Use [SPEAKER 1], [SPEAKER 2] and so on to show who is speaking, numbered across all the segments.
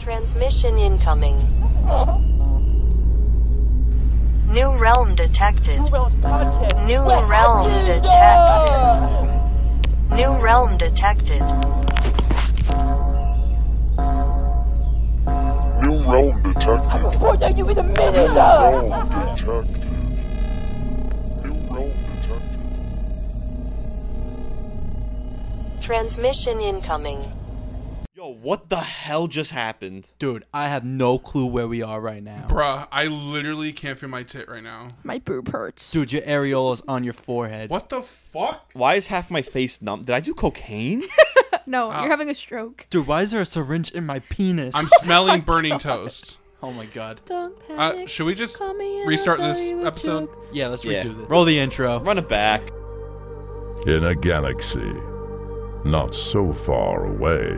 [SPEAKER 1] Transmission incoming. New realm detected. New realm detected. New realm detected.
[SPEAKER 2] New realm detected.
[SPEAKER 3] Before that, you in a
[SPEAKER 2] New
[SPEAKER 3] minute.
[SPEAKER 2] realm
[SPEAKER 3] uh.
[SPEAKER 2] detected. New realm detected.
[SPEAKER 1] Transmission incoming.
[SPEAKER 4] Yo, what the hell just happened?
[SPEAKER 5] Dude, I have no clue where we are right now.
[SPEAKER 6] Bruh, I literally can't feel my tit right now.
[SPEAKER 7] My boob hurts.
[SPEAKER 5] Dude, your areola's on your forehead.
[SPEAKER 6] What the fuck?
[SPEAKER 4] Why is half my face numb? Did I do cocaine?
[SPEAKER 7] No, you're having a stroke.
[SPEAKER 5] Dude, why is there a syringe in my penis?
[SPEAKER 6] I'm smelling burning toast.
[SPEAKER 5] oh my god.
[SPEAKER 7] Don't
[SPEAKER 6] Uh, should we just restart this episode?
[SPEAKER 5] Yeah, let's
[SPEAKER 4] Yeah.
[SPEAKER 5] redo this. Roll the intro.
[SPEAKER 4] Run it back.
[SPEAKER 8] In a galaxy not so far away,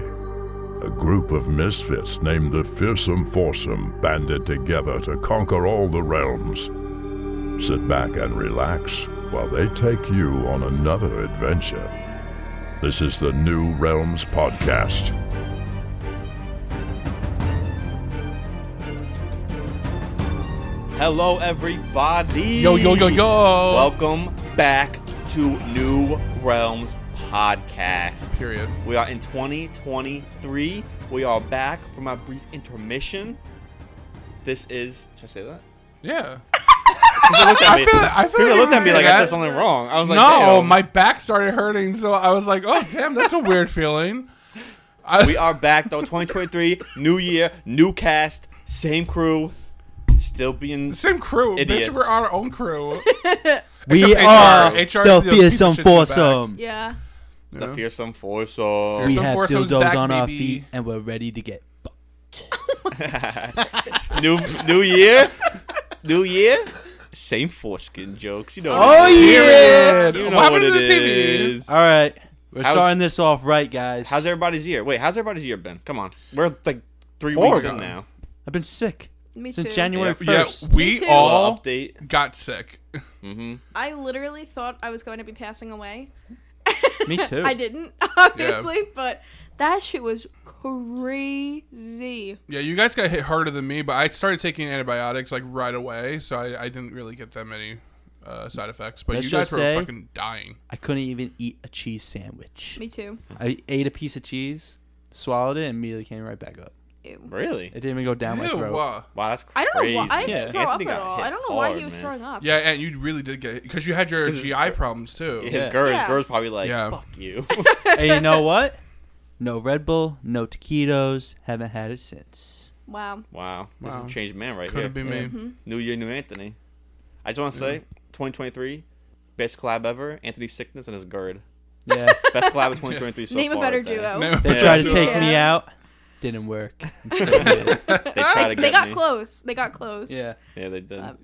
[SPEAKER 8] a group of misfits named the Fearsome Foursome banded together to conquer all the realms. Sit back and relax while they take you on another adventure. This is the New Realms Podcast.
[SPEAKER 4] Hello, everybody.
[SPEAKER 6] Yo, yo, yo, yo.
[SPEAKER 4] Welcome back to New Realms Podcast.
[SPEAKER 6] Period.
[SPEAKER 4] We are in 2023. We are back from our brief intermission. This is. Should I say that?
[SPEAKER 6] Yeah.
[SPEAKER 4] People looked at me,
[SPEAKER 6] I feel
[SPEAKER 4] people
[SPEAKER 6] like
[SPEAKER 4] looked at me like I
[SPEAKER 6] that-
[SPEAKER 4] said something wrong. I was like,
[SPEAKER 6] no,
[SPEAKER 4] damn.
[SPEAKER 6] my back started hurting, so I was like, oh, damn, that's a weird feeling. I,
[SPEAKER 4] We are back though. 2023, new year, new cast, same crew, still being.
[SPEAKER 6] same crew.
[SPEAKER 4] Idiots.
[SPEAKER 6] Bitch, we're our own crew.
[SPEAKER 5] We
[SPEAKER 6] HR,
[SPEAKER 5] are
[SPEAKER 6] HR,
[SPEAKER 5] the
[SPEAKER 6] you know, piece of
[SPEAKER 5] fearsome
[SPEAKER 6] shit's in the back.
[SPEAKER 5] foursome.
[SPEAKER 7] Yeah.
[SPEAKER 4] The fearsome force. So
[SPEAKER 5] We
[SPEAKER 6] Fearsome
[SPEAKER 5] have
[SPEAKER 6] foursome's
[SPEAKER 5] dildos
[SPEAKER 6] back,
[SPEAKER 5] on our
[SPEAKER 6] baby.
[SPEAKER 5] feet and we're ready to get. fucked.
[SPEAKER 4] new new year, new year, same foreskin jokes. You know. what
[SPEAKER 5] Oh,
[SPEAKER 4] it is.
[SPEAKER 5] yeah!
[SPEAKER 4] You
[SPEAKER 6] What
[SPEAKER 4] know what
[SPEAKER 6] happened
[SPEAKER 4] it
[SPEAKER 6] to the Uh, TV?
[SPEAKER 4] is.
[SPEAKER 5] All right. We're
[SPEAKER 4] How's-
[SPEAKER 5] starting this off right, guys.
[SPEAKER 4] How's everybody's year? Wait, how's everybody's year been? Come on, we're like three
[SPEAKER 5] Horrible.
[SPEAKER 4] weeks in now.
[SPEAKER 5] I've been sick
[SPEAKER 7] Me
[SPEAKER 5] since
[SPEAKER 7] too.
[SPEAKER 5] January
[SPEAKER 6] Yeah,
[SPEAKER 5] 1st.
[SPEAKER 7] Me
[SPEAKER 6] we
[SPEAKER 7] too.
[SPEAKER 4] Little
[SPEAKER 6] all
[SPEAKER 4] update.
[SPEAKER 6] got sick.
[SPEAKER 7] I literally thought I was going to be passing away.
[SPEAKER 5] Me too.
[SPEAKER 7] I didn't, obviously, but that shit was crazy.
[SPEAKER 6] Yeah, you guys got hit harder than me, but I started taking antibiotics like right away, so I, I didn't really get that many uh, side effects. But
[SPEAKER 5] Let's
[SPEAKER 6] you guys
[SPEAKER 5] just
[SPEAKER 6] were
[SPEAKER 5] say-
[SPEAKER 6] fucking dying.
[SPEAKER 5] I couldn't even eat a cheese sandwich.
[SPEAKER 7] Me too.
[SPEAKER 5] I ate a piece of cheese, swallowed it, and immediately came right back up.
[SPEAKER 7] Ew.
[SPEAKER 4] Really?
[SPEAKER 5] It didn't even go down my
[SPEAKER 6] Ew,
[SPEAKER 5] throat.
[SPEAKER 6] uh,
[SPEAKER 4] Wow, that's
[SPEAKER 7] I
[SPEAKER 4] crazy.
[SPEAKER 7] don't know why I didn't
[SPEAKER 5] Yeah.
[SPEAKER 7] throw
[SPEAKER 4] Anthony
[SPEAKER 7] up at
[SPEAKER 4] got
[SPEAKER 7] all.
[SPEAKER 4] hit
[SPEAKER 7] I don't know why
[SPEAKER 4] hard,
[SPEAKER 7] he was
[SPEAKER 4] man.
[SPEAKER 7] throwing up.
[SPEAKER 6] yeah, and you really did get it because you had your
[SPEAKER 4] This is-
[SPEAKER 6] GI problems too.
[SPEAKER 4] His
[SPEAKER 5] Yeah.
[SPEAKER 4] girl, his
[SPEAKER 7] Yeah.
[SPEAKER 4] girl's probably like,
[SPEAKER 6] Yeah.
[SPEAKER 4] fuck you.
[SPEAKER 5] and you know what? No Red Bull, no taquitos. Haven't had it since.
[SPEAKER 7] Wow.
[SPEAKER 4] wow, this is
[SPEAKER 6] Wow.
[SPEAKER 4] a changed man right
[SPEAKER 6] Could
[SPEAKER 4] here.
[SPEAKER 6] have been me.
[SPEAKER 5] Mm-hmm.
[SPEAKER 4] New year, new Anthony. I just want to say, 2023, best collab ever. Anthony's sickness and his GERD.
[SPEAKER 5] Yeah,
[SPEAKER 4] Best collab of 2023 so
[SPEAKER 7] Name
[SPEAKER 4] far.
[SPEAKER 7] a better
[SPEAKER 4] I think.
[SPEAKER 7] duo.
[SPEAKER 6] No.
[SPEAKER 5] they tried to
[SPEAKER 4] Yeah.
[SPEAKER 5] take me
[SPEAKER 7] Yeah.
[SPEAKER 5] out. Didn't work. I'm still here.
[SPEAKER 4] They tried to
[SPEAKER 7] They
[SPEAKER 4] get
[SPEAKER 7] got
[SPEAKER 4] me.
[SPEAKER 7] close. They got close.
[SPEAKER 5] yeah,
[SPEAKER 4] Yeah, they did.
[SPEAKER 7] Um,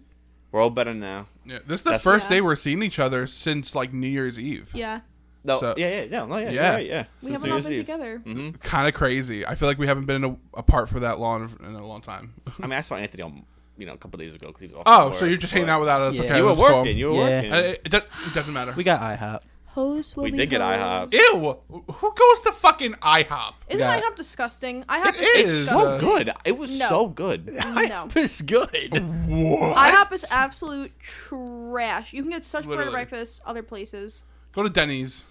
[SPEAKER 4] We're all better now.
[SPEAKER 6] Yeah, this is the
[SPEAKER 4] That's-
[SPEAKER 6] first
[SPEAKER 7] Yeah.
[SPEAKER 6] day we're seeing each other since like New Year's Eve.
[SPEAKER 7] Yeah.
[SPEAKER 4] No,
[SPEAKER 6] so-
[SPEAKER 4] yeah, yeah, no, no, yeah, you're
[SPEAKER 6] Yeah.
[SPEAKER 4] right, yeah.
[SPEAKER 7] We haven't all been together.
[SPEAKER 4] hmm
[SPEAKER 6] Kind of crazy. I feel like we haven't been in a, apart for that long in a long time.
[SPEAKER 4] I mean, I saw Anthony on, you know, a couple days ago because he was off.
[SPEAKER 6] Oh,
[SPEAKER 4] work,
[SPEAKER 6] so you're just hanging
[SPEAKER 4] but-
[SPEAKER 6] out without us?
[SPEAKER 5] Yeah.
[SPEAKER 6] Okay,
[SPEAKER 4] You were
[SPEAKER 6] that's cool.
[SPEAKER 4] working. You were
[SPEAKER 5] Yeah.
[SPEAKER 4] working.
[SPEAKER 6] Uh, it, do- it doesn't matter.
[SPEAKER 5] we got IHOP.
[SPEAKER 7] Host will
[SPEAKER 4] We
[SPEAKER 7] be
[SPEAKER 4] did get
[SPEAKER 7] hoes.
[SPEAKER 4] IHOP.
[SPEAKER 6] Ew! Who goes to fucking IHOP?
[SPEAKER 7] Isn't
[SPEAKER 5] got-
[SPEAKER 7] IHOP disgusting? IHOP
[SPEAKER 6] It
[SPEAKER 7] is,
[SPEAKER 6] is.
[SPEAKER 5] Uh,
[SPEAKER 4] so
[SPEAKER 7] disgusting.
[SPEAKER 4] good. It was
[SPEAKER 7] No.
[SPEAKER 4] so good.
[SPEAKER 7] No.
[SPEAKER 4] It's good.
[SPEAKER 6] What?
[SPEAKER 7] IHOP is absolute trash. You can get such better
[SPEAKER 6] Literally.
[SPEAKER 7] breakfast other places.
[SPEAKER 6] Go to Denny's.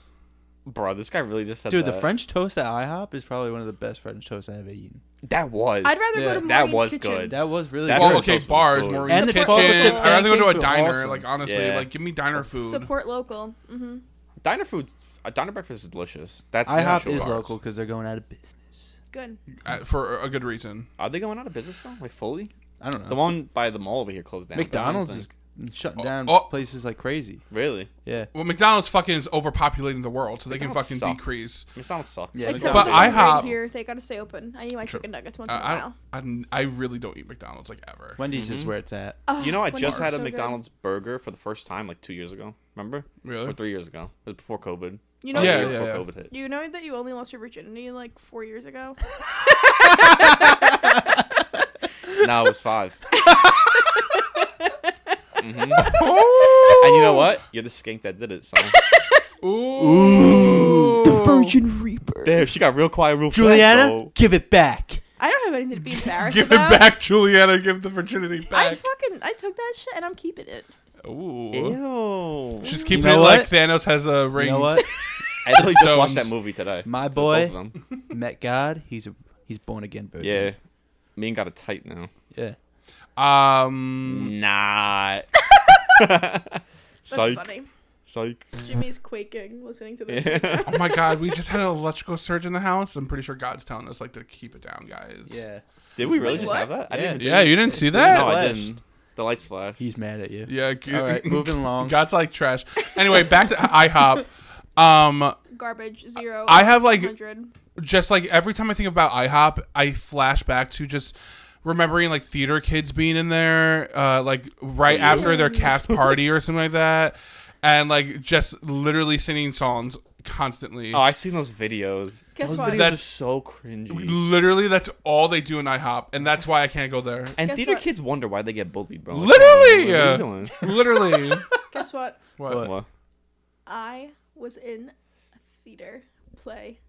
[SPEAKER 4] Bro, this guy really just said
[SPEAKER 5] Dude, the
[SPEAKER 4] that.
[SPEAKER 5] French toast at IHOP is probably one of the best French toasts I've ever eaten.
[SPEAKER 4] That was.
[SPEAKER 7] I'd rather
[SPEAKER 5] Yeah.
[SPEAKER 7] go to
[SPEAKER 4] That
[SPEAKER 7] Maureen's
[SPEAKER 4] was
[SPEAKER 7] kitchen.
[SPEAKER 4] good.
[SPEAKER 5] That was really
[SPEAKER 4] That's
[SPEAKER 5] good.
[SPEAKER 6] Well,
[SPEAKER 4] Sure.
[SPEAKER 6] okay,
[SPEAKER 4] Those
[SPEAKER 6] bars,
[SPEAKER 4] foods.
[SPEAKER 6] Maureen's
[SPEAKER 5] And the
[SPEAKER 6] Kitchen.
[SPEAKER 5] chocolate chip
[SPEAKER 6] I'd rather go to a
[SPEAKER 5] pancakes were
[SPEAKER 6] diner.
[SPEAKER 5] awesome.
[SPEAKER 6] Like honestly,
[SPEAKER 4] Yeah.
[SPEAKER 6] like give me diner food.
[SPEAKER 7] Support local. hmm
[SPEAKER 4] Diner food, uh, diner breakfast is delicious. That's
[SPEAKER 5] IHOP
[SPEAKER 4] sure.
[SPEAKER 5] is local because they're going out of business.
[SPEAKER 7] Good.
[SPEAKER 6] Uh, for a good reason.
[SPEAKER 4] Are they going out of business though? Like fully?
[SPEAKER 5] I don't know.
[SPEAKER 4] The one by the mall over here closed down. but I don't
[SPEAKER 5] McDonald's is
[SPEAKER 4] think-
[SPEAKER 5] shutting down
[SPEAKER 6] oh.
[SPEAKER 5] places like crazy.
[SPEAKER 4] really.
[SPEAKER 5] Yeah.
[SPEAKER 6] Well, McDonald's fucking is overpopulating the world, so they can
[SPEAKER 4] McDonald's
[SPEAKER 6] fucking
[SPEAKER 4] sucks.
[SPEAKER 6] decrease.
[SPEAKER 4] McDonald's sucks.
[SPEAKER 5] Yeah,
[SPEAKER 7] It's
[SPEAKER 5] But
[SPEAKER 7] but
[SPEAKER 6] IHOP-
[SPEAKER 7] right here. They gotta stay open. I need my chicken nuggets once
[SPEAKER 6] Uh,
[SPEAKER 7] in a
[SPEAKER 6] I
[SPEAKER 7] while.
[SPEAKER 6] don't. I, don't- I really don't eat McDonald's like ever.
[SPEAKER 5] Wendy's is where it's at.
[SPEAKER 7] Oh,
[SPEAKER 4] You know, I
[SPEAKER 7] Wendy's
[SPEAKER 4] just
[SPEAKER 7] is
[SPEAKER 4] had a
[SPEAKER 7] so good.
[SPEAKER 4] McDonald's burger for the first time like two years ago. Remember?
[SPEAKER 6] Really?
[SPEAKER 4] Or three years ago. It was before COVID.
[SPEAKER 7] You know,
[SPEAKER 6] Yeah,
[SPEAKER 7] you,
[SPEAKER 6] yeah.
[SPEAKER 4] Before COVID hit.
[SPEAKER 7] you know that you only lost your virginity like four years ago.
[SPEAKER 4] no, it was five. Mhm. And you know what? You're the skink that did it, son.
[SPEAKER 6] Ooh.
[SPEAKER 7] Virgin Reaper.
[SPEAKER 4] Damn, she got real quiet, real fast,
[SPEAKER 5] Juliana,
[SPEAKER 4] though.
[SPEAKER 5] give it back.
[SPEAKER 7] I don't have anything to be embarrassed
[SPEAKER 6] Give it
[SPEAKER 7] about.
[SPEAKER 6] back, Juliana. Give the virginity
[SPEAKER 7] I
[SPEAKER 6] back.
[SPEAKER 7] fucking I took that shit and I'm keeping it.
[SPEAKER 6] Ooh.
[SPEAKER 4] Ew.
[SPEAKER 6] She's keeping
[SPEAKER 5] know
[SPEAKER 6] it like
[SPEAKER 5] what?
[SPEAKER 6] Thanos has a ring.
[SPEAKER 5] You know what?
[SPEAKER 4] I literally just watched that
[SPEAKER 6] Stones.
[SPEAKER 4] movie today.
[SPEAKER 5] My
[SPEAKER 4] So
[SPEAKER 5] boy.
[SPEAKER 4] both of them.
[SPEAKER 5] Met God. He's a, he's born again
[SPEAKER 4] Yeah.
[SPEAKER 5] virgin.
[SPEAKER 4] Me and got a tight now.
[SPEAKER 5] Yeah. Yeah.
[SPEAKER 6] Um,
[SPEAKER 4] Nah.
[SPEAKER 7] That's
[SPEAKER 4] Psych.
[SPEAKER 7] funny.
[SPEAKER 4] Psych.
[SPEAKER 7] Jimmy's quaking listening to this.
[SPEAKER 6] oh my God, we just had an electrical surge in the house. I'm pretty sure God's telling us like to keep it down, guys.
[SPEAKER 5] Yeah.
[SPEAKER 4] Did we really
[SPEAKER 7] Wait,
[SPEAKER 4] just
[SPEAKER 7] what?
[SPEAKER 4] have that? I didn't even
[SPEAKER 6] Yeah, you didn't see
[SPEAKER 4] see
[SPEAKER 6] that?
[SPEAKER 4] No, I
[SPEAKER 5] flashed.
[SPEAKER 4] didn't. The lights flash.
[SPEAKER 5] He's mad at you.
[SPEAKER 6] Yeah. g-
[SPEAKER 5] All right, moving along.
[SPEAKER 6] God's like trash. Anyway, back to IHOP. Um,
[SPEAKER 7] Garbage zero.
[SPEAKER 6] I have, like-
[SPEAKER 7] hundred.
[SPEAKER 6] just like every time I think about IHOP, I flash back to just remembering like theater kids being in there, uh, like right after their cast party or something like that, and like just literally singing songs constantly.
[SPEAKER 4] Oh, I seen those videos.
[SPEAKER 7] Guess
[SPEAKER 4] those
[SPEAKER 7] what?
[SPEAKER 4] videos
[SPEAKER 6] That-
[SPEAKER 4] are so cringy.
[SPEAKER 6] literally, that's all they do in IHOP, and that's why I can't go there.
[SPEAKER 4] And
[SPEAKER 7] Guess
[SPEAKER 4] theater
[SPEAKER 7] what?
[SPEAKER 4] kids wonder why they get bullied, bro. Like, what are
[SPEAKER 6] Literally,
[SPEAKER 4] you
[SPEAKER 6] yeah.
[SPEAKER 4] doing?
[SPEAKER 6] literally.
[SPEAKER 7] Guess what?
[SPEAKER 6] What?
[SPEAKER 4] What?
[SPEAKER 7] I was in a theater play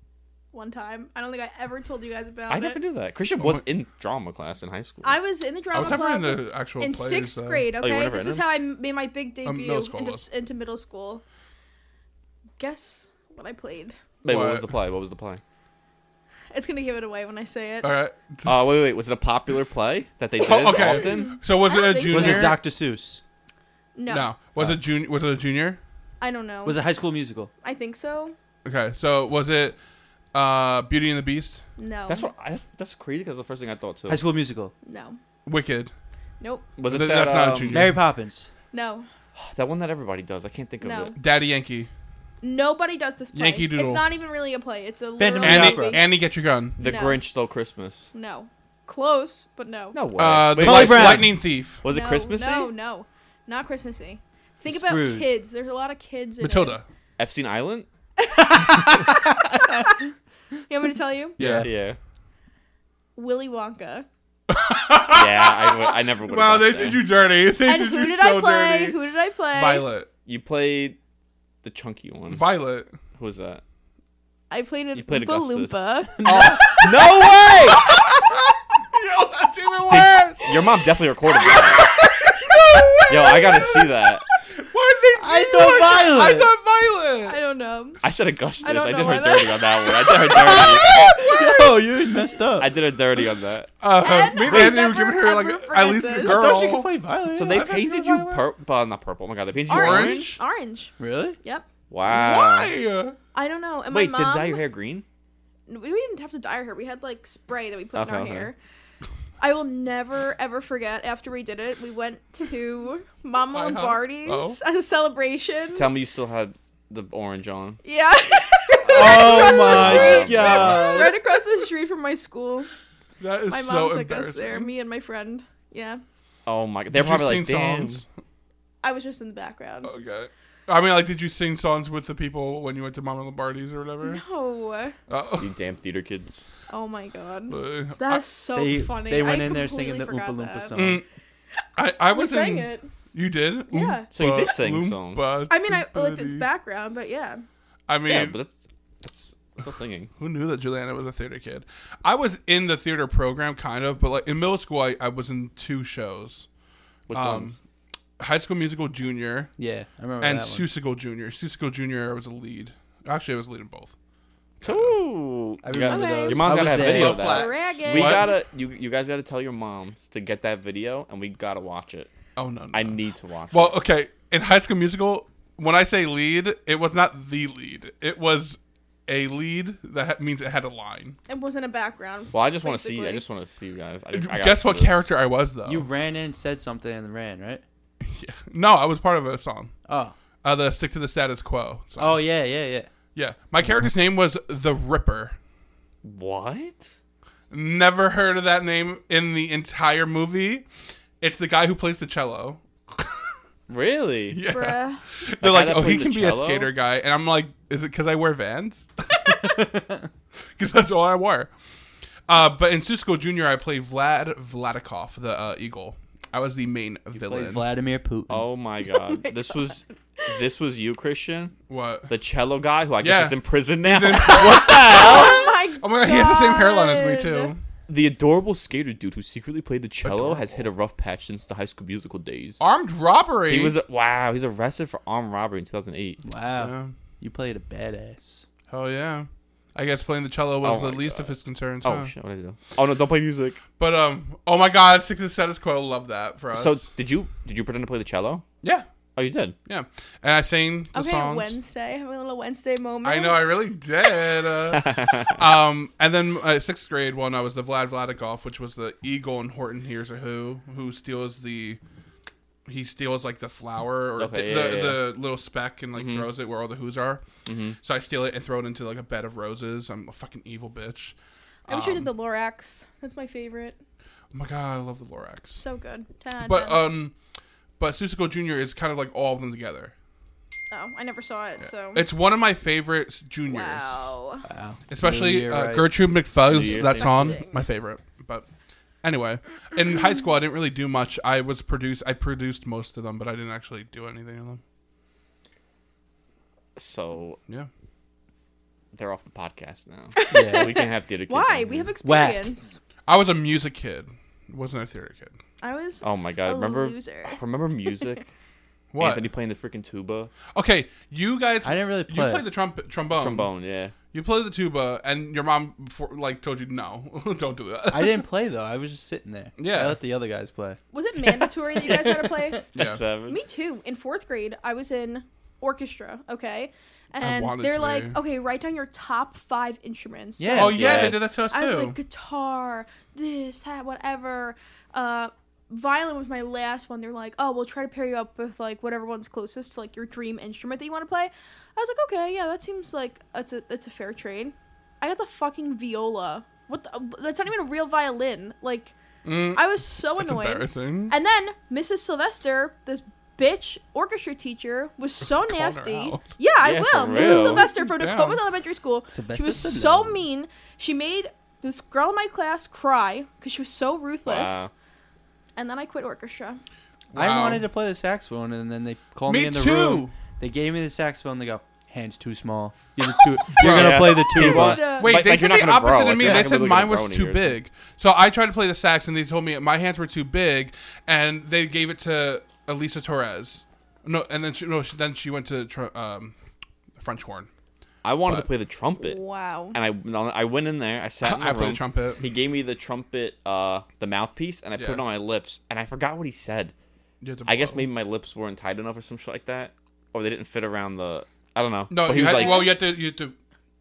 [SPEAKER 7] one time. I don't think I ever told you guys about
[SPEAKER 4] I
[SPEAKER 7] it.
[SPEAKER 4] never knew that.
[SPEAKER 6] Oh
[SPEAKER 4] Christian was in drama class in high school.
[SPEAKER 7] I was in the
[SPEAKER 6] I
[SPEAKER 7] drama
[SPEAKER 6] was never
[SPEAKER 7] club
[SPEAKER 6] in the actual
[SPEAKER 7] in
[SPEAKER 6] plays,
[SPEAKER 7] sixth
[SPEAKER 6] though.
[SPEAKER 7] grade.
[SPEAKER 4] Oh, you were
[SPEAKER 7] Okay,
[SPEAKER 4] never
[SPEAKER 7] this
[SPEAKER 4] in
[SPEAKER 7] is
[SPEAKER 4] them?
[SPEAKER 7] how I made my big
[SPEAKER 6] Um,
[SPEAKER 7] debut
[SPEAKER 6] middle school was.
[SPEAKER 7] into, into middle school. Guess what I played?
[SPEAKER 4] wait, what?
[SPEAKER 6] What?
[SPEAKER 4] was the play? What was the play?
[SPEAKER 7] It's gonna give it away when I say it.
[SPEAKER 6] All right.
[SPEAKER 4] Uh, wait, wait. Was it a popular play that they did
[SPEAKER 6] Oh, okay.
[SPEAKER 4] often?
[SPEAKER 6] So was
[SPEAKER 7] I
[SPEAKER 6] it
[SPEAKER 7] don't
[SPEAKER 6] a
[SPEAKER 7] think
[SPEAKER 6] junior?
[SPEAKER 7] so.
[SPEAKER 5] Was it Dr. Seuss?
[SPEAKER 7] No,
[SPEAKER 6] No. Was
[SPEAKER 5] Uh.
[SPEAKER 6] it junior? Was it a junior?
[SPEAKER 7] I don't know.
[SPEAKER 5] Was it High School Musical?
[SPEAKER 7] I think so.
[SPEAKER 6] Okay. So was it uh, Beauty and the Beast?
[SPEAKER 7] No.
[SPEAKER 4] That's what. I, that's, that's crazy because the first thing I thought too.
[SPEAKER 5] High School Musical.
[SPEAKER 7] No.
[SPEAKER 6] Wicked.
[SPEAKER 7] Nope.
[SPEAKER 4] Was it
[SPEAKER 6] Th-
[SPEAKER 4] that,
[SPEAKER 6] that's not a
[SPEAKER 4] um,
[SPEAKER 6] junior.
[SPEAKER 5] Mary Poppins.
[SPEAKER 7] No.
[SPEAKER 4] that one that everybody does? I can't think
[SPEAKER 7] No.
[SPEAKER 4] of it.
[SPEAKER 6] Daddy Yankee.
[SPEAKER 7] Nobody does this play.
[SPEAKER 6] Yankee Doodle.
[SPEAKER 7] It's not even really a play. It's a
[SPEAKER 5] Phantom of the
[SPEAKER 7] literal
[SPEAKER 5] Opera.
[SPEAKER 6] Annie,
[SPEAKER 7] movie.
[SPEAKER 6] Annie, get your gun.
[SPEAKER 4] The
[SPEAKER 7] No.
[SPEAKER 4] Grinch Stole Christmas.
[SPEAKER 7] No. Close, but no.
[SPEAKER 4] No way.
[SPEAKER 6] Uh, the
[SPEAKER 4] Wait,
[SPEAKER 5] Molly
[SPEAKER 6] Light-
[SPEAKER 4] was,
[SPEAKER 5] Brown.
[SPEAKER 6] Lightning Thief.
[SPEAKER 4] was it
[SPEAKER 7] no,
[SPEAKER 4] Christmassy?
[SPEAKER 7] No, no. Not Christmassy. Think
[SPEAKER 5] Screwed.
[SPEAKER 7] about kids. There's a lot of kids in
[SPEAKER 6] Matilda.
[SPEAKER 4] Epstein Island?
[SPEAKER 7] it. You want me to tell you?
[SPEAKER 6] Yeah.
[SPEAKER 4] Yeah.
[SPEAKER 7] Willy Wonka.
[SPEAKER 4] yeah, I, would- I never would.
[SPEAKER 6] Wow, they did you dirty. They
[SPEAKER 7] And
[SPEAKER 6] did
[SPEAKER 7] who
[SPEAKER 6] you
[SPEAKER 7] did
[SPEAKER 6] so
[SPEAKER 7] I play?
[SPEAKER 6] dirty.
[SPEAKER 7] Who did I play?
[SPEAKER 6] Violet.
[SPEAKER 4] You played the chunky one.
[SPEAKER 6] Violet.
[SPEAKER 4] Who was that?
[SPEAKER 7] I played an
[SPEAKER 4] You played
[SPEAKER 7] Oompa
[SPEAKER 4] Augustus.
[SPEAKER 7] Loompa.
[SPEAKER 4] Oh, no way!
[SPEAKER 6] Yo, that's even worse.
[SPEAKER 4] Your mom definitely recorded that. Yo, I gotta see that.
[SPEAKER 6] Why did they?
[SPEAKER 5] I
[SPEAKER 6] do
[SPEAKER 5] thought
[SPEAKER 6] that?
[SPEAKER 5] Violet.
[SPEAKER 6] I thought
[SPEAKER 7] I
[SPEAKER 6] Violet.
[SPEAKER 7] don't know.
[SPEAKER 4] I said Augustus.
[SPEAKER 7] I
[SPEAKER 4] I,
[SPEAKER 7] don't
[SPEAKER 4] did
[SPEAKER 7] know
[SPEAKER 4] her
[SPEAKER 7] why
[SPEAKER 4] dirty on that one. I did her dirty.
[SPEAKER 5] Oh, you messed up.
[SPEAKER 4] I did her dirty on that.
[SPEAKER 6] Uh, me and
[SPEAKER 7] I
[SPEAKER 6] Anthony were
[SPEAKER 7] never
[SPEAKER 6] giving her like
[SPEAKER 7] ever
[SPEAKER 6] at least a
[SPEAKER 7] forget this.
[SPEAKER 6] girl.
[SPEAKER 5] I thought she could play Violet.
[SPEAKER 4] So they
[SPEAKER 6] I thought you
[SPEAKER 4] painted
[SPEAKER 6] were
[SPEAKER 4] you
[SPEAKER 6] Violet.
[SPEAKER 4] purple. Uh, not purple. Oh my god, they painted you
[SPEAKER 7] Orange.
[SPEAKER 4] orange.
[SPEAKER 7] Orange.
[SPEAKER 5] really?
[SPEAKER 7] Yep.
[SPEAKER 4] Wow.
[SPEAKER 6] Why?
[SPEAKER 7] I don't know. And
[SPEAKER 4] Wait,
[SPEAKER 7] my
[SPEAKER 4] did
[SPEAKER 7] mom,
[SPEAKER 4] dye your hair green?
[SPEAKER 7] We we didn't have to dye our hair. We had like spray that we put in
[SPEAKER 4] Okay,
[SPEAKER 7] our
[SPEAKER 4] okay.
[SPEAKER 7] hair. I will never ever forget. After we did it, we went to Mama
[SPEAKER 6] Uh-huh.
[SPEAKER 7] Lombardi's
[SPEAKER 6] Oh.
[SPEAKER 7] as a celebration.
[SPEAKER 4] Tell me you still had the orange on.
[SPEAKER 7] yeah,
[SPEAKER 5] Oh
[SPEAKER 4] my
[SPEAKER 5] my
[SPEAKER 4] street.
[SPEAKER 5] god.
[SPEAKER 7] right across the street from my school.
[SPEAKER 6] That is
[SPEAKER 7] My mom
[SPEAKER 6] so
[SPEAKER 7] took us there.
[SPEAKER 6] embarrassing.
[SPEAKER 7] Me and my friend. Yeah,
[SPEAKER 4] Oh my god.
[SPEAKER 6] Did
[SPEAKER 4] They're
[SPEAKER 6] you
[SPEAKER 4] probably
[SPEAKER 6] sing
[SPEAKER 4] like, damn.
[SPEAKER 6] songs?
[SPEAKER 7] I was just in the background.
[SPEAKER 6] Okay. I mean, like, did you sing songs with the people when you went to Mama Lombardi's or whatever?
[SPEAKER 7] Oh,
[SPEAKER 6] Uh,
[SPEAKER 4] You damn theater kids.
[SPEAKER 7] oh my god,
[SPEAKER 6] uh,
[SPEAKER 7] that's so
[SPEAKER 5] They,
[SPEAKER 7] funny.
[SPEAKER 5] they went
[SPEAKER 7] I
[SPEAKER 5] in there singing the
[SPEAKER 7] completely
[SPEAKER 5] Oompa Loompa
[SPEAKER 7] forgot that.
[SPEAKER 5] song.
[SPEAKER 6] Mm. I, I
[SPEAKER 7] We
[SPEAKER 6] was
[SPEAKER 7] sang
[SPEAKER 6] in.
[SPEAKER 7] it.
[SPEAKER 6] You did?
[SPEAKER 7] Yeah.
[SPEAKER 4] So you
[SPEAKER 6] Oompa
[SPEAKER 4] did sing songs.
[SPEAKER 6] Loompa
[SPEAKER 7] I mean, I like it's
[SPEAKER 6] doopity.
[SPEAKER 7] background, but yeah.
[SPEAKER 6] I mean,
[SPEAKER 4] Yeah, but that's that's still singing.
[SPEAKER 6] who knew that Juliana was a theater kid? I was in the theater program, kind of, but like in middle school, I, I was in two shows
[SPEAKER 4] Which
[SPEAKER 6] Um,
[SPEAKER 4] ones?
[SPEAKER 6] High School Musical Junior
[SPEAKER 5] Yeah, I remember
[SPEAKER 6] and
[SPEAKER 5] that one.
[SPEAKER 6] Susicle Junior. Susicle Junior, I was a lead. Actually, I was leading both.
[SPEAKER 4] Ooh.
[SPEAKER 5] I
[SPEAKER 4] You got-
[SPEAKER 5] remember
[SPEAKER 7] Okay.
[SPEAKER 5] those.
[SPEAKER 4] Your mom's
[SPEAKER 5] I
[SPEAKER 4] gotta
[SPEAKER 5] was
[SPEAKER 4] have
[SPEAKER 5] there.
[SPEAKER 4] video of
[SPEAKER 6] Low
[SPEAKER 4] that.
[SPEAKER 7] Dragon.
[SPEAKER 4] We
[SPEAKER 6] What?
[SPEAKER 4] gotta you you guys gotta tell your moms to get that video and we gotta watch it.
[SPEAKER 6] Oh, no. no.
[SPEAKER 4] I need to watch
[SPEAKER 6] Well,
[SPEAKER 4] it.
[SPEAKER 6] okay. In High School Musical, when I say lead, it was not the lead. It was a lead that ha- means it had a line.
[SPEAKER 7] It wasn't a background.
[SPEAKER 4] Well, I just want to see. I
[SPEAKER 7] basically.
[SPEAKER 4] just want to see you guys. I, I gotta
[SPEAKER 6] Guess
[SPEAKER 4] see
[SPEAKER 6] what
[SPEAKER 4] this.
[SPEAKER 6] character I was though?
[SPEAKER 5] You ran in, said something, and ran, right?
[SPEAKER 6] No, I was part of a song.
[SPEAKER 5] Oh.
[SPEAKER 6] Uh, the stick to the status quo. song.
[SPEAKER 5] Oh, yeah, yeah, yeah.
[SPEAKER 6] yeah. My character's name was the Ripper.
[SPEAKER 4] What?
[SPEAKER 6] Never heard of that name in the entire movie. It's the guy who plays the cello.
[SPEAKER 4] Really?
[SPEAKER 6] Yeah.
[SPEAKER 7] Bruh.
[SPEAKER 6] They're
[SPEAKER 4] guy
[SPEAKER 6] like,
[SPEAKER 4] that
[SPEAKER 6] oh, he
[SPEAKER 4] plays the
[SPEAKER 6] can be a
[SPEAKER 4] cello?"
[SPEAKER 6] skater guy, and I'm like, is it because I wear Vans? Because that's all I wore. Uh, but in Cisco Junior, I played Vlad Vladikov, the uh, eagle. I was the main
[SPEAKER 5] Played
[SPEAKER 6] villain.
[SPEAKER 5] Vladimir Putin.
[SPEAKER 4] Oh my god. this was this was you, Christian,
[SPEAKER 6] what?
[SPEAKER 4] the cello guy who I guess
[SPEAKER 6] Yeah.
[SPEAKER 4] is in prison now.
[SPEAKER 6] in-
[SPEAKER 4] what the hell?
[SPEAKER 7] Oh my
[SPEAKER 6] oh my god, he has the same hairline as me too.
[SPEAKER 4] the adorable skater dude who secretly played the cello has hit a rough patch since the high school musical days.
[SPEAKER 6] Armed robbery.
[SPEAKER 4] He was wow. He's arrested for armed robbery in 2008.
[SPEAKER 5] Wow.
[SPEAKER 6] Yeah.
[SPEAKER 5] You played a badass.
[SPEAKER 6] Oh yeah. I guess playing the cello was
[SPEAKER 4] Oh
[SPEAKER 6] the
[SPEAKER 4] my
[SPEAKER 6] least of his concerns.
[SPEAKER 4] Oh
[SPEAKER 6] huh?
[SPEAKER 4] shit! What did I do? Oh no! Don't play music.
[SPEAKER 6] But um, oh my God, stick to the status quo. Love that for us.
[SPEAKER 4] So did you did you pretend to play the cello?
[SPEAKER 6] yeah,
[SPEAKER 4] Oh, you did.
[SPEAKER 6] yeah. And I sang the
[SPEAKER 7] Okay,
[SPEAKER 6] songs.
[SPEAKER 7] Wednesday. Having a little Wednesday moment.
[SPEAKER 6] I know, I really did. Uh, um, and then uh, sixth grade one, I was the Vlad Vladikoff, which was the eagle in Horton Hears a Who, who steals the. He steals like the flower or
[SPEAKER 4] Okay,
[SPEAKER 6] the,
[SPEAKER 4] yeah,
[SPEAKER 6] the,
[SPEAKER 4] yeah, Mm-hmm.
[SPEAKER 6] the little speck and like throws it where all the who's are. So I steal it and throw it into like a bed of roses. I'm a fucking evil bitch.
[SPEAKER 7] I wish I
[SPEAKER 6] Um,
[SPEAKER 7] did the Lorax. That's my favorite.
[SPEAKER 6] Oh my god, I love the Lorax.
[SPEAKER 7] So good. Ten out of
[SPEAKER 6] But
[SPEAKER 7] ten.
[SPEAKER 6] um, but Susico Junior is kind of like all of them together.
[SPEAKER 7] oh, I never saw it. So
[SPEAKER 6] It's one of my favorite juniors.
[SPEAKER 7] wow.
[SPEAKER 5] Wow.
[SPEAKER 6] Especially
[SPEAKER 5] You're
[SPEAKER 6] uh,
[SPEAKER 5] right.
[SPEAKER 6] Gertrude
[SPEAKER 4] You're
[SPEAKER 6] McFuzz, that
[SPEAKER 4] right.
[SPEAKER 6] song,
[SPEAKER 7] Disgusting.
[SPEAKER 6] my favorite. But anyway, in high school, I didn't really do much. I was produced. I produced most of them, but I didn't actually do anything in them.
[SPEAKER 4] So
[SPEAKER 6] Yeah,
[SPEAKER 4] they're off the podcast now.
[SPEAKER 5] Yeah.
[SPEAKER 4] we can have theater kids.
[SPEAKER 7] Why?
[SPEAKER 4] on
[SPEAKER 7] We
[SPEAKER 4] here.
[SPEAKER 7] have
[SPEAKER 5] Whack.
[SPEAKER 7] experience.
[SPEAKER 6] I was a music kid. Wasn't a theater kid.
[SPEAKER 7] I was.
[SPEAKER 6] Um,
[SPEAKER 4] Oh my god!
[SPEAKER 7] A
[SPEAKER 4] Remember
[SPEAKER 7] loser.
[SPEAKER 4] remember music?
[SPEAKER 6] What?
[SPEAKER 4] Anthony playing the freaking tuba,
[SPEAKER 6] Okay, you guys.
[SPEAKER 5] I didn't really
[SPEAKER 6] You
[SPEAKER 5] play.
[SPEAKER 6] played the trump- trombone.
[SPEAKER 4] trombone. Yeah.
[SPEAKER 6] You played the tuba, and your mom before, like told you no, don't do that.
[SPEAKER 5] I didn't play though. I was just sitting there.
[SPEAKER 6] Yeah.
[SPEAKER 5] I let the other guys play.
[SPEAKER 7] Was it mandatory that you guys had to play?
[SPEAKER 4] That's
[SPEAKER 6] Yeah.
[SPEAKER 4] savage.
[SPEAKER 7] Me too. In fourth grade, I was in orchestra. Okay,
[SPEAKER 6] wanted
[SPEAKER 7] and they're
[SPEAKER 6] to
[SPEAKER 7] like,
[SPEAKER 6] be.
[SPEAKER 7] okay, write down your top five instruments. So
[SPEAKER 5] Yeah.
[SPEAKER 6] Oh yeah,
[SPEAKER 4] Yeah.
[SPEAKER 6] they did that to us too.
[SPEAKER 7] I was like guitar, this, that, whatever. Uh, violin was my last one. They're like, oh, we'll try to pair you up with like whatever one's closest to like your dream instrument that you want to play. I was like, okay, yeah, that seems like it's a it's a fair trade. I got the fucking viola. What? The, that's not even a real violin. Like, I was so
[SPEAKER 6] Mm, That's
[SPEAKER 7] annoyed.
[SPEAKER 6] embarrassing.
[SPEAKER 7] And then Mrs. Sylvester, this bitch orchestra teacher, was so
[SPEAKER 6] her
[SPEAKER 7] nasty.
[SPEAKER 6] out.
[SPEAKER 7] Yeah, I
[SPEAKER 4] Yeah,
[SPEAKER 7] will.
[SPEAKER 4] for
[SPEAKER 7] Mrs.
[SPEAKER 4] real.
[SPEAKER 7] Sylvester from
[SPEAKER 6] Damn.
[SPEAKER 7] Dakotas Elementary School.
[SPEAKER 5] Sylvester
[SPEAKER 7] she was
[SPEAKER 5] Stallone.
[SPEAKER 7] so mean. She made this girl in my class cry because she was so ruthless.
[SPEAKER 4] Wow.
[SPEAKER 7] And then I quit orchestra.
[SPEAKER 5] I
[SPEAKER 6] Wow.
[SPEAKER 5] wanted to play the saxophone, and then they called me,
[SPEAKER 6] Me
[SPEAKER 5] in the
[SPEAKER 6] too.
[SPEAKER 5] room. They gave me the saxophone. They go, hands too small. You're, the two, you're gonna
[SPEAKER 4] Yeah.
[SPEAKER 5] play the
[SPEAKER 4] You want-
[SPEAKER 5] tuba.
[SPEAKER 7] Yeah.
[SPEAKER 6] Wait,
[SPEAKER 4] Like-
[SPEAKER 6] they
[SPEAKER 4] like
[SPEAKER 6] did
[SPEAKER 4] you're
[SPEAKER 6] the
[SPEAKER 4] not gonna grow,
[SPEAKER 6] opposite
[SPEAKER 4] like
[SPEAKER 6] of me.
[SPEAKER 4] you're
[SPEAKER 6] They
[SPEAKER 4] not gonna
[SPEAKER 6] said
[SPEAKER 4] look like a
[SPEAKER 6] mine was
[SPEAKER 4] brownie
[SPEAKER 6] too
[SPEAKER 4] or something.
[SPEAKER 6] big. So I tried to play the sax, and they told me my hands were too big, and they gave it to Elisa Torres. No, and then she, no, she, then she went to tr- um, French horn.
[SPEAKER 4] I wanted to
[SPEAKER 6] But-
[SPEAKER 4] play the trumpet.
[SPEAKER 7] Wow.
[SPEAKER 4] And I, I went in there. I sat in the
[SPEAKER 6] I
[SPEAKER 4] room.
[SPEAKER 6] played trumpet.
[SPEAKER 4] He gave me the trumpet, uh, the mouthpiece, and I put
[SPEAKER 6] Yeah.
[SPEAKER 4] it on my lips. And I forgot what he said.
[SPEAKER 6] You had to
[SPEAKER 4] I guess
[SPEAKER 6] blow.
[SPEAKER 4] maybe my lips weren't tight enough or some shit like that, or they didn't fit around the. I don't know.
[SPEAKER 6] no.
[SPEAKER 4] but
[SPEAKER 6] you
[SPEAKER 4] he was
[SPEAKER 6] had,
[SPEAKER 4] like,
[SPEAKER 6] well, you had to you had to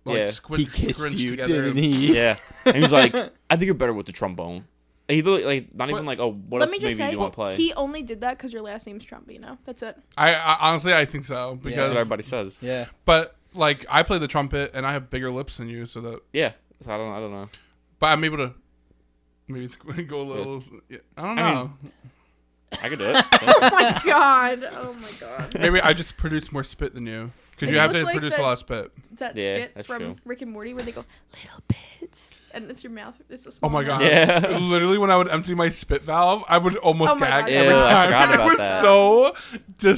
[SPEAKER 6] like
[SPEAKER 4] Yeah.
[SPEAKER 6] squint,
[SPEAKER 5] He kissed
[SPEAKER 6] scrunch
[SPEAKER 5] you,
[SPEAKER 6] together.
[SPEAKER 5] didn't he?
[SPEAKER 4] yeah. And he was like, I think you're better with the trombone. And he literally like not even
[SPEAKER 6] But-
[SPEAKER 4] like, oh, what
[SPEAKER 7] Let
[SPEAKER 4] else
[SPEAKER 7] me
[SPEAKER 4] maybe
[SPEAKER 7] just say,
[SPEAKER 4] you want to play?
[SPEAKER 7] he only did that because your last name's Trombino. That's it.
[SPEAKER 6] I, I honestly I think so
[SPEAKER 4] That's
[SPEAKER 6] because
[SPEAKER 4] what everybody says. Yeah.
[SPEAKER 5] Yeah.
[SPEAKER 6] but like I play the trumpet and I have bigger lips than you, so that
[SPEAKER 4] So I don't. I don't know.
[SPEAKER 6] but I'm able to maybe squ- go a little. I don't know.
[SPEAKER 4] I mean- I could do it.
[SPEAKER 7] oh my god. Oh my god.
[SPEAKER 6] Maybe I just produce more spit than you. Because
[SPEAKER 7] It
[SPEAKER 6] you have to
[SPEAKER 7] looked like
[SPEAKER 6] produce
[SPEAKER 7] the-
[SPEAKER 6] a lot of spit.
[SPEAKER 7] Is that
[SPEAKER 4] Yeah,
[SPEAKER 7] skit
[SPEAKER 4] that's
[SPEAKER 7] from
[SPEAKER 4] true.
[SPEAKER 7] Rick and Morty where they go little bits and it's your mouth? It's a
[SPEAKER 6] Oh
[SPEAKER 7] small
[SPEAKER 6] my
[SPEAKER 7] mouth.
[SPEAKER 6] god.
[SPEAKER 4] Yeah.
[SPEAKER 6] Literally when I would empty my spit valve, I would almost
[SPEAKER 7] Oh my
[SPEAKER 6] gag
[SPEAKER 7] God.
[SPEAKER 6] every
[SPEAKER 7] Ew, I
[SPEAKER 6] time.
[SPEAKER 4] forgot
[SPEAKER 6] it
[SPEAKER 4] about
[SPEAKER 6] was
[SPEAKER 4] that.
[SPEAKER 6] so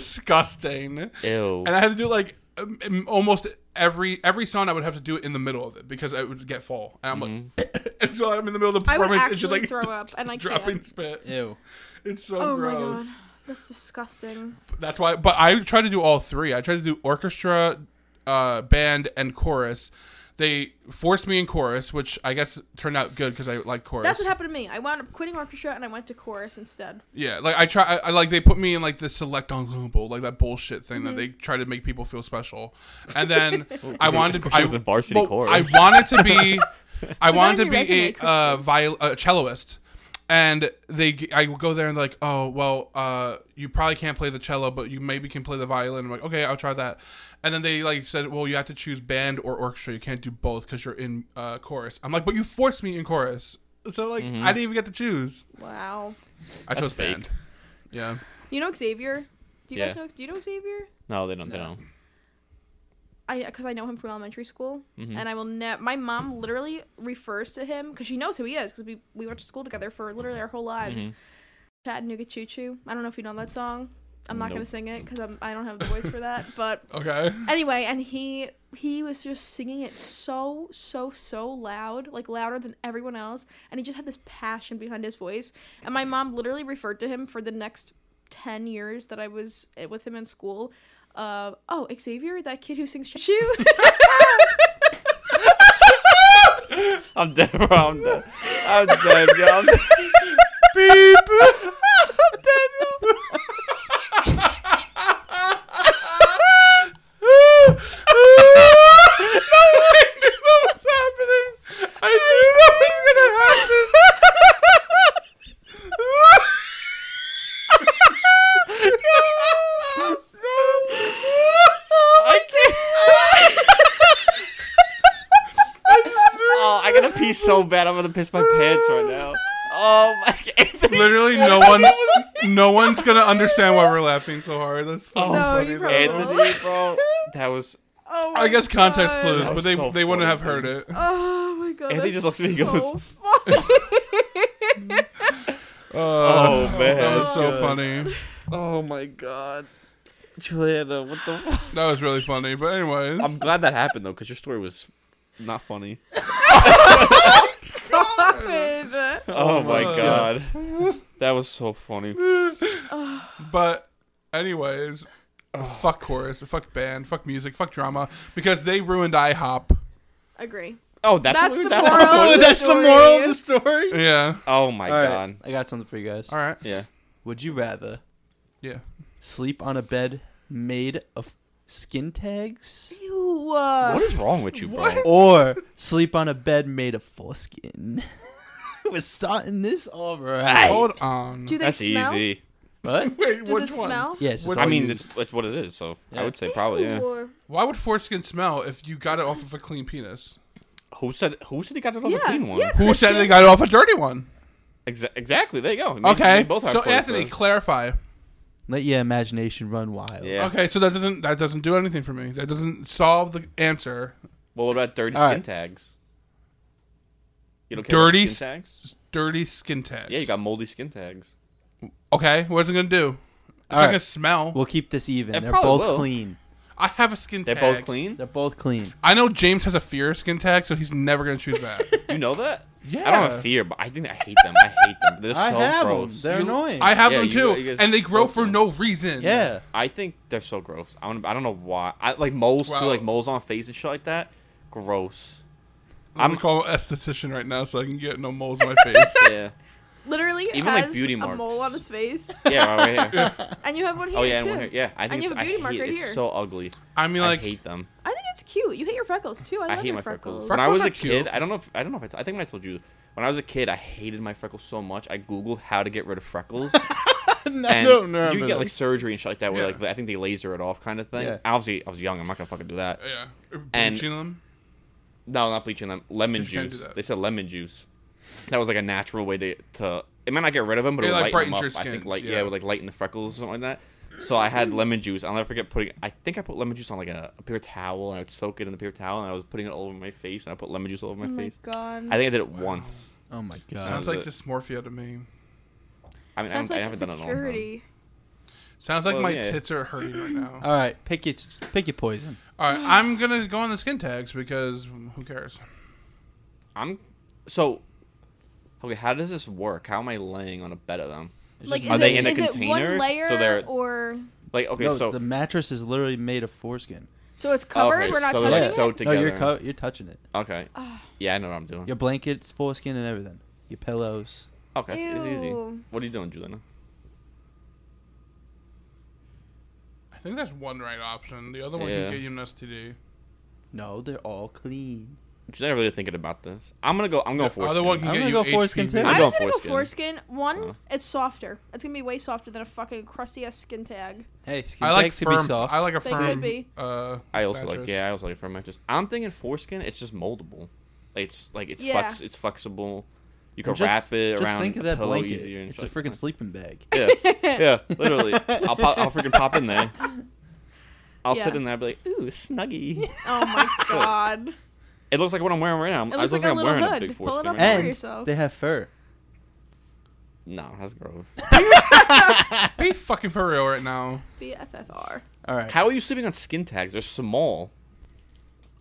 [SPEAKER 6] disgusting.
[SPEAKER 4] Ew.
[SPEAKER 6] And I had to do like um, um, almost every every song I would have to do it in the middle of it because I would get full. And I'm
[SPEAKER 4] Mm-hmm.
[SPEAKER 6] like and so I'm in the middle of the
[SPEAKER 7] I would
[SPEAKER 6] performance
[SPEAKER 7] actually
[SPEAKER 6] and just like
[SPEAKER 7] throw up, and I
[SPEAKER 6] dropping
[SPEAKER 7] can't.
[SPEAKER 6] spit.
[SPEAKER 5] Ew.
[SPEAKER 6] It's so
[SPEAKER 7] Oh my
[SPEAKER 6] gross.
[SPEAKER 7] god, that's disgusting.
[SPEAKER 6] That's why. But I try to do all three. I try to do orchestra, uh, band, and chorus. They forced me in chorus, which I guess turned out good because I like chorus.
[SPEAKER 7] That's what happened to me. I wound up quitting orchestra and I went to chorus instead.
[SPEAKER 6] Yeah, like I try. I, I like they put me in like the select ensemble, like that bullshit thing that they try to make people feel special. And then I wanted.
[SPEAKER 4] Mm-hmm. She
[SPEAKER 6] I
[SPEAKER 4] was in varsity chorus.
[SPEAKER 6] I wanted to be. I wanted
[SPEAKER 7] in
[SPEAKER 6] to
[SPEAKER 7] your
[SPEAKER 6] be a
[SPEAKER 7] resume,
[SPEAKER 6] uh, viol- a celloist, and they g- I would go there and like, oh well, uh, you probably can't play the cello, but you maybe can play the violin. I'm like, okay, I'll try that. And then they like said, well, you have to choose band or orchestra. You can't do both because you're in uh, chorus. I'm like, but you forced me in chorus, so like
[SPEAKER 4] Mm-hmm.
[SPEAKER 6] I didn't even get to choose.
[SPEAKER 7] Wow.
[SPEAKER 6] I
[SPEAKER 4] That's
[SPEAKER 6] chose
[SPEAKER 4] fake.
[SPEAKER 6] band. Yeah.
[SPEAKER 7] You know Xavier? Do you guys
[SPEAKER 4] Yeah.
[SPEAKER 7] know? Do you know Xavier?
[SPEAKER 4] no, they don't. They don't.
[SPEAKER 7] I because I know him from elementary school,
[SPEAKER 6] Mm-hmm.
[SPEAKER 7] and I will ne- My mom literally refers to him because she knows who he is because we we went to school together for literally our whole lives.
[SPEAKER 6] Mm-hmm.
[SPEAKER 7] Chattanooga Choo Choo. I don't know if you know that song. I'm not
[SPEAKER 4] Nope.
[SPEAKER 7] gonna sing it because I'm I don't have the voice for that. But
[SPEAKER 6] Okay.
[SPEAKER 7] anyway, and he he was just singing it so so so loud like louder than everyone else and he just had this passion behind his voice and my mom literally referred to him for the next 10 years that i was eh, with him in school uh, oh xavier that kid who sings choo
[SPEAKER 4] I'm dead, bro. I'm dead. I'm dead, yo. I'm dead. I can't. Oh, I gotta pee so bad. I'm gonna piss my pants right now. Oh my Anthony.
[SPEAKER 6] Literally, no one, no one's gonna understand why we're laughing so hard. That's
[SPEAKER 4] Oh.
[SPEAKER 6] fucking
[SPEAKER 7] No,
[SPEAKER 6] funny.
[SPEAKER 7] you
[SPEAKER 6] though.
[SPEAKER 7] probably-
[SPEAKER 4] Anthony, bro. That was.
[SPEAKER 7] oh
[SPEAKER 6] I guess context
[SPEAKER 7] God.
[SPEAKER 6] clues,
[SPEAKER 4] That
[SPEAKER 6] but
[SPEAKER 4] was
[SPEAKER 6] they
[SPEAKER 4] so
[SPEAKER 6] they wouldn't
[SPEAKER 4] funny,
[SPEAKER 6] have heard it.
[SPEAKER 7] oh my god
[SPEAKER 4] Anthony just
[SPEAKER 7] that's
[SPEAKER 4] looks at me and
[SPEAKER 7] so
[SPEAKER 4] goes-
[SPEAKER 7] funny.
[SPEAKER 4] Oh, man.
[SPEAKER 6] that was so funny.
[SPEAKER 4] Oh my god. Juliana, what the fuck?
[SPEAKER 6] That was really funny. But anyways,
[SPEAKER 4] I'm glad that happened though, because your story was not funny.
[SPEAKER 7] Good.
[SPEAKER 4] Oh, my
[SPEAKER 6] my
[SPEAKER 4] god. that was so funny.
[SPEAKER 6] but anyways, fuck chorus, fuck band, fuck music, fuck drama, because they ruined IHOP.
[SPEAKER 7] agree
[SPEAKER 4] Oh, that's,
[SPEAKER 7] That's
[SPEAKER 4] what we-
[SPEAKER 7] the moral of the
[SPEAKER 5] that's the
[SPEAKER 7] story.
[SPEAKER 5] moral of the story.
[SPEAKER 6] Yeah.
[SPEAKER 4] Oh my
[SPEAKER 5] All right,
[SPEAKER 4] god.
[SPEAKER 5] I got something for you guys.
[SPEAKER 6] All right.
[SPEAKER 4] Yeah.
[SPEAKER 5] Would you rather
[SPEAKER 6] Yeah.
[SPEAKER 5] sleep on a bed made of skin tags
[SPEAKER 7] Ew, uh,
[SPEAKER 4] What is wrong with you, bro?
[SPEAKER 5] or sleep on a bed made of foreskin? We're starting this all right.
[SPEAKER 6] Hold on.
[SPEAKER 7] do they
[SPEAKER 4] That's
[SPEAKER 7] smell
[SPEAKER 4] easy.
[SPEAKER 5] What?
[SPEAKER 6] Wait,
[SPEAKER 7] does
[SPEAKER 6] which
[SPEAKER 7] it
[SPEAKER 6] one?
[SPEAKER 7] smell
[SPEAKER 5] Yes,
[SPEAKER 6] What-
[SPEAKER 5] it's
[SPEAKER 4] I
[SPEAKER 5] all
[SPEAKER 4] mean,
[SPEAKER 5] you.
[SPEAKER 4] it's, it's what it is, so
[SPEAKER 5] Yeah.
[SPEAKER 4] I would say probably, yeah.
[SPEAKER 7] Ew.
[SPEAKER 6] Why would foreskin smell if you got it off of a clean penis?
[SPEAKER 4] Who said who said he got it on
[SPEAKER 7] Yeah,
[SPEAKER 4] the clean one?
[SPEAKER 7] yeah.
[SPEAKER 6] Who said they got it off a dirty one?
[SPEAKER 4] Exa- exactly, there you go. Me-
[SPEAKER 6] Okay.
[SPEAKER 4] me both our
[SPEAKER 6] so
[SPEAKER 4] points,
[SPEAKER 6] Anthony,
[SPEAKER 4] though.
[SPEAKER 6] clarify.
[SPEAKER 5] let your imagination run wild.
[SPEAKER 4] Yeah.
[SPEAKER 6] Okay, so that doesn't that doesn't do anything for me. That doesn't solve the answer.
[SPEAKER 4] Well, what about dirty
[SPEAKER 5] All
[SPEAKER 4] skin
[SPEAKER 5] right.
[SPEAKER 4] tags? You don't care about
[SPEAKER 6] Dirty
[SPEAKER 4] skin tags?
[SPEAKER 6] Dirty skin tags.
[SPEAKER 4] Yeah, you got moldy skin tags.
[SPEAKER 6] Okay, what's it gonna do? It's
[SPEAKER 5] All
[SPEAKER 6] not
[SPEAKER 5] right.
[SPEAKER 6] gonna smell.
[SPEAKER 5] We'll keep this even.
[SPEAKER 4] It
[SPEAKER 5] They're
[SPEAKER 4] probably
[SPEAKER 5] both
[SPEAKER 4] will.
[SPEAKER 5] clean.
[SPEAKER 6] I have a skin
[SPEAKER 4] They're
[SPEAKER 6] tag.
[SPEAKER 4] both clean.
[SPEAKER 5] They're both clean.
[SPEAKER 6] I know James has a fear skin tag, so he's never gonna choose that.
[SPEAKER 4] You know that?
[SPEAKER 6] Yeah.
[SPEAKER 4] I don't have fear, but I think I hate them. I hate them. They're so
[SPEAKER 5] I have
[SPEAKER 4] gross.
[SPEAKER 5] them. They're annoying.
[SPEAKER 6] I have
[SPEAKER 4] Yeah,
[SPEAKER 6] them
[SPEAKER 4] you-
[SPEAKER 6] too,
[SPEAKER 4] you guys
[SPEAKER 6] and they grow
[SPEAKER 4] both
[SPEAKER 6] for
[SPEAKER 4] do.
[SPEAKER 6] no reason.
[SPEAKER 5] yeah.
[SPEAKER 4] I think they're so gross. I don't, I don't know why. I like moles too,
[SPEAKER 6] Wow.
[SPEAKER 4] like moles on face and shit like that. Gross.
[SPEAKER 6] I'm
[SPEAKER 4] I'm-
[SPEAKER 6] gonna call an esthetician right now so I can get no moles on my face.
[SPEAKER 4] Yeah.
[SPEAKER 7] literally
[SPEAKER 4] Even, like,
[SPEAKER 7] has
[SPEAKER 4] beauty
[SPEAKER 7] a mole
[SPEAKER 4] marks.
[SPEAKER 7] on his face
[SPEAKER 4] Yeah, right here.
[SPEAKER 7] and you have one here
[SPEAKER 4] Oh yeah, and
[SPEAKER 7] too
[SPEAKER 4] one here. Yeah, I think
[SPEAKER 7] you
[SPEAKER 4] it's,
[SPEAKER 7] have a
[SPEAKER 4] I
[SPEAKER 7] beauty mark
[SPEAKER 4] hate it.
[SPEAKER 7] right
[SPEAKER 4] It's
[SPEAKER 7] here.
[SPEAKER 4] so ugly.
[SPEAKER 6] I mean, like,
[SPEAKER 4] I hate them.
[SPEAKER 7] I think it's cute. You hate your freckles too. I,
[SPEAKER 4] I,
[SPEAKER 7] love
[SPEAKER 4] hate
[SPEAKER 7] your
[SPEAKER 4] my freckles.
[SPEAKER 7] freckles.
[SPEAKER 4] When I was
[SPEAKER 6] Freckles
[SPEAKER 4] a
[SPEAKER 6] are cute.
[SPEAKER 4] kid, I don't know if I don't know if I, t- I think I told you. When I was a kid, I hated my freckles so much. I googled how to get rid of freckles. and
[SPEAKER 5] don't
[SPEAKER 4] you
[SPEAKER 5] remember
[SPEAKER 4] can get like
[SPEAKER 5] that.
[SPEAKER 4] surgery and shit like that. Where
[SPEAKER 6] Yeah.
[SPEAKER 4] like I think they laser it off, kind of thing.
[SPEAKER 5] Yeah.
[SPEAKER 4] Obviously, I was young. I'm not gonna fucking do that.
[SPEAKER 6] yeah,
[SPEAKER 4] And-
[SPEAKER 6] bleaching them.
[SPEAKER 4] No, not bleaching them. Lemon
[SPEAKER 6] You can't do
[SPEAKER 4] juice.
[SPEAKER 6] that.
[SPEAKER 4] They said lemon juice. That was like a natural way to to. It might not get rid of them, but it,
[SPEAKER 6] It,
[SPEAKER 4] would
[SPEAKER 6] like,
[SPEAKER 4] lighten them up.
[SPEAKER 6] brightens your
[SPEAKER 4] I think
[SPEAKER 6] skins,
[SPEAKER 4] like yeah,
[SPEAKER 6] yeah.
[SPEAKER 4] it would like lighten the freckles or something like that. So I had lemon juice. I'll never forget putting. I think I put lemon juice on like a, a paper towel and I'd soak it in the paper towel and I was putting it all over my face and I put lemon juice all over my
[SPEAKER 7] Oh my
[SPEAKER 4] face.
[SPEAKER 7] god.
[SPEAKER 4] I think I did it once.
[SPEAKER 5] Oh my god.
[SPEAKER 6] Sounds like
[SPEAKER 4] it.
[SPEAKER 6] dysmorphia to me.
[SPEAKER 4] I mean, I,
[SPEAKER 7] Sounds
[SPEAKER 4] haven't- I
[SPEAKER 7] like
[SPEAKER 4] haven't done it in a long time.
[SPEAKER 7] insecurity.
[SPEAKER 6] Sounds like
[SPEAKER 4] Well,
[SPEAKER 6] my
[SPEAKER 4] yeah. Uh,
[SPEAKER 6] tits are hurting right now.
[SPEAKER 5] All right, pick your pick your poison.
[SPEAKER 6] All right, I'm gonna go on the skin tags because who cares?
[SPEAKER 4] I'm so. Okay, how does this work? How am I laying on a bed of them?
[SPEAKER 7] Like,
[SPEAKER 4] Are
[SPEAKER 7] is
[SPEAKER 4] they
[SPEAKER 7] it,
[SPEAKER 4] in a
[SPEAKER 7] is it
[SPEAKER 4] container?
[SPEAKER 7] one layer
[SPEAKER 4] So they're-
[SPEAKER 7] or
[SPEAKER 4] Like okay,
[SPEAKER 5] no,
[SPEAKER 4] so
[SPEAKER 5] the mattress is literally made of foreskin.
[SPEAKER 7] so it's covered?
[SPEAKER 4] Okay,
[SPEAKER 7] We're not
[SPEAKER 4] so
[SPEAKER 7] touching
[SPEAKER 4] they're
[SPEAKER 7] it.
[SPEAKER 4] so
[SPEAKER 5] No, you're
[SPEAKER 4] Oh, together.
[SPEAKER 5] co- you're touching it.
[SPEAKER 4] okay,
[SPEAKER 7] Ah.
[SPEAKER 4] yeah, I know what I'm doing.
[SPEAKER 5] Your blankets, foreskin, and everything. Your pillows.
[SPEAKER 4] Okay, it's, it's easy.
[SPEAKER 7] Ew.
[SPEAKER 4] What are you doing, Juliana?
[SPEAKER 6] I think that's one right option. The other one
[SPEAKER 4] Yeah.
[SPEAKER 6] can get you an STD.
[SPEAKER 5] No, they're all clean.
[SPEAKER 4] She's not really thinking about this. I'm gonna go. I'm going for
[SPEAKER 6] the other one can
[SPEAKER 5] I'm
[SPEAKER 6] get
[SPEAKER 5] gonna
[SPEAKER 6] you
[SPEAKER 5] go
[SPEAKER 6] HPV.
[SPEAKER 5] foreskin too.
[SPEAKER 4] I'm
[SPEAKER 7] I
[SPEAKER 4] going
[SPEAKER 7] was gonna
[SPEAKER 4] foreskin.
[SPEAKER 7] go foreskin. One,
[SPEAKER 4] Uh-huh.
[SPEAKER 7] it's softer. It's gonna be way softer than a fucking crusty ass skin tag.
[SPEAKER 5] Hey, skin
[SPEAKER 6] I like
[SPEAKER 5] tags can
[SPEAKER 6] firm.
[SPEAKER 5] be soft.
[SPEAKER 6] I like a
[SPEAKER 7] They
[SPEAKER 6] firm.
[SPEAKER 7] could be.
[SPEAKER 6] Uh,
[SPEAKER 4] I also like.
[SPEAKER 6] mattress.
[SPEAKER 4] Yeah, I also like firm mattress. I'm thinking foreskin. It's just moldable. It's like it's
[SPEAKER 7] Yeah.
[SPEAKER 4] flex. It's flexible. You can
[SPEAKER 5] And
[SPEAKER 4] wrap it
[SPEAKER 5] just
[SPEAKER 4] around
[SPEAKER 5] think of
[SPEAKER 4] a
[SPEAKER 5] that
[SPEAKER 4] pillow
[SPEAKER 5] blanket.
[SPEAKER 4] easier. And
[SPEAKER 5] It's a
[SPEAKER 4] shit
[SPEAKER 5] freaking
[SPEAKER 4] like
[SPEAKER 5] sleeping bag.
[SPEAKER 4] that. Yeah, yeah, literally. I'll pop, I'll freaking pop in there. I'll sit
[SPEAKER 7] Yeah.
[SPEAKER 4] in there. and be like, ooh, snuggy.
[SPEAKER 7] Oh my god.
[SPEAKER 4] It looks like what I'm wearing right now.
[SPEAKER 7] It looks like a
[SPEAKER 4] I'm
[SPEAKER 7] little
[SPEAKER 4] wearing a
[SPEAKER 7] hood.
[SPEAKER 4] big
[SPEAKER 7] Pull it
[SPEAKER 4] foreskin.
[SPEAKER 7] up
[SPEAKER 4] right
[SPEAKER 7] over
[SPEAKER 5] And-
[SPEAKER 7] yourself.
[SPEAKER 5] They have fur.
[SPEAKER 4] now. No, that's gross.
[SPEAKER 6] Be fucking for real right now.
[SPEAKER 7] BFFR.
[SPEAKER 5] All right.
[SPEAKER 4] How are you sleeping on skin tags? They're small.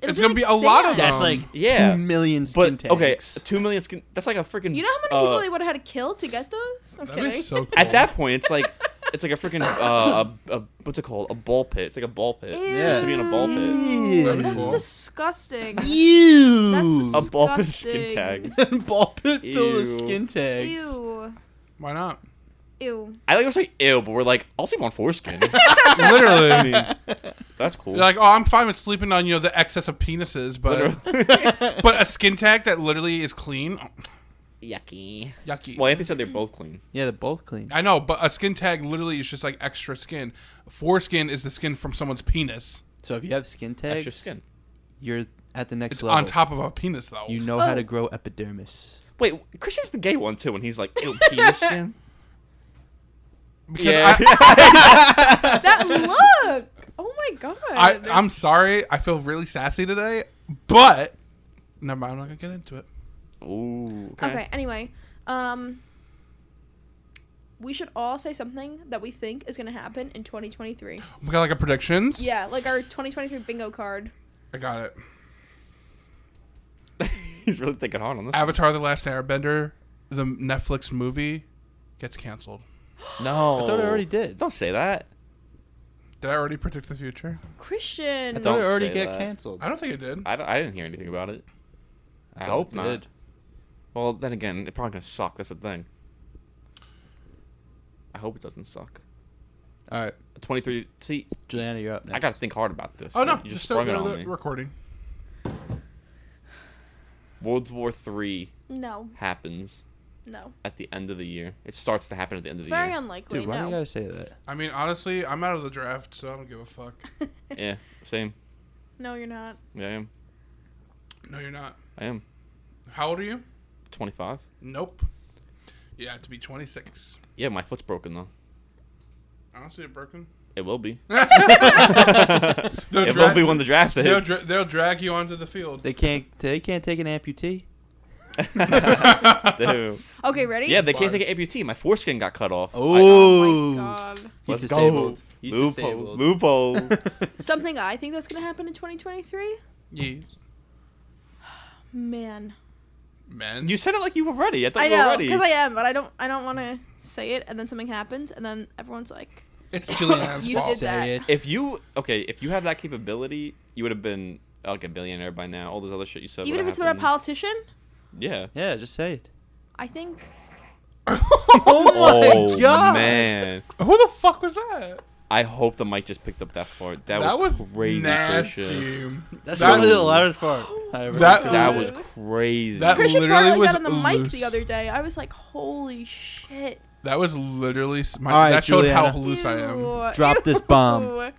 [SPEAKER 7] It'll
[SPEAKER 6] It's
[SPEAKER 7] be
[SPEAKER 6] gonna
[SPEAKER 7] like
[SPEAKER 6] be a lot of
[SPEAKER 7] sand.
[SPEAKER 6] them.
[SPEAKER 5] That's
[SPEAKER 6] Um,
[SPEAKER 5] like
[SPEAKER 4] yeah,
[SPEAKER 5] two million skin
[SPEAKER 4] But okay,
[SPEAKER 5] tags.
[SPEAKER 4] two million skin. That's like a freaking.
[SPEAKER 7] You know how many people
[SPEAKER 4] uh,
[SPEAKER 7] they would have had to kill to get those? I'm
[SPEAKER 6] That'd be
[SPEAKER 7] kidding.
[SPEAKER 6] so cool.
[SPEAKER 4] At that point, it's like it's like a freaking uh, a, a, what's it called? A ball pit. It's like a ball pit.
[SPEAKER 7] Yeah.
[SPEAKER 4] It should be in a ball pit.
[SPEAKER 6] That'd be
[SPEAKER 7] That's
[SPEAKER 6] cool.
[SPEAKER 7] disgusting.
[SPEAKER 5] Ew.
[SPEAKER 4] A
[SPEAKER 7] That's
[SPEAKER 4] ball pit skin
[SPEAKER 7] Disgusting.
[SPEAKER 4] tag.
[SPEAKER 5] ball pit filled with
[SPEAKER 4] Ew.
[SPEAKER 5] skin tags.
[SPEAKER 7] Ew.
[SPEAKER 6] Why not?
[SPEAKER 7] Ew.
[SPEAKER 4] I like to say ew, but we're like, I'll sleep on foreskin.
[SPEAKER 6] Literally.
[SPEAKER 4] I mean, that's cool.
[SPEAKER 6] They're like, oh, I'm fine with sleeping on you know the excess of penises, but but a skin tag that literally is clean, oh,
[SPEAKER 4] Yucky.
[SPEAKER 6] yucky.
[SPEAKER 4] Well, Anthony said they're both clean.
[SPEAKER 5] Yeah, they're both clean.
[SPEAKER 6] I know, but a skin tag literally is just like extra skin. Foreskin is the skin from someone's penis.
[SPEAKER 5] So if you have skin tags,
[SPEAKER 4] Extra skin.
[SPEAKER 5] you're at the next
[SPEAKER 6] It's
[SPEAKER 5] level.
[SPEAKER 6] on top of a penis, though.
[SPEAKER 5] You know
[SPEAKER 7] Oh.
[SPEAKER 5] how to grow epidermis.
[SPEAKER 4] Wait, Christian's the gay one too, and he's like, ew, penis skin.
[SPEAKER 6] because
[SPEAKER 4] Yeah.
[SPEAKER 7] That look. Oh my god.
[SPEAKER 6] I, I I'm sorry, I feel really sassy today, but never mind. I'm not gonna get into it.
[SPEAKER 4] Ooh. Okay.
[SPEAKER 7] okay. Anyway, um, we should all say something that we think is gonna happen in 2023.
[SPEAKER 6] We got like a predictions.
[SPEAKER 7] Yeah, like our 2023 bingo card.
[SPEAKER 6] I got it.
[SPEAKER 4] he's really thinking hard on this.
[SPEAKER 6] Avatar: The Last Airbender, the Netflix movie, gets canceled.
[SPEAKER 4] No.
[SPEAKER 5] I thought I already did.
[SPEAKER 4] Don't say that.
[SPEAKER 6] Did I already predict the future?
[SPEAKER 7] Christian.
[SPEAKER 5] I thought
[SPEAKER 4] Don't
[SPEAKER 5] it already
[SPEAKER 4] say
[SPEAKER 5] get
[SPEAKER 4] that.
[SPEAKER 5] canceled.
[SPEAKER 6] I don't think I did.
[SPEAKER 4] I, don't- I didn't hear anything about it. I
[SPEAKER 5] Thought
[SPEAKER 4] hope
[SPEAKER 5] it
[SPEAKER 4] not.
[SPEAKER 5] did.
[SPEAKER 4] Well, then again, it's probably gonna suck. That's the thing. I hope it doesn't suck.
[SPEAKER 5] All right,
[SPEAKER 4] Twenty-three. See,
[SPEAKER 5] Juliana, you're up next.
[SPEAKER 4] I gotta think hard about this.
[SPEAKER 6] oh no,
[SPEAKER 4] you
[SPEAKER 6] just
[SPEAKER 4] just
[SPEAKER 6] still
[SPEAKER 4] sprung it
[SPEAKER 6] go
[SPEAKER 4] on
[SPEAKER 6] to
[SPEAKER 4] me.
[SPEAKER 6] the recording.
[SPEAKER 4] World War Three
[SPEAKER 7] No.
[SPEAKER 4] happens
[SPEAKER 7] No.
[SPEAKER 4] at the end of the year. It starts to happen at the end of the
[SPEAKER 7] Very
[SPEAKER 4] year.
[SPEAKER 7] unlikely.
[SPEAKER 5] Dude, why do you
[SPEAKER 7] no.
[SPEAKER 5] gotta say that?
[SPEAKER 6] I mean, honestly, I'm out of the draft, so I don't give a fuck.
[SPEAKER 4] yeah, same.
[SPEAKER 7] No, you're not.
[SPEAKER 4] Yeah, I am.
[SPEAKER 6] No, you're not.
[SPEAKER 4] I am.
[SPEAKER 6] How old are you?
[SPEAKER 4] Twenty-five.
[SPEAKER 6] Nope. You have to be 26.
[SPEAKER 4] Yeah, my foot's broken though.
[SPEAKER 6] Honestly, it broken.
[SPEAKER 4] It will be.
[SPEAKER 6] They'll,
[SPEAKER 4] it will
[SPEAKER 6] drag,
[SPEAKER 4] be when the draft is.
[SPEAKER 6] they'll, dra- they'll drag you onto the field.
[SPEAKER 5] They can't. They can't take an amputee.
[SPEAKER 4] Dude.
[SPEAKER 7] Okay, ready?
[SPEAKER 4] Yeah, they can't take an amputee. My foreskin got cut off.
[SPEAKER 7] Oh my god.
[SPEAKER 5] he's
[SPEAKER 4] Let's
[SPEAKER 5] disabled.
[SPEAKER 4] go.
[SPEAKER 5] He's
[SPEAKER 4] loopholes.
[SPEAKER 5] disabled.
[SPEAKER 4] Loopholes.
[SPEAKER 7] Something I think that's gonna happen in 2023.
[SPEAKER 6] Yes.
[SPEAKER 7] Man.
[SPEAKER 6] Man.
[SPEAKER 4] you said it like you were ready. I thought
[SPEAKER 7] I
[SPEAKER 4] you were
[SPEAKER 7] know,
[SPEAKER 4] ready.
[SPEAKER 7] because I am, but I don't. I don't want to say it, and then something happens, and then everyone's like,
[SPEAKER 6] it's Julian's
[SPEAKER 7] You
[SPEAKER 6] fault.
[SPEAKER 7] did that.
[SPEAKER 5] Say it.
[SPEAKER 4] if you okay, if you had that capability, you would have been like a billionaire by now. All this other shit you said.
[SPEAKER 7] even if
[SPEAKER 4] would've
[SPEAKER 7] it's about a
[SPEAKER 4] happened.
[SPEAKER 7] politician,
[SPEAKER 4] Yeah.
[SPEAKER 5] Yeah, just say it.
[SPEAKER 7] I think
[SPEAKER 5] Oh
[SPEAKER 4] oh man!
[SPEAKER 6] Who the fuck was that?
[SPEAKER 4] I hope the mic just picked up that far. That,
[SPEAKER 6] That
[SPEAKER 4] was,
[SPEAKER 6] was
[SPEAKER 4] crazy. Christian.
[SPEAKER 6] nasty.
[SPEAKER 5] That's
[SPEAKER 6] That-
[SPEAKER 5] probably the loudest part.
[SPEAKER 7] Oh.
[SPEAKER 5] I ever
[SPEAKER 6] That-
[SPEAKER 5] heard.
[SPEAKER 4] That was crazy.
[SPEAKER 6] That was-
[SPEAKER 7] Christian
[SPEAKER 6] literally
[SPEAKER 7] Farley got on
[SPEAKER 6] was
[SPEAKER 7] the mic
[SPEAKER 6] loose.
[SPEAKER 7] the other day. I was like, holy shit.
[SPEAKER 6] That was literally s- my.
[SPEAKER 5] All right,
[SPEAKER 6] that showed how
[SPEAKER 5] Juliana.
[SPEAKER 6] loose I am.
[SPEAKER 7] Ew,
[SPEAKER 5] Drop this bomb.
[SPEAKER 7] ew.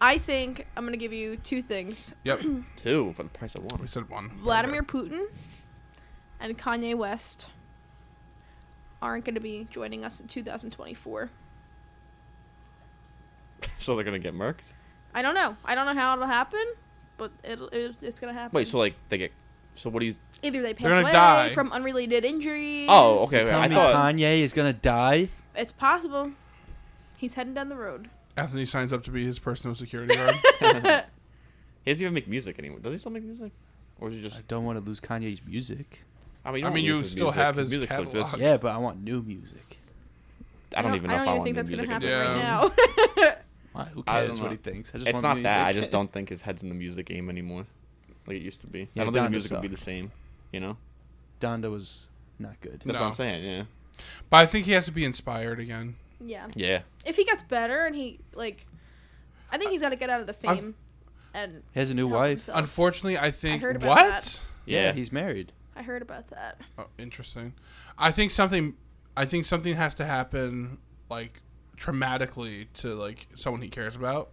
[SPEAKER 7] I think I'm gonna give you two things:
[SPEAKER 6] Yep.
[SPEAKER 4] two for the price of
[SPEAKER 6] We
[SPEAKER 4] one.
[SPEAKER 6] said one.
[SPEAKER 7] Vladimir Putin and Kanye West aren't gonna be joining us in 2024.
[SPEAKER 4] So they're gonna get murked.
[SPEAKER 7] I don't know. I don't know how it'll happen, but it'll, it, it's gonna happen.
[SPEAKER 4] Wait, so like they get. So what do you?
[SPEAKER 7] Either they
[SPEAKER 6] gonna
[SPEAKER 7] pass away
[SPEAKER 6] die.
[SPEAKER 7] from unrelated injuries.
[SPEAKER 4] Oh, okay. okay.
[SPEAKER 5] Tell
[SPEAKER 4] I
[SPEAKER 5] me
[SPEAKER 4] thought.
[SPEAKER 5] Kanye is gonna die.
[SPEAKER 7] It's possible. He's heading down the road.
[SPEAKER 6] Anthony signs up to be his personal security guard.
[SPEAKER 4] He doesn't even make music anymore. Does he still make music? Or is he
[SPEAKER 5] I
[SPEAKER 4] just?
[SPEAKER 5] don't want to lose Kanye's music.
[SPEAKER 4] I mean, you,
[SPEAKER 6] I
[SPEAKER 4] don't lose
[SPEAKER 6] mean, you
[SPEAKER 4] his
[SPEAKER 6] still
[SPEAKER 4] music.
[SPEAKER 6] have his
[SPEAKER 4] music's so good.
[SPEAKER 6] catalog.
[SPEAKER 5] Yeah, but I want new music.
[SPEAKER 4] I don't even know
[SPEAKER 7] I
[SPEAKER 4] if
[SPEAKER 7] don't
[SPEAKER 4] I
[SPEAKER 7] even
[SPEAKER 4] want
[SPEAKER 7] think
[SPEAKER 4] new
[SPEAKER 7] that's gonna
[SPEAKER 4] music.
[SPEAKER 7] happen
[SPEAKER 4] anymore.
[SPEAKER 6] anymore.
[SPEAKER 7] right now.
[SPEAKER 5] Why? Who
[SPEAKER 4] I don't
[SPEAKER 5] cares what
[SPEAKER 4] know.
[SPEAKER 5] he thinks? I just
[SPEAKER 4] It's
[SPEAKER 5] want
[SPEAKER 4] not
[SPEAKER 5] music.
[SPEAKER 4] that. I just don't think his head's in the music game anymore, like it used to be.
[SPEAKER 5] Yeah,
[SPEAKER 4] I don't think
[SPEAKER 5] Donda
[SPEAKER 4] the music would be the
[SPEAKER 5] sucked.
[SPEAKER 4] same. You know,
[SPEAKER 5] Donda was not good.
[SPEAKER 4] that's
[SPEAKER 6] No.
[SPEAKER 4] what I'm saying. Yeah,
[SPEAKER 6] but I think he has to be inspired again.
[SPEAKER 7] yeah.
[SPEAKER 4] yeah.
[SPEAKER 7] If he gets better and he like, I think he's got to get out of the
[SPEAKER 6] I've-
[SPEAKER 7] fame. and
[SPEAKER 5] He has a new
[SPEAKER 7] help
[SPEAKER 5] wife.
[SPEAKER 7] himself.
[SPEAKER 6] Unfortunately, I think
[SPEAKER 7] heard about
[SPEAKER 6] what?
[SPEAKER 7] that.
[SPEAKER 4] Yeah.
[SPEAKER 5] he's married.
[SPEAKER 7] I heard about that.
[SPEAKER 6] Oh, interesting. I think something. I think something has to happen, like traumatically, to like someone he cares about,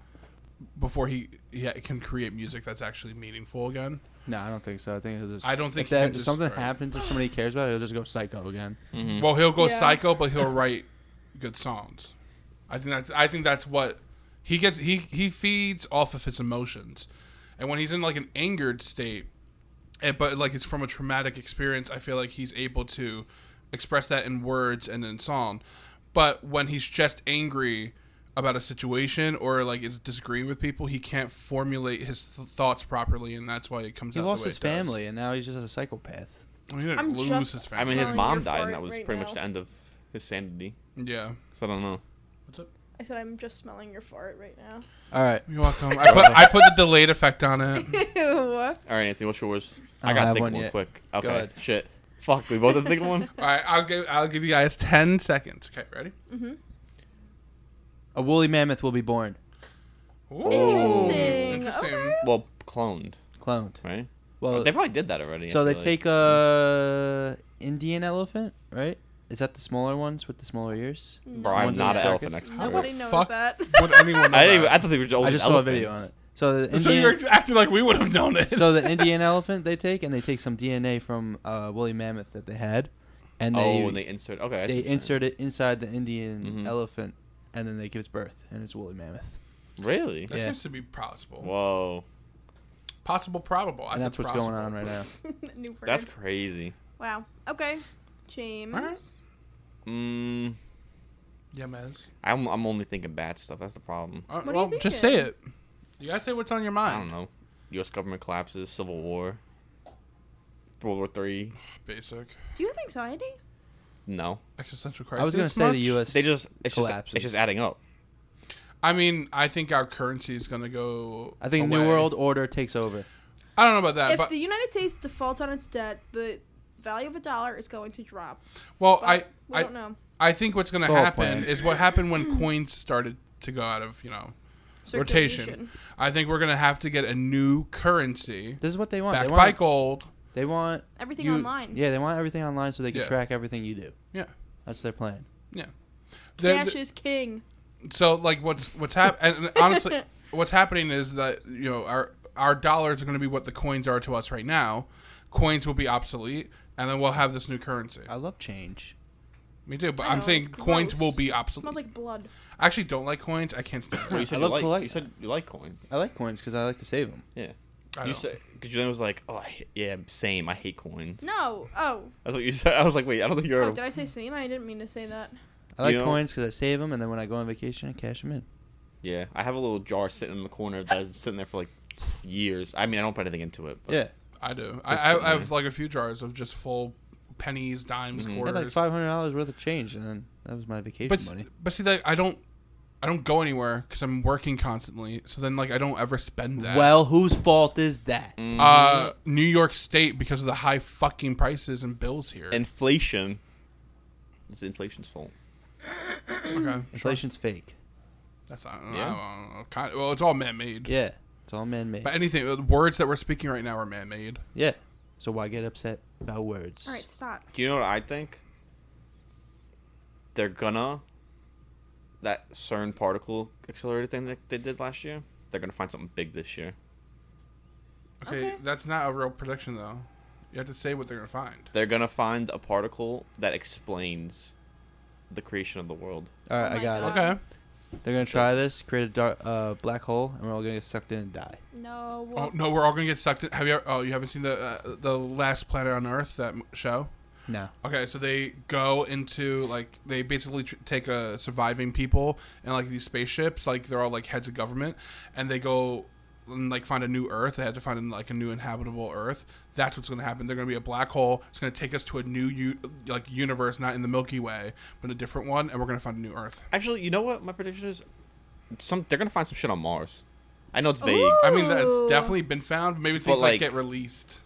[SPEAKER 6] before he, he can create music that's actually meaningful again.
[SPEAKER 5] No, I don't think so. I think he'll just.
[SPEAKER 6] I don't think
[SPEAKER 5] if
[SPEAKER 6] he
[SPEAKER 5] that,
[SPEAKER 6] can
[SPEAKER 5] if
[SPEAKER 6] just-
[SPEAKER 5] something
[SPEAKER 6] right.
[SPEAKER 5] happens to somebody he cares about, he'll just go psycho again.
[SPEAKER 6] Well, he'll go
[SPEAKER 7] Yeah.
[SPEAKER 6] psycho, but he'll write good songs. I think that's. I think that's what he gets. He he feeds off of his emotions, and when he's in like an angered state, and but like it's from a traumatic experience, I feel like he's able to express that in words and in song. But when he's just angry about a situation or like is disagreeing with people, he can't formulate his th- thoughts properly, and that's why it comes
[SPEAKER 5] He
[SPEAKER 6] out. the
[SPEAKER 5] lost
[SPEAKER 6] way
[SPEAKER 5] his
[SPEAKER 6] it does.
[SPEAKER 5] family, and now he's just a psychopath.
[SPEAKER 6] Well, he didn't
[SPEAKER 7] I'm
[SPEAKER 6] lose
[SPEAKER 7] just-
[SPEAKER 6] his
[SPEAKER 4] I
[SPEAKER 6] family.
[SPEAKER 4] mean, his
[SPEAKER 7] smelling
[SPEAKER 4] mom
[SPEAKER 7] your
[SPEAKER 4] died, and
[SPEAKER 7] fart
[SPEAKER 4] that was
[SPEAKER 7] right
[SPEAKER 4] pretty
[SPEAKER 7] now.
[SPEAKER 4] much the end of his sanity.
[SPEAKER 6] yeah.
[SPEAKER 4] So I don't know.
[SPEAKER 6] What's up?
[SPEAKER 7] I said I'm just smelling your fart right now.
[SPEAKER 5] All right.
[SPEAKER 6] You're welcome. I put I put the delayed effect on it.
[SPEAKER 7] Ew.
[SPEAKER 4] All right, Anthony, what's yours?
[SPEAKER 5] Uh, I
[SPEAKER 4] I
[SPEAKER 5] don't
[SPEAKER 4] gotta
[SPEAKER 5] have
[SPEAKER 4] think of
[SPEAKER 5] one
[SPEAKER 4] one
[SPEAKER 5] yet.
[SPEAKER 4] quick. Okay,
[SPEAKER 5] ahead.
[SPEAKER 4] shit. Fuck, we both didn't think of one.
[SPEAKER 6] All right, I'll give I'll give you guys ten seconds. Okay, ready?
[SPEAKER 5] A woolly mammoth will be born.
[SPEAKER 6] Ooh.
[SPEAKER 7] Interesting.
[SPEAKER 6] Interesting.
[SPEAKER 7] Okay.
[SPEAKER 4] Well, cloned,
[SPEAKER 5] Cloned.
[SPEAKER 4] right?
[SPEAKER 5] Well,
[SPEAKER 4] they probably did that already. I
[SPEAKER 5] Uh, so they
[SPEAKER 4] feel like.
[SPEAKER 5] take uh, a Indian elephant, right? Is that the smaller ones with the smaller ears?
[SPEAKER 4] Bro, I'm
[SPEAKER 5] One's in
[SPEAKER 4] not
[SPEAKER 5] the
[SPEAKER 4] an elephant
[SPEAKER 5] circus.
[SPEAKER 4] expert.
[SPEAKER 7] Nobody
[SPEAKER 6] the
[SPEAKER 7] knows
[SPEAKER 6] fuck
[SPEAKER 7] that.
[SPEAKER 6] Would anyone? Know
[SPEAKER 4] I didn't. Even,
[SPEAKER 6] that?
[SPEAKER 4] I thought they were always
[SPEAKER 5] I just saw a video on it.
[SPEAKER 4] elephants.
[SPEAKER 5] So the Indian,
[SPEAKER 6] so you're acting like we would have known it.
[SPEAKER 5] so the Indian elephant they take, and they take some DNA from uh, woolly mammoth that they had, and they
[SPEAKER 4] oh, and they insert. Okay, I see what
[SPEAKER 5] they
[SPEAKER 4] you're saying.
[SPEAKER 5] insert it inside the Indian
[SPEAKER 4] Mhm.
[SPEAKER 5] elephant, and then they give it birth, and it's a woolly mammoth.
[SPEAKER 4] Really?
[SPEAKER 6] that
[SPEAKER 5] yeah.
[SPEAKER 6] seems to be possible.
[SPEAKER 4] Whoa,
[SPEAKER 6] Possible, probable. I
[SPEAKER 5] And
[SPEAKER 6] said
[SPEAKER 5] that's what's
[SPEAKER 6] possible.
[SPEAKER 5] going on right now.
[SPEAKER 7] New word.
[SPEAKER 4] that's crazy.
[SPEAKER 7] wow. Okay. James.
[SPEAKER 6] Alright.
[SPEAKER 4] Mm,
[SPEAKER 6] Yeah, Mez.
[SPEAKER 4] I'm I'm only thinking bad stuff. That's the problem.
[SPEAKER 6] Uh,
[SPEAKER 7] What are you
[SPEAKER 6] well, just say
[SPEAKER 7] thinking?
[SPEAKER 6] it. You gotta say what's on your
[SPEAKER 4] I
[SPEAKER 6] mind.
[SPEAKER 4] don't know. U.S. government collapses, civil war, World War Three.
[SPEAKER 6] Basic
[SPEAKER 7] Do you have anxiety?
[SPEAKER 4] No,
[SPEAKER 6] existential crisis.
[SPEAKER 5] I was gonna say the
[SPEAKER 6] much?
[SPEAKER 5] U.S.
[SPEAKER 4] they just it's just
[SPEAKER 5] Collapses.
[SPEAKER 4] it's just adding up.
[SPEAKER 6] I mean, I think our currency is gonna go.
[SPEAKER 5] I think
[SPEAKER 6] away.
[SPEAKER 5] New World Order takes over.
[SPEAKER 6] I don't know about that,
[SPEAKER 7] if
[SPEAKER 6] Uh, but
[SPEAKER 7] the United States defaults on its debt, the value of a dollar is going to drop.
[SPEAKER 6] well,
[SPEAKER 7] But
[SPEAKER 6] I
[SPEAKER 7] we
[SPEAKER 6] I,
[SPEAKER 7] don't know.
[SPEAKER 6] I think what's gonna
[SPEAKER 5] It's all
[SPEAKER 6] happen
[SPEAKER 5] planned.
[SPEAKER 6] is what happened when coins started to go out of you know rotation.
[SPEAKER 7] Circulation.
[SPEAKER 6] I think we're gonna have to get a new currency
[SPEAKER 5] This is what they want. They
[SPEAKER 6] backed
[SPEAKER 5] want
[SPEAKER 6] by gold.
[SPEAKER 5] They want
[SPEAKER 7] Everything
[SPEAKER 5] you-
[SPEAKER 7] online.
[SPEAKER 5] Yeah, they want everything online so they can
[SPEAKER 6] Yeah.
[SPEAKER 5] track everything you do.
[SPEAKER 6] Yeah.
[SPEAKER 5] That's their plan.
[SPEAKER 6] The-
[SPEAKER 7] Cash
[SPEAKER 6] the-
[SPEAKER 7] is king.
[SPEAKER 6] so like what's what's happening? and honestly, what's happening is that you know our our dollars are going to be what the coins are to us right now. Coins will be obsolete, and then we'll have this new currency.
[SPEAKER 5] I love change.
[SPEAKER 6] Me too, but
[SPEAKER 7] I
[SPEAKER 6] I'm
[SPEAKER 7] know,
[SPEAKER 6] saying
[SPEAKER 7] it's
[SPEAKER 6] coins
[SPEAKER 7] gross.
[SPEAKER 6] will be
[SPEAKER 7] It smells
[SPEAKER 6] obsolete.
[SPEAKER 7] like blood.
[SPEAKER 6] I actually don't like coins. I can't stand.
[SPEAKER 4] Well, you
[SPEAKER 6] them.
[SPEAKER 4] said
[SPEAKER 5] I
[SPEAKER 4] you
[SPEAKER 5] love
[SPEAKER 4] like
[SPEAKER 5] collect-
[SPEAKER 4] you said you like coins.
[SPEAKER 5] I like coins because I like to save them.
[SPEAKER 4] Yeah,
[SPEAKER 6] I
[SPEAKER 4] you
[SPEAKER 6] don't.
[SPEAKER 4] said because you then was like, oh I ha- yeah, same. I hate coins.
[SPEAKER 7] No. Oh.
[SPEAKER 4] That's what you said. I was like, wait, I don't think you're.
[SPEAKER 7] Oh, did I say same? I didn't mean to say that.
[SPEAKER 5] I like
[SPEAKER 4] You know-
[SPEAKER 5] coins because I save them, and then when I go on vacation, I cash them in.
[SPEAKER 4] Yeah, I have a little jar sitting in the corner that has been sitting there for like years. I mean, I don't put anything into it. But
[SPEAKER 5] yeah,
[SPEAKER 6] I do. I,
[SPEAKER 4] That's
[SPEAKER 6] I, I have
[SPEAKER 4] fine.
[SPEAKER 6] like a few jars of just full pennies, dimes,
[SPEAKER 4] Mhm.
[SPEAKER 5] I had
[SPEAKER 6] quarters.
[SPEAKER 5] Mm-hmm. like five hundred dollars worth of change, and then that was my vacation
[SPEAKER 6] but
[SPEAKER 5] money.
[SPEAKER 6] but see, like I don't. I don't go anywhere because I'm working constantly. So then, like, I don't ever spend that.
[SPEAKER 5] Well, mm-hmm. whose fault is that?
[SPEAKER 6] uh, New York State because of the high fucking prices and bills here.
[SPEAKER 4] inflation. It's inflation's fault.
[SPEAKER 6] okay, sure.
[SPEAKER 5] Inflation's fake.
[SPEAKER 6] That's not,
[SPEAKER 4] Yeah.
[SPEAKER 6] I don't know, kind well, it's all man-made.
[SPEAKER 5] Yeah, it's all man-made.
[SPEAKER 6] But anything, the words that we're speaking right now are man-made.
[SPEAKER 5] yeah, so why get upset about words?
[SPEAKER 7] All right, stop.
[SPEAKER 4] Do you know what I think? They're gonna that CERN particle accelerator thing that they did last year. They're gonna find something big this year.
[SPEAKER 6] Okay,
[SPEAKER 7] Okay.
[SPEAKER 6] that's not a real prediction though. You have to say what they're gonna find.
[SPEAKER 4] They're gonna find a particle that explains the creation of the world.
[SPEAKER 5] All right,
[SPEAKER 7] Oh
[SPEAKER 5] I
[SPEAKER 7] my
[SPEAKER 5] got
[SPEAKER 7] God.
[SPEAKER 5] it.
[SPEAKER 6] Okay.
[SPEAKER 5] They're gonna try this, create a dark, uh, black hole, and we're all gonna get sucked in and die.
[SPEAKER 7] No.
[SPEAKER 6] Oh no, we're all gonna get sucked in. Have you? Ever, oh, you haven't seen the uh, the Last Planet on Earth that m- show?
[SPEAKER 5] No,
[SPEAKER 6] Okay, so they go into like they basically tr- take a surviving people and like these spaceships, like they're all like heads of government, and they go and like find a new Earth. They have to find like a new inhabitable Earth. That's what's going to happen. They're going to be a black hole. It's going to take us to a new u- like universe, not in the Milky Way, but a different one, and we're going to find a new Earth.
[SPEAKER 4] Actually, you know what my prediction is? Some they're gonna find some shit on Mars. I know it's vague.
[SPEAKER 7] Ooh.
[SPEAKER 6] Oh. I mean, that's
[SPEAKER 7] Ooh.
[SPEAKER 6] definitely been found. but Maybe things like,
[SPEAKER 4] like-
[SPEAKER 6] get released.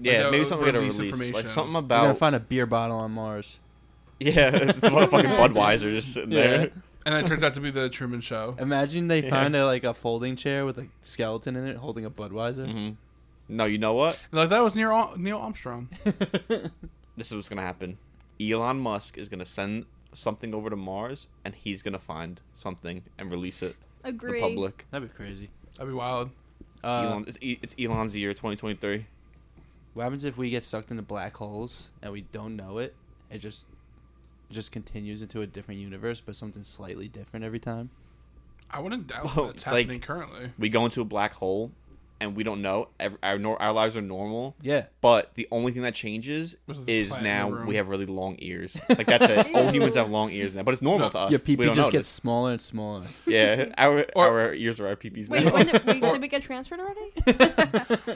[SPEAKER 4] Yeah,
[SPEAKER 6] Like,
[SPEAKER 4] maybe
[SPEAKER 6] uh,
[SPEAKER 4] something we gotta
[SPEAKER 6] release
[SPEAKER 4] release. Like
[SPEAKER 6] information.
[SPEAKER 4] something
[SPEAKER 5] we're gonna
[SPEAKER 4] about
[SPEAKER 5] find a beer bottle on Mars.
[SPEAKER 4] yeah, it's a fucking Budweiser just sitting there.
[SPEAKER 6] And then it turns out to be the Truman Show.
[SPEAKER 5] Imagine they
[SPEAKER 4] Yeah.
[SPEAKER 5] find a, like a folding chair with a skeleton in it holding a Budweiser.
[SPEAKER 6] Mm-hmm.
[SPEAKER 4] hmm No, you know what?
[SPEAKER 6] Like that was Neil Al- Neil Armstrong.
[SPEAKER 4] This is what's gonna happen. Elon Musk is gonna send something over to Mars, and he's gonna find something and release it to the
[SPEAKER 7] Agree.
[SPEAKER 4] public.
[SPEAKER 5] That'd be crazy.
[SPEAKER 6] That'd be wild.
[SPEAKER 5] Uh,
[SPEAKER 4] Elon, it's, E- it's Elon's year, 2023.
[SPEAKER 5] What happens if we get sucked into black holes and we don't know it? It just just continues into a different universe, but something slightly different every time.
[SPEAKER 6] I wouldn't doubt
[SPEAKER 4] Well,
[SPEAKER 6] that's happening
[SPEAKER 4] like-
[SPEAKER 6] currently.
[SPEAKER 4] We go into a black hole, and we don't know. Ev- Our nor- our lives are normal.
[SPEAKER 5] Yeah.
[SPEAKER 4] But the only thing that changes
[SPEAKER 6] This is a
[SPEAKER 4] is
[SPEAKER 6] flat
[SPEAKER 4] now
[SPEAKER 6] room.
[SPEAKER 4] we have really long ears. Like that's it. All humans have long ears now, but it's normal to us.
[SPEAKER 5] Your
[SPEAKER 4] We
[SPEAKER 5] people
[SPEAKER 4] don't
[SPEAKER 5] just get
[SPEAKER 4] notice.
[SPEAKER 5] smaller and smaller.
[SPEAKER 4] yeah. Our
[SPEAKER 6] Or-
[SPEAKER 4] our ears are our peepees
[SPEAKER 7] Wait,
[SPEAKER 4] now.
[SPEAKER 7] when did, wait, did we get transferred already?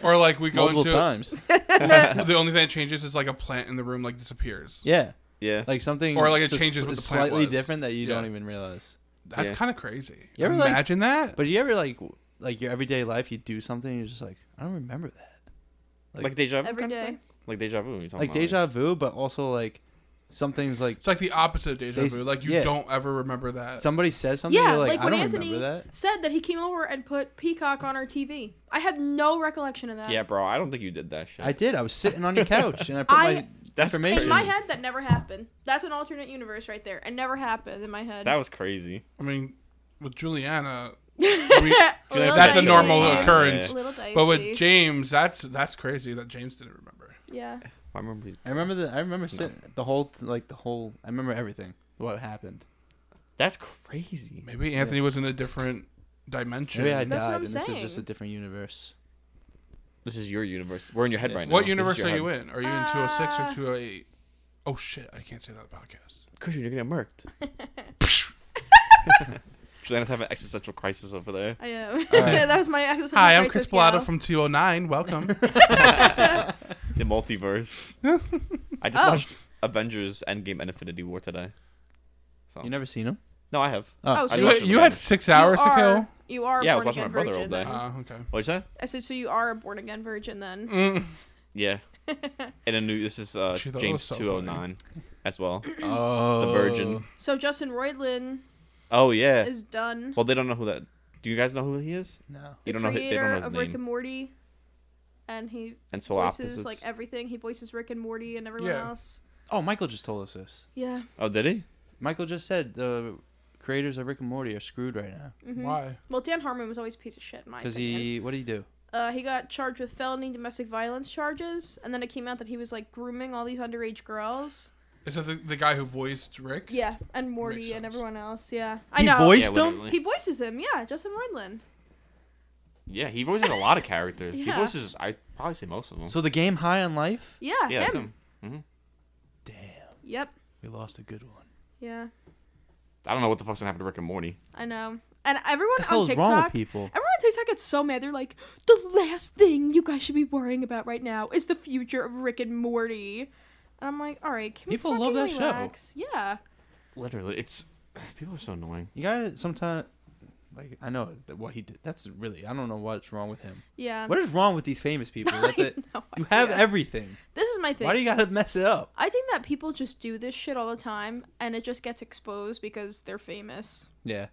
[SPEAKER 6] Or like we go
[SPEAKER 5] Multiple
[SPEAKER 6] into
[SPEAKER 5] times.
[SPEAKER 6] the only thing that changes is like a plant in the room like disappears.
[SPEAKER 5] yeah.
[SPEAKER 4] yeah.
[SPEAKER 5] Like something
[SPEAKER 6] Or, like, it
[SPEAKER 5] just
[SPEAKER 6] changes what
[SPEAKER 5] s-
[SPEAKER 6] the plant
[SPEAKER 5] slightly
[SPEAKER 6] was.
[SPEAKER 5] different that you
[SPEAKER 6] Yeah.
[SPEAKER 5] don't even realize.
[SPEAKER 6] That's
[SPEAKER 4] Yeah.
[SPEAKER 6] kind of crazy.
[SPEAKER 5] You ever, like-
[SPEAKER 6] Imagine that.
[SPEAKER 5] But you ever like w- like your everyday life you do something and you're just like I don't remember that.
[SPEAKER 4] like, deja vu.
[SPEAKER 7] Every
[SPEAKER 4] kind of
[SPEAKER 7] day.
[SPEAKER 4] thing? Like deja vu. you're talking
[SPEAKER 5] Like
[SPEAKER 4] about,
[SPEAKER 5] deja vu, but also like something's like
[SPEAKER 6] it's like the opposite of deja
[SPEAKER 5] They-
[SPEAKER 6] vu. Like you
[SPEAKER 5] yeah.
[SPEAKER 6] don't ever remember that.
[SPEAKER 5] somebody says something
[SPEAKER 7] yeah,
[SPEAKER 5] you're like,
[SPEAKER 7] like,
[SPEAKER 5] I
[SPEAKER 7] when
[SPEAKER 5] don't
[SPEAKER 7] Anthony
[SPEAKER 5] remember that.
[SPEAKER 7] said that he came over and put Peacock on our TV. I have no recollection of that.
[SPEAKER 4] Yeah, bro. I don't think you did that shit.
[SPEAKER 5] I did. I was sitting on your couch and I put
[SPEAKER 7] I-
[SPEAKER 5] my
[SPEAKER 4] That's
[SPEAKER 5] information.
[SPEAKER 7] In my head, that never happened. That's an alternate universe right there. It never happened in my head.
[SPEAKER 4] That was crazy.
[SPEAKER 6] I mean, with Juliana,
[SPEAKER 7] A little
[SPEAKER 6] that's a
[SPEAKER 7] dicey.
[SPEAKER 6] normal
[SPEAKER 4] Yeah.
[SPEAKER 6] occurrence.
[SPEAKER 7] A little dicey.
[SPEAKER 6] But with James, that's that's crazy that James didn't remember.
[SPEAKER 7] yeah.
[SPEAKER 4] I remember. he's-
[SPEAKER 5] I remember the I remember sitting the whole like the whole I remember everything what happened.
[SPEAKER 4] That's crazy.
[SPEAKER 6] Maybe Anthony was in a different dimension.
[SPEAKER 5] Maybe I
[SPEAKER 7] That's what
[SPEAKER 5] died
[SPEAKER 7] I'm
[SPEAKER 5] and this is just a
[SPEAKER 7] saying.
[SPEAKER 5] different universe.
[SPEAKER 4] This is your universe. We're in your head
[SPEAKER 5] Yeah.
[SPEAKER 4] right now.
[SPEAKER 6] what
[SPEAKER 4] This is
[SPEAKER 6] universe
[SPEAKER 4] your
[SPEAKER 6] are you
[SPEAKER 4] head.
[SPEAKER 6] in? Are you in 206
[SPEAKER 7] Uh,
[SPEAKER 6] or 208? Oh shit, I can't say that on the podcast.
[SPEAKER 4] Christian, you're gonna get murked. Juliana's having an existential crisis over there.
[SPEAKER 7] I am. that was my existential
[SPEAKER 6] Hi, I'm
[SPEAKER 7] crisis,
[SPEAKER 6] Chris Pilato
[SPEAKER 7] y'all.
[SPEAKER 6] from 209. Welcome.
[SPEAKER 4] The multiverse. I just
[SPEAKER 7] Oh.
[SPEAKER 4] watched Avengers Endgame and Infinity War today. So.
[SPEAKER 5] Oh. You never seen him?
[SPEAKER 4] No, I have.
[SPEAKER 7] Oh, so
[SPEAKER 4] I
[SPEAKER 6] you
[SPEAKER 4] watched
[SPEAKER 6] had,
[SPEAKER 4] it
[SPEAKER 6] you
[SPEAKER 4] again.
[SPEAKER 6] had six hours
[SPEAKER 7] you
[SPEAKER 6] to
[SPEAKER 7] are,
[SPEAKER 6] kill.
[SPEAKER 7] You are a
[SPEAKER 4] Yeah, I was
[SPEAKER 7] born
[SPEAKER 4] watching
[SPEAKER 7] again
[SPEAKER 4] my brother all
[SPEAKER 7] virgin
[SPEAKER 4] day.
[SPEAKER 7] then.
[SPEAKER 6] Ah, okay.
[SPEAKER 4] What'd you say?
[SPEAKER 7] I said, so you are a born again virgin then.
[SPEAKER 6] Mm.
[SPEAKER 4] Yeah. And a new. This is uh,
[SPEAKER 6] She thought it
[SPEAKER 4] James
[SPEAKER 6] was so
[SPEAKER 4] two oh nine, as well.
[SPEAKER 5] Oh,
[SPEAKER 4] The Virgin.
[SPEAKER 7] So Justin Roiland
[SPEAKER 4] Oh yeah.
[SPEAKER 7] is done.
[SPEAKER 4] Well, they don't know who that. Do you guys know who he is?
[SPEAKER 5] No.
[SPEAKER 4] You
[SPEAKER 7] the
[SPEAKER 4] don't know. hi- They
[SPEAKER 7] creator
[SPEAKER 4] don't know his
[SPEAKER 7] of Rick and
[SPEAKER 4] name.
[SPEAKER 7] Morty, and he
[SPEAKER 4] And so
[SPEAKER 7] voices
[SPEAKER 4] opposites.
[SPEAKER 7] like everything. He voices Rick and Morty and everyone
[SPEAKER 6] Yeah.
[SPEAKER 7] else.
[SPEAKER 5] Oh, Michael just told us this.
[SPEAKER 7] Yeah,
[SPEAKER 4] oh, did he?
[SPEAKER 5] Michael just said the creators of Rick and Morty are screwed right now
[SPEAKER 7] Mm-hmm.
[SPEAKER 6] Why?
[SPEAKER 7] well, Dan Harmon was always a piece of shit. In my
[SPEAKER 5] because
[SPEAKER 7] opinion.
[SPEAKER 5] he. What did he do?
[SPEAKER 7] uh, he got charged with felony domestic violence charges, and then it came out that he was like grooming all these underage girls.
[SPEAKER 6] Is it the, the guy who voiced Rick?
[SPEAKER 7] Yeah, and Morty and
[SPEAKER 6] sense.
[SPEAKER 7] everyone else. Yeah, I
[SPEAKER 5] He
[SPEAKER 7] know.
[SPEAKER 5] voiced- Voiced
[SPEAKER 4] yeah,
[SPEAKER 5] him?
[SPEAKER 4] literally.
[SPEAKER 7] he voices him. Yeah, Justin Roiland.
[SPEAKER 4] Yeah, he voices a lot of characters.
[SPEAKER 7] Yeah.
[SPEAKER 4] He voices, I probably say most of them.
[SPEAKER 5] So the game High on Life.
[SPEAKER 7] Yeah,
[SPEAKER 4] yeah, it's
[SPEAKER 7] him.
[SPEAKER 4] him.
[SPEAKER 5] Damn,
[SPEAKER 7] Yep.
[SPEAKER 5] we lost a good one.
[SPEAKER 7] Yeah,
[SPEAKER 4] I don't know what the fuck's gonna happen to Rick and Morty.
[SPEAKER 7] I know. And everyone
[SPEAKER 5] The hell
[SPEAKER 7] on
[SPEAKER 5] is
[SPEAKER 7] TikTok,
[SPEAKER 5] wrong with people?
[SPEAKER 7] Everyone on TikTok gets so mad. They're like, the last thing you guys should be worrying about right now is the future of Rick and Morty. And I'm like, all right, can
[SPEAKER 5] People
[SPEAKER 7] we
[SPEAKER 5] love
[SPEAKER 7] fucking
[SPEAKER 5] that show.
[SPEAKER 7] relax? Yeah.
[SPEAKER 4] Literally, it's people are so annoying.
[SPEAKER 5] You gotta sometimes. Like I know that what he did. That's really I don't know what's wrong with him.
[SPEAKER 7] Yeah.
[SPEAKER 5] What is wrong with these famous people? That
[SPEAKER 7] Um, I
[SPEAKER 5] they,
[SPEAKER 7] know,
[SPEAKER 5] you have
[SPEAKER 7] yeah.
[SPEAKER 5] everything.
[SPEAKER 7] This is my thing.
[SPEAKER 5] Why do you gotta mess it up?
[SPEAKER 7] I think that people just do this shit all the time and it just gets exposed because they're famous.
[SPEAKER 5] Yeah,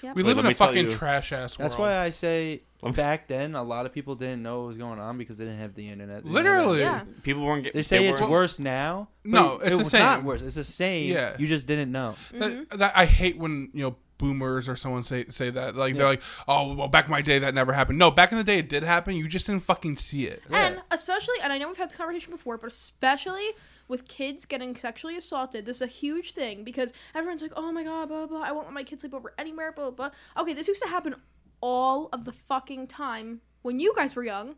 [SPEAKER 6] We
[SPEAKER 4] Wait,
[SPEAKER 6] live
[SPEAKER 4] let
[SPEAKER 6] in a
[SPEAKER 4] me tell
[SPEAKER 6] fucking
[SPEAKER 4] you.
[SPEAKER 6] trash ass world.
[SPEAKER 5] that's why I say
[SPEAKER 4] Let me-
[SPEAKER 5] back then a lot of people didn't know what was going on because they didn't have the internet. The internet-
[SPEAKER 6] Literally.
[SPEAKER 7] Yeah.
[SPEAKER 4] People weren't getting.
[SPEAKER 5] They say it's
[SPEAKER 4] weren't,
[SPEAKER 5] worse now. but
[SPEAKER 6] No,
[SPEAKER 5] it-
[SPEAKER 6] it's
[SPEAKER 5] it
[SPEAKER 6] the
[SPEAKER 5] was not
[SPEAKER 6] same.
[SPEAKER 5] worse. It's the same.
[SPEAKER 6] Yeah.
[SPEAKER 5] You just didn't know.
[SPEAKER 7] Mm-hmm.
[SPEAKER 6] That, that I hate when you know boomers or someone say say that like they're like oh well back in my day that never happened no back in the day it did happen you just didn't fucking see it
[SPEAKER 7] And especially, and I know we've had this conversation before, but especially with kids getting sexually assaulted, this is a huge thing because everyone's like, oh my god, blah, blah, blah, I won't let my kids sleep over anywhere, blah, blah, blah. Okay, this used to happen all of the fucking time when you guys were young.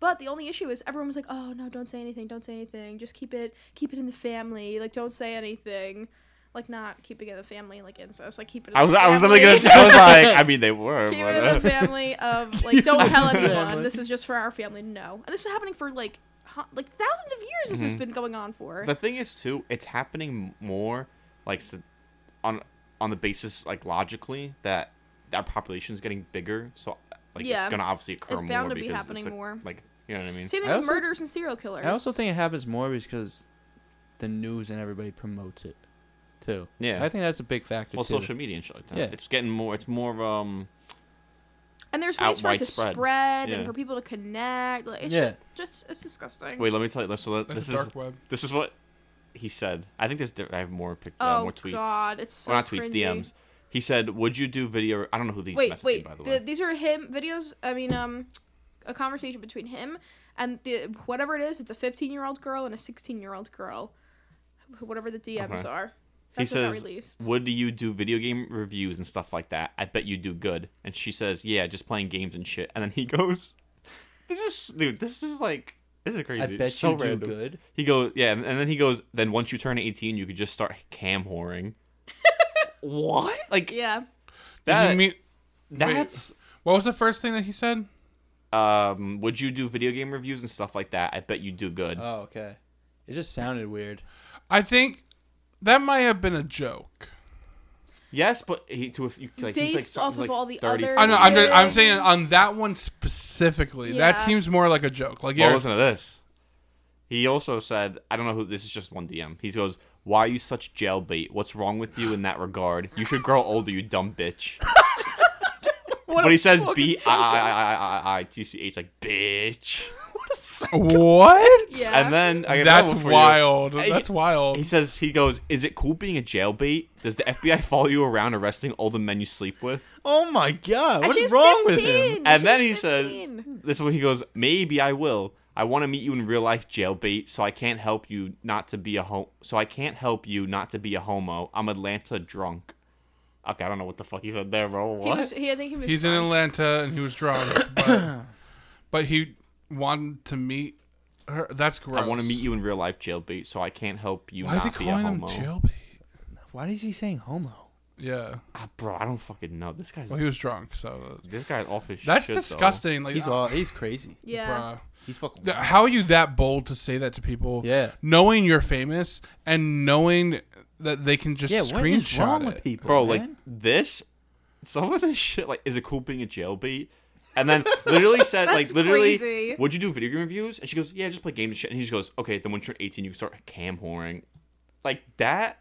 [SPEAKER 7] But the only issue is everyone was like, "Oh no, don't say anything, don't say anything. Just keep it, keep it in the family. Like, don't say anything. Like, not keeping it in the family, like incest. Like, keep it." In
[SPEAKER 4] I was.
[SPEAKER 7] the
[SPEAKER 4] I was
[SPEAKER 7] family.
[SPEAKER 4] literally gonna. Say, I was like. I mean, they were.
[SPEAKER 7] Came
[SPEAKER 4] but,
[SPEAKER 7] out of the family of like, don't tell anyone.
[SPEAKER 5] family.
[SPEAKER 7] This is just for our family. No, and this is happening for like, hu- like thousands of years. This
[SPEAKER 4] Mm-hmm.
[SPEAKER 7] has been going on for.
[SPEAKER 4] The thing is, too, it's happening more like s- on on the basis like logically that our population is getting bigger, so like
[SPEAKER 7] Yeah.
[SPEAKER 4] it's gonna obviously occur
[SPEAKER 7] It's
[SPEAKER 4] more
[SPEAKER 7] bound to be
[SPEAKER 4] because
[SPEAKER 7] happening
[SPEAKER 4] it's like,
[SPEAKER 7] more.
[SPEAKER 4] like you know what I mean.
[SPEAKER 7] Same thing
[SPEAKER 5] I
[SPEAKER 7] with
[SPEAKER 5] also-
[SPEAKER 7] murders and serial killers.
[SPEAKER 5] I also think it happens more because the news and everybody promotes it too.
[SPEAKER 4] Yeah.
[SPEAKER 5] I think that's a big factor.
[SPEAKER 4] well,
[SPEAKER 5] too.
[SPEAKER 4] social media and shit like that.
[SPEAKER 5] Yeah.
[SPEAKER 4] It's getting more. It's more um.
[SPEAKER 7] and there's ways
[SPEAKER 4] out
[SPEAKER 7] for it to
[SPEAKER 4] widespread.
[SPEAKER 7] spread
[SPEAKER 4] Yeah.
[SPEAKER 7] and for people to connect. Like, it's
[SPEAKER 5] Yeah.
[SPEAKER 7] just, just it's disgusting.
[SPEAKER 4] Wait, let me tell you. So let-
[SPEAKER 6] That's
[SPEAKER 4] this
[SPEAKER 6] the
[SPEAKER 4] is
[SPEAKER 6] dark web.
[SPEAKER 4] this is what he said. I think there's. diff- I have more pic- uh,
[SPEAKER 7] oh
[SPEAKER 4] more tweets.
[SPEAKER 7] God, it's so
[SPEAKER 4] Well, not tweets,
[SPEAKER 7] cringy.
[SPEAKER 4] DMs. He said, "Would you do video?" I don't know who these
[SPEAKER 7] Wait,
[SPEAKER 4] messaging
[SPEAKER 7] wait.
[SPEAKER 4] by the
[SPEAKER 7] the-
[SPEAKER 4] way.
[SPEAKER 7] these are him videos. I mean, um, a conversation between him and the whatever it is. It's a 15 year old girl and a 16 year old girl. wh- Whatever the DMs
[SPEAKER 4] Okay.
[SPEAKER 7] are.
[SPEAKER 4] Uh-huh. He
[SPEAKER 7] That's what got
[SPEAKER 4] says,
[SPEAKER 7] released.
[SPEAKER 4] "Would you do video game reviews and stuff like that? I bet you do good." And she says, "Yeah, just playing games and shit." And then he goes, "This is dude. This is like this is crazy.
[SPEAKER 5] I
[SPEAKER 4] It's
[SPEAKER 5] bet
[SPEAKER 4] so
[SPEAKER 5] you do
[SPEAKER 4] random."
[SPEAKER 5] good.
[SPEAKER 4] He goes, "Yeah," and and then he goes, "Then once you turn 18, you could just start cam whoring." what? Like
[SPEAKER 7] Yeah.
[SPEAKER 6] Did
[SPEAKER 4] that?
[SPEAKER 6] he mean,
[SPEAKER 4] that's
[SPEAKER 6] what was the first thing that he said?
[SPEAKER 4] um. Would you do video game reviews and stuff like that? I bet you do good.
[SPEAKER 6] Uh,
[SPEAKER 5] Oh, okay. It just sounded weird.
[SPEAKER 6] I think that might have been a joke.
[SPEAKER 4] yes, but he to a few- like he's like
[SPEAKER 7] Based off
[SPEAKER 4] something
[SPEAKER 7] of
[SPEAKER 4] like
[SPEAKER 7] all the
[SPEAKER 4] 30,
[SPEAKER 7] other-
[SPEAKER 6] I know. I'm, just, I'm
[SPEAKER 7] Yes.
[SPEAKER 6] saying on that one specifically, that
[SPEAKER 7] Yeah.
[SPEAKER 6] seems more like a joke. Like,
[SPEAKER 4] Well,
[SPEAKER 6] yeah,
[SPEAKER 4] listen to this. He also said, I don't know who this is just one DM. He goes, Why are you such jailbait? What's wrong with you in that regard? You should grow older, you dumb bitch. but he says B I I I I I- I T C H like bitch.
[SPEAKER 6] what?
[SPEAKER 7] Yeah.
[SPEAKER 4] And then I got another
[SPEAKER 6] That's
[SPEAKER 4] one for you.
[SPEAKER 6] wild.
[SPEAKER 4] Hey,
[SPEAKER 6] That's wild.
[SPEAKER 4] He says he goes, Is it cool being a jailbait? Does the FBI follow you around arresting all the men you sleep with?
[SPEAKER 5] Oh my god,
[SPEAKER 7] And
[SPEAKER 5] what's
[SPEAKER 7] she's
[SPEAKER 5] wrong with
[SPEAKER 7] 15.
[SPEAKER 5] him?
[SPEAKER 4] and
[SPEAKER 7] She's
[SPEAKER 4] then he
[SPEAKER 7] 15.
[SPEAKER 4] says, "This is when he goes, maybe I will. I want to meet you in real life, jailbait. So I can't help you not to be a ho- So I can't help you not to be a homo. I'm Atlanta drunk. Okay, I don't know what the fuck he said there, bro.
[SPEAKER 7] He
[SPEAKER 4] What?
[SPEAKER 7] was, he, I think he was
[SPEAKER 6] He's in
[SPEAKER 7] drunk.
[SPEAKER 6] Atlanta and he was drunk, but, but he wanted to meet her. That's gross.
[SPEAKER 4] I want to meet you in real life, jailbait. So I can't help you
[SPEAKER 6] Why
[SPEAKER 4] not
[SPEAKER 6] is he
[SPEAKER 4] be a
[SPEAKER 6] calling him
[SPEAKER 4] homo.
[SPEAKER 6] jailbait?
[SPEAKER 5] Why is he saying homo?
[SPEAKER 6] Yeah.
[SPEAKER 4] Ah, bro, I don't fucking know. This guy's
[SPEAKER 6] Well, he was drunk, so uh,
[SPEAKER 4] this guy's off his
[SPEAKER 6] that's
[SPEAKER 4] shit, though.
[SPEAKER 6] disgusting. Like,
[SPEAKER 5] He's
[SPEAKER 6] uh,
[SPEAKER 5] all, he's crazy.
[SPEAKER 7] Yeah.
[SPEAKER 6] bruh.
[SPEAKER 5] He's fucking.
[SPEAKER 6] Th- How are you that bold to say that to people?
[SPEAKER 5] Yeah.
[SPEAKER 6] Knowing you're famous and knowing that they can just
[SPEAKER 5] Yeah, what is
[SPEAKER 6] screenshot
[SPEAKER 5] wrong
[SPEAKER 6] it.
[SPEAKER 5] with people,
[SPEAKER 4] bro like
[SPEAKER 5] man?
[SPEAKER 4] this some of this shit like is it cool being a jailbait and then literally said like
[SPEAKER 7] That's
[SPEAKER 4] literally
[SPEAKER 7] crazy.
[SPEAKER 4] would you do video game reviews and she goes yeah I just play games and shit and he just goes okay then once you're 18 you can start cam whoring like that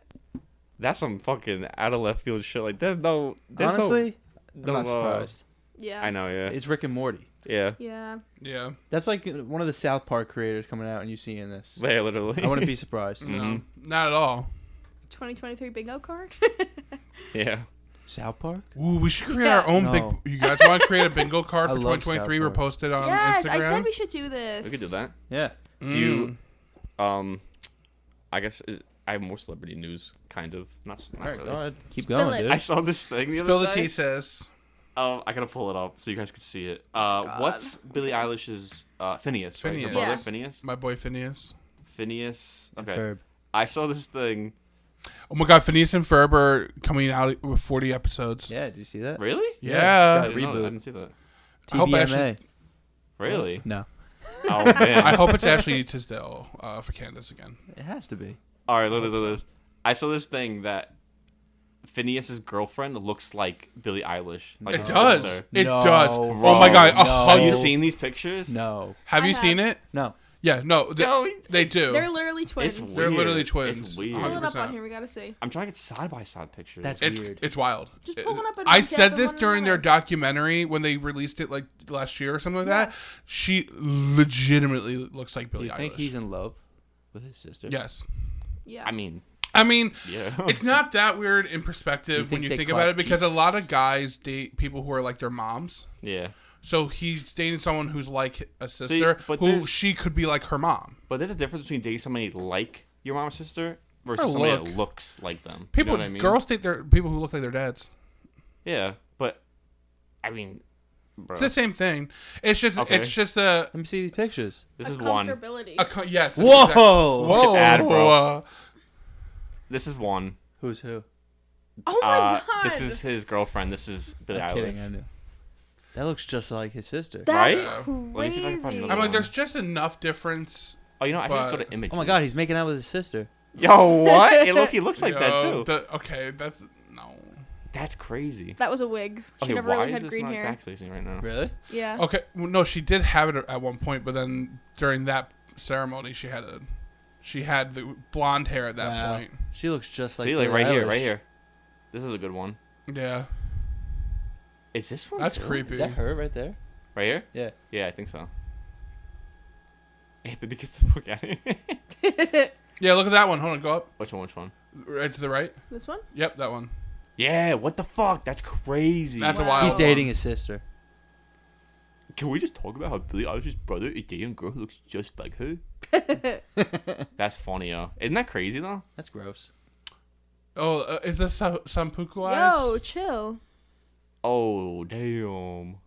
[SPEAKER 4] that's some fucking out of left field shit like there's no there's no-
[SPEAKER 5] honestly,
[SPEAKER 4] no,
[SPEAKER 5] I'm
[SPEAKER 4] uh,
[SPEAKER 5] not surprised.
[SPEAKER 7] Yeah.
[SPEAKER 4] i know yeah
[SPEAKER 5] It's Rick and Morty.
[SPEAKER 4] yeah
[SPEAKER 7] Yeah.
[SPEAKER 6] Yeah.
[SPEAKER 5] That's like one of the South Park creators coming out and you seeing this.
[SPEAKER 4] yeah literally
[SPEAKER 5] I wouldn't be surprised.
[SPEAKER 6] No,
[SPEAKER 5] Mm-hmm.
[SPEAKER 6] not at all.
[SPEAKER 7] 2023 bingo card.
[SPEAKER 4] yeah
[SPEAKER 5] South Park?
[SPEAKER 6] Ooh, we should create our
[SPEAKER 7] Yeah.
[SPEAKER 6] own
[SPEAKER 5] No.
[SPEAKER 6] big. You guys want to create a bingo card
[SPEAKER 5] I
[SPEAKER 6] for
[SPEAKER 5] love
[SPEAKER 6] 2023?
[SPEAKER 5] South
[SPEAKER 6] We're
[SPEAKER 5] Park.
[SPEAKER 6] posted on
[SPEAKER 7] yes,
[SPEAKER 6] Um, Instagram.
[SPEAKER 7] I said we should do this.
[SPEAKER 4] we could do that
[SPEAKER 5] Yeah.
[SPEAKER 4] do you
[SPEAKER 5] Mm.
[SPEAKER 4] um i guess is, i have more celebrity news kind of not, not
[SPEAKER 5] All right,
[SPEAKER 4] really
[SPEAKER 5] go ahead. Keep
[SPEAKER 7] Spill
[SPEAKER 5] going,
[SPEAKER 7] it.
[SPEAKER 5] dude.
[SPEAKER 4] i saw this thing the
[SPEAKER 6] Spill
[SPEAKER 4] other
[SPEAKER 6] the
[SPEAKER 4] day.
[SPEAKER 6] tea, sis.
[SPEAKER 4] Um, I gotta pull it up so you guys can see it. Uh, what's Billie Eilish's uh, Phineas? Right? Her
[SPEAKER 6] Phineas.
[SPEAKER 4] brother,
[SPEAKER 7] Oh, Yeah.
[SPEAKER 4] Phineas.
[SPEAKER 6] My boy Phineas.
[SPEAKER 4] Phineas. Okay.
[SPEAKER 5] Verb.
[SPEAKER 4] I saw this thing.
[SPEAKER 6] Oh my God, Phineas and Ferb are coming out with 40 episodes.
[SPEAKER 5] Yeah, did you see that?
[SPEAKER 4] Really?
[SPEAKER 6] Yeah.
[SPEAKER 4] I didn't, know that. I
[SPEAKER 5] Reboot.
[SPEAKER 4] didn't see that.
[SPEAKER 6] I hope
[SPEAKER 5] TVMA.
[SPEAKER 6] Ashley-
[SPEAKER 4] Really?
[SPEAKER 5] No.
[SPEAKER 4] Oh man.
[SPEAKER 6] I hope it's Ashley Tisdale uh, for Candace again.
[SPEAKER 5] It has to be.
[SPEAKER 4] All right. Look at this. I saw this thing that Phineas's girlfriend looks like Billie Eilish. Like
[SPEAKER 6] It
[SPEAKER 4] his
[SPEAKER 6] does.
[SPEAKER 4] Sister.
[SPEAKER 6] It
[SPEAKER 5] No,
[SPEAKER 6] does.
[SPEAKER 5] bro,
[SPEAKER 6] oh my God. a
[SPEAKER 5] no.
[SPEAKER 4] Have
[SPEAKER 6] hundred-
[SPEAKER 4] you
[SPEAKER 5] No.
[SPEAKER 4] seen these pictures?
[SPEAKER 5] No.
[SPEAKER 6] Have
[SPEAKER 7] I
[SPEAKER 6] you
[SPEAKER 7] have.
[SPEAKER 6] seen it?
[SPEAKER 5] No.
[SPEAKER 6] Yeah. No. They,
[SPEAKER 4] No, it-
[SPEAKER 6] they do.
[SPEAKER 7] They're literally twins.
[SPEAKER 4] It's weird.
[SPEAKER 6] They're literally twins.
[SPEAKER 4] It's weird.
[SPEAKER 7] Pull it up
[SPEAKER 6] 100%.
[SPEAKER 7] on here. We gotta see.
[SPEAKER 4] I'm trying to get side by side pictures.
[SPEAKER 5] That's
[SPEAKER 6] It's
[SPEAKER 5] weird.
[SPEAKER 6] it's wild.
[SPEAKER 7] Just pull one up and
[SPEAKER 6] I
[SPEAKER 7] look at
[SPEAKER 6] said
[SPEAKER 7] the
[SPEAKER 6] this
[SPEAKER 7] one
[SPEAKER 6] during their
[SPEAKER 7] another.
[SPEAKER 6] documentary when they released it like last year or something like that. She legitimately looks like
[SPEAKER 5] Do
[SPEAKER 6] Billie
[SPEAKER 5] you think
[SPEAKER 6] Eilish.
[SPEAKER 5] he's in love with his sister?
[SPEAKER 6] yes.
[SPEAKER 7] Yeah.
[SPEAKER 4] I mean,
[SPEAKER 6] I mean,
[SPEAKER 4] yeah.
[SPEAKER 6] it's not that weird in
[SPEAKER 5] You
[SPEAKER 6] perspective
[SPEAKER 5] think
[SPEAKER 6] when you
[SPEAKER 5] they
[SPEAKER 6] think about it
[SPEAKER 5] clap
[SPEAKER 6] because a
[SPEAKER 5] cheeks?
[SPEAKER 6] lot of guys date people who are like their moms.
[SPEAKER 4] yeah.
[SPEAKER 6] So he's dating someone who's like a sister
[SPEAKER 4] but
[SPEAKER 6] who
[SPEAKER 4] there's-
[SPEAKER 6] she could be like her mom.
[SPEAKER 4] But there's a difference between dating somebody like your mom or sister versus
[SPEAKER 6] Or
[SPEAKER 4] somebody
[SPEAKER 6] look.
[SPEAKER 4] that looks like them. You know
[SPEAKER 6] People,
[SPEAKER 4] what I mean?
[SPEAKER 6] girls date their people who look like their dads.
[SPEAKER 4] Yeah, but I mean, bro,
[SPEAKER 6] It's the same thing. It's just
[SPEAKER 4] Okay.
[SPEAKER 6] it's just a,
[SPEAKER 5] Let me see these pictures.
[SPEAKER 4] this
[SPEAKER 7] A
[SPEAKER 4] is one.
[SPEAKER 7] comfortability.
[SPEAKER 6] a co- yes. that's
[SPEAKER 5] Whoa!
[SPEAKER 6] exactly-
[SPEAKER 4] at
[SPEAKER 6] Whoa!
[SPEAKER 4] that, bro.
[SPEAKER 6] uh,
[SPEAKER 4] This is one.
[SPEAKER 5] Who's who?
[SPEAKER 7] Oh my
[SPEAKER 4] Uh,
[SPEAKER 7] god.
[SPEAKER 4] this is his girlfriend. This is Billie
[SPEAKER 5] I'm kidding.
[SPEAKER 4] Eilish.
[SPEAKER 5] I knew. That looks just like his sister.
[SPEAKER 7] That's
[SPEAKER 4] Right? Let me see if I can find
[SPEAKER 7] crazy.
[SPEAKER 4] another
[SPEAKER 6] I'm
[SPEAKER 4] one.
[SPEAKER 6] like, there's just enough difference.
[SPEAKER 4] Oh, you know, I should just go
[SPEAKER 6] But-
[SPEAKER 4] to image.
[SPEAKER 5] Oh my god, he's making out with his sister.
[SPEAKER 4] Yo, what? It look, he looks like that too.
[SPEAKER 6] Yo, the- okay, that's no.
[SPEAKER 4] That's crazy.
[SPEAKER 7] That was a wig. She
[SPEAKER 4] Okay,
[SPEAKER 7] never
[SPEAKER 4] why
[SPEAKER 7] really
[SPEAKER 4] is
[SPEAKER 7] had
[SPEAKER 4] this
[SPEAKER 7] green
[SPEAKER 4] not
[SPEAKER 7] hair.
[SPEAKER 4] backspacing right now?
[SPEAKER 5] Really?
[SPEAKER 7] Yeah.
[SPEAKER 6] Okay, well, no, she did have it at one point, but then during that ceremony, she had a, she had the blonde hair at that
[SPEAKER 5] Wow.
[SPEAKER 6] point.
[SPEAKER 5] She looks just like
[SPEAKER 4] See, like
[SPEAKER 5] Billie
[SPEAKER 4] right here,
[SPEAKER 5] Eilish.
[SPEAKER 4] right here. This is a good one.
[SPEAKER 6] Yeah,
[SPEAKER 4] Is this one?
[SPEAKER 6] that's
[SPEAKER 4] too?
[SPEAKER 6] creepy.
[SPEAKER 5] Is that her right there?
[SPEAKER 4] Right here?
[SPEAKER 5] Yeah.
[SPEAKER 4] Yeah, I think so. Anthony, get the fuck out of here.
[SPEAKER 6] Yeah, look at that one. Hold on, go up.
[SPEAKER 4] which one? Which one?
[SPEAKER 6] Right to the right.
[SPEAKER 7] This one?
[SPEAKER 6] Yep, that one.
[SPEAKER 4] Yeah, what the fuck? That's crazy.
[SPEAKER 6] That's a
[SPEAKER 7] Wow.
[SPEAKER 6] wild.
[SPEAKER 5] He's
[SPEAKER 6] one.
[SPEAKER 5] dating his sister.
[SPEAKER 4] Can we just talk about how Billy Eilish's brother, a damn girl, who looks just like her? That's funny, yo. Isn't that crazy though?
[SPEAKER 5] That's gross.
[SPEAKER 6] Oh, uh, is this Sam- Sampuku eyes?
[SPEAKER 7] Yo, chill.
[SPEAKER 4] Oh damn!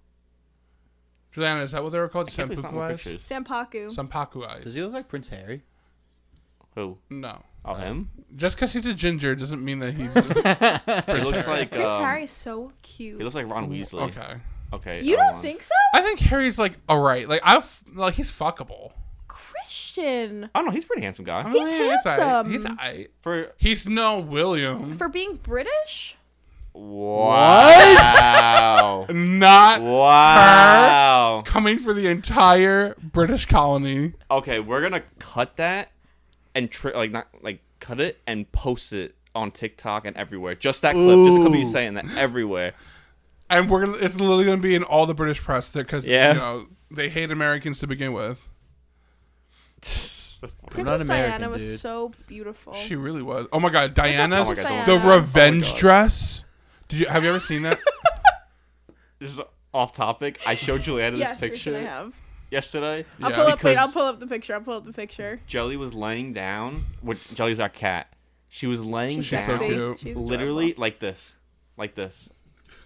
[SPEAKER 6] Juliana, is that what they were called?
[SPEAKER 4] I can't believe it's not
[SPEAKER 6] Sampuku
[SPEAKER 4] more
[SPEAKER 6] eyes?
[SPEAKER 4] pictures.
[SPEAKER 7] Sampaku.
[SPEAKER 6] Sampaku eyes.
[SPEAKER 5] Does he look like Prince Harry?
[SPEAKER 4] Who?
[SPEAKER 6] no.
[SPEAKER 4] Oh him?
[SPEAKER 6] Just because he's a ginger doesn't mean that he's.
[SPEAKER 4] He looks like
[SPEAKER 7] Prince
[SPEAKER 4] um,
[SPEAKER 7] Harry's so cute.
[SPEAKER 4] He looks like Ron Weasley.
[SPEAKER 6] okay.
[SPEAKER 4] Okay.
[SPEAKER 7] you
[SPEAKER 4] hold
[SPEAKER 7] don't
[SPEAKER 4] on.
[SPEAKER 7] think so?
[SPEAKER 6] I think Harry's like all right. Like I f- like he's fuckable.
[SPEAKER 7] Christian.
[SPEAKER 4] I don't know. He's a pretty handsome guy.
[SPEAKER 7] He's
[SPEAKER 6] all right.
[SPEAKER 7] handsome.
[SPEAKER 6] He's all right.
[SPEAKER 4] For
[SPEAKER 6] He's no William.
[SPEAKER 7] For being British?
[SPEAKER 4] wow.
[SPEAKER 6] Not
[SPEAKER 4] wow.
[SPEAKER 6] coming for the entire British colony.
[SPEAKER 4] Okay, we're gonna cut that and tri- like not like cut it and post it on TikTok and everywhere. Just that clip. Just the clip of you
[SPEAKER 5] Ooh.
[SPEAKER 4] saying that everywhere.
[SPEAKER 6] and we're gonna, it's literally gonna be in all the British press because
[SPEAKER 4] Yeah.
[SPEAKER 6] you know they hate Americans to begin with.
[SPEAKER 5] I'm
[SPEAKER 7] Princess
[SPEAKER 5] not American,
[SPEAKER 7] Diana was
[SPEAKER 5] dude.
[SPEAKER 7] so beautiful.
[SPEAKER 6] She really was. Oh my god, Diana's
[SPEAKER 4] Oh my God,
[SPEAKER 7] Diana.
[SPEAKER 6] the
[SPEAKER 7] Oh my
[SPEAKER 6] revenge
[SPEAKER 4] God.
[SPEAKER 6] dress. Did you have you ever seen that?
[SPEAKER 4] This is off topic. I showed Juliana this
[SPEAKER 7] yes, Rachel, I
[SPEAKER 4] picture
[SPEAKER 7] have.
[SPEAKER 4] yesterday.
[SPEAKER 7] I'll
[SPEAKER 6] Yeah,
[SPEAKER 7] pull up. Wait, I'll
[SPEAKER 4] because-
[SPEAKER 7] pull up the picture. I'll pull up the picture.
[SPEAKER 4] Jelly was laying down. Which Jelly's our cat. She was laying
[SPEAKER 7] She's
[SPEAKER 4] down,
[SPEAKER 6] so
[SPEAKER 7] sexy.
[SPEAKER 6] cute.
[SPEAKER 7] She's
[SPEAKER 4] literally like this, like this,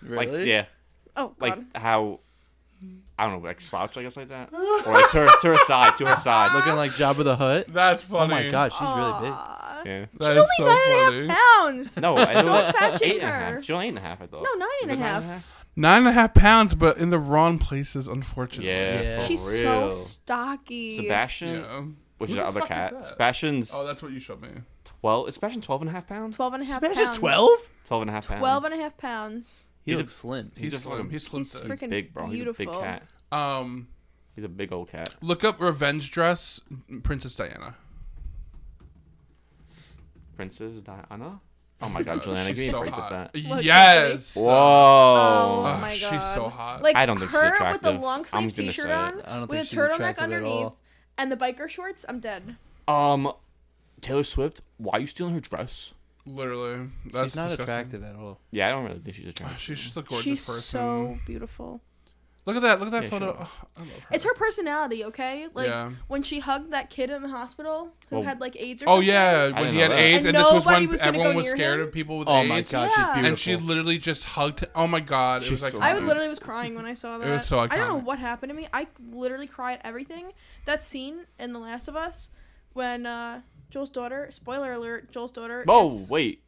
[SPEAKER 4] like yeah,
[SPEAKER 7] adorable. Oh
[SPEAKER 4] like
[SPEAKER 7] god.
[SPEAKER 4] how I don't know, like slouch, I guess, like that, or like to her, to her side, to her side.
[SPEAKER 5] Looking like Jabba the Hutt.
[SPEAKER 6] That's
[SPEAKER 5] Oh
[SPEAKER 6] funny.
[SPEAKER 5] my god, she's really big.
[SPEAKER 7] Aw.
[SPEAKER 4] yeah.
[SPEAKER 6] that
[SPEAKER 7] She's
[SPEAKER 6] is
[SPEAKER 7] only nine and a half
[SPEAKER 6] funny.
[SPEAKER 7] pounds.
[SPEAKER 4] No, I
[SPEAKER 7] Uh-huh. Don't fat
[SPEAKER 4] eight
[SPEAKER 7] shame
[SPEAKER 4] and a half.
[SPEAKER 7] her.
[SPEAKER 4] She's only eight and a half, I thought.
[SPEAKER 7] No, nine and
[SPEAKER 4] Is it
[SPEAKER 7] a half.
[SPEAKER 6] Nine and a half pounds, but in the wrong places, unfortunately.
[SPEAKER 4] Yeah,
[SPEAKER 5] Yeah.
[SPEAKER 4] for
[SPEAKER 7] She's
[SPEAKER 4] real.
[SPEAKER 7] so stocky.
[SPEAKER 4] Sebastian,
[SPEAKER 6] Yeah.
[SPEAKER 4] which is
[SPEAKER 6] Who the
[SPEAKER 4] our other
[SPEAKER 6] fuck is
[SPEAKER 4] cat.
[SPEAKER 6] that?
[SPEAKER 4] Sebastian's
[SPEAKER 6] Oh, that's what you showed me.
[SPEAKER 4] 12. Is Sebastian 12 and a half pounds?
[SPEAKER 7] 12 and a half pounds.
[SPEAKER 4] 12 and a half pounds.
[SPEAKER 7] 12 and a half pounds.
[SPEAKER 5] He
[SPEAKER 4] He's a-
[SPEAKER 5] looks slim.
[SPEAKER 6] He's,
[SPEAKER 4] a
[SPEAKER 6] slim.
[SPEAKER 4] fucking-
[SPEAKER 6] He's slim.
[SPEAKER 7] He's
[SPEAKER 6] thick.
[SPEAKER 7] freaking
[SPEAKER 4] Big, bro. He's a
[SPEAKER 7] beautiful.
[SPEAKER 4] big cat.
[SPEAKER 6] um,
[SPEAKER 4] He's a big old cat.
[SPEAKER 6] look up revenge dress, Princess Diana.
[SPEAKER 4] Princess Diana? Oh my god, Juliana,
[SPEAKER 6] she's
[SPEAKER 4] give me a
[SPEAKER 6] so
[SPEAKER 4] break with
[SPEAKER 6] hot.
[SPEAKER 4] that.
[SPEAKER 7] Look,
[SPEAKER 6] Yes. Uh,
[SPEAKER 4] Whoa.
[SPEAKER 7] Oh
[SPEAKER 6] Ugh,
[SPEAKER 7] my
[SPEAKER 6] Ah, she's
[SPEAKER 7] god.
[SPEAKER 6] so hot.
[SPEAKER 7] Like
[SPEAKER 4] I don't think she's
[SPEAKER 7] her with the
[SPEAKER 4] attractive.
[SPEAKER 7] long
[SPEAKER 4] I'm
[SPEAKER 7] sleeve
[SPEAKER 4] gonna
[SPEAKER 7] t-shirt
[SPEAKER 4] say it.
[SPEAKER 7] on
[SPEAKER 5] I don't think
[SPEAKER 7] with a
[SPEAKER 5] she's
[SPEAKER 7] turtleneck
[SPEAKER 5] attractive at
[SPEAKER 7] underneath
[SPEAKER 5] all.
[SPEAKER 7] and the biker shorts, I'm dead. Oh
[SPEAKER 4] Um, Taylor Swift, why are you stealing her dress?
[SPEAKER 6] Literally, that's
[SPEAKER 5] She's not
[SPEAKER 6] disgusting.
[SPEAKER 5] attractive at all.
[SPEAKER 4] Yeah, I don't really think she's attractive.
[SPEAKER 6] She's just a gorgeous
[SPEAKER 7] she's
[SPEAKER 6] person.
[SPEAKER 7] so beautiful.
[SPEAKER 6] Look at that! Look at that
[SPEAKER 4] Yeah,
[SPEAKER 6] photo.
[SPEAKER 4] sure.
[SPEAKER 6] Oh, I love her.
[SPEAKER 7] It's her personality, okay? Like
[SPEAKER 6] Yeah.
[SPEAKER 7] when she hugged that kid in the hospital who
[SPEAKER 4] Well-
[SPEAKER 7] had like AIDS or
[SPEAKER 6] Oh
[SPEAKER 7] something.
[SPEAKER 6] yeah,
[SPEAKER 4] didn't
[SPEAKER 6] when he
[SPEAKER 4] know
[SPEAKER 6] had
[SPEAKER 4] that.
[SPEAKER 6] AIDS, and,
[SPEAKER 7] And
[SPEAKER 6] this was
[SPEAKER 7] nobody
[SPEAKER 6] when
[SPEAKER 7] was gonna
[SPEAKER 6] everyone
[SPEAKER 7] go
[SPEAKER 6] was
[SPEAKER 7] near
[SPEAKER 6] scared
[SPEAKER 7] him?
[SPEAKER 6] of people with
[SPEAKER 5] Oh
[SPEAKER 6] AIDS.
[SPEAKER 5] my god,
[SPEAKER 7] Yeah.
[SPEAKER 5] she's beautiful.
[SPEAKER 6] And she literally just hugged. Him. Oh my god, it
[SPEAKER 4] She's
[SPEAKER 6] was like
[SPEAKER 4] so
[SPEAKER 7] I would
[SPEAKER 4] Dude.
[SPEAKER 7] literally was crying when I saw that.
[SPEAKER 6] It was so
[SPEAKER 7] I don't know
[SPEAKER 6] iconic.
[SPEAKER 7] what happened to me. I literally cry at everything. That scene in The Last of Us when uh Joel's daughter, spoiler alert, Joel's daughter
[SPEAKER 4] Whoa,
[SPEAKER 7] gets-
[SPEAKER 4] wait.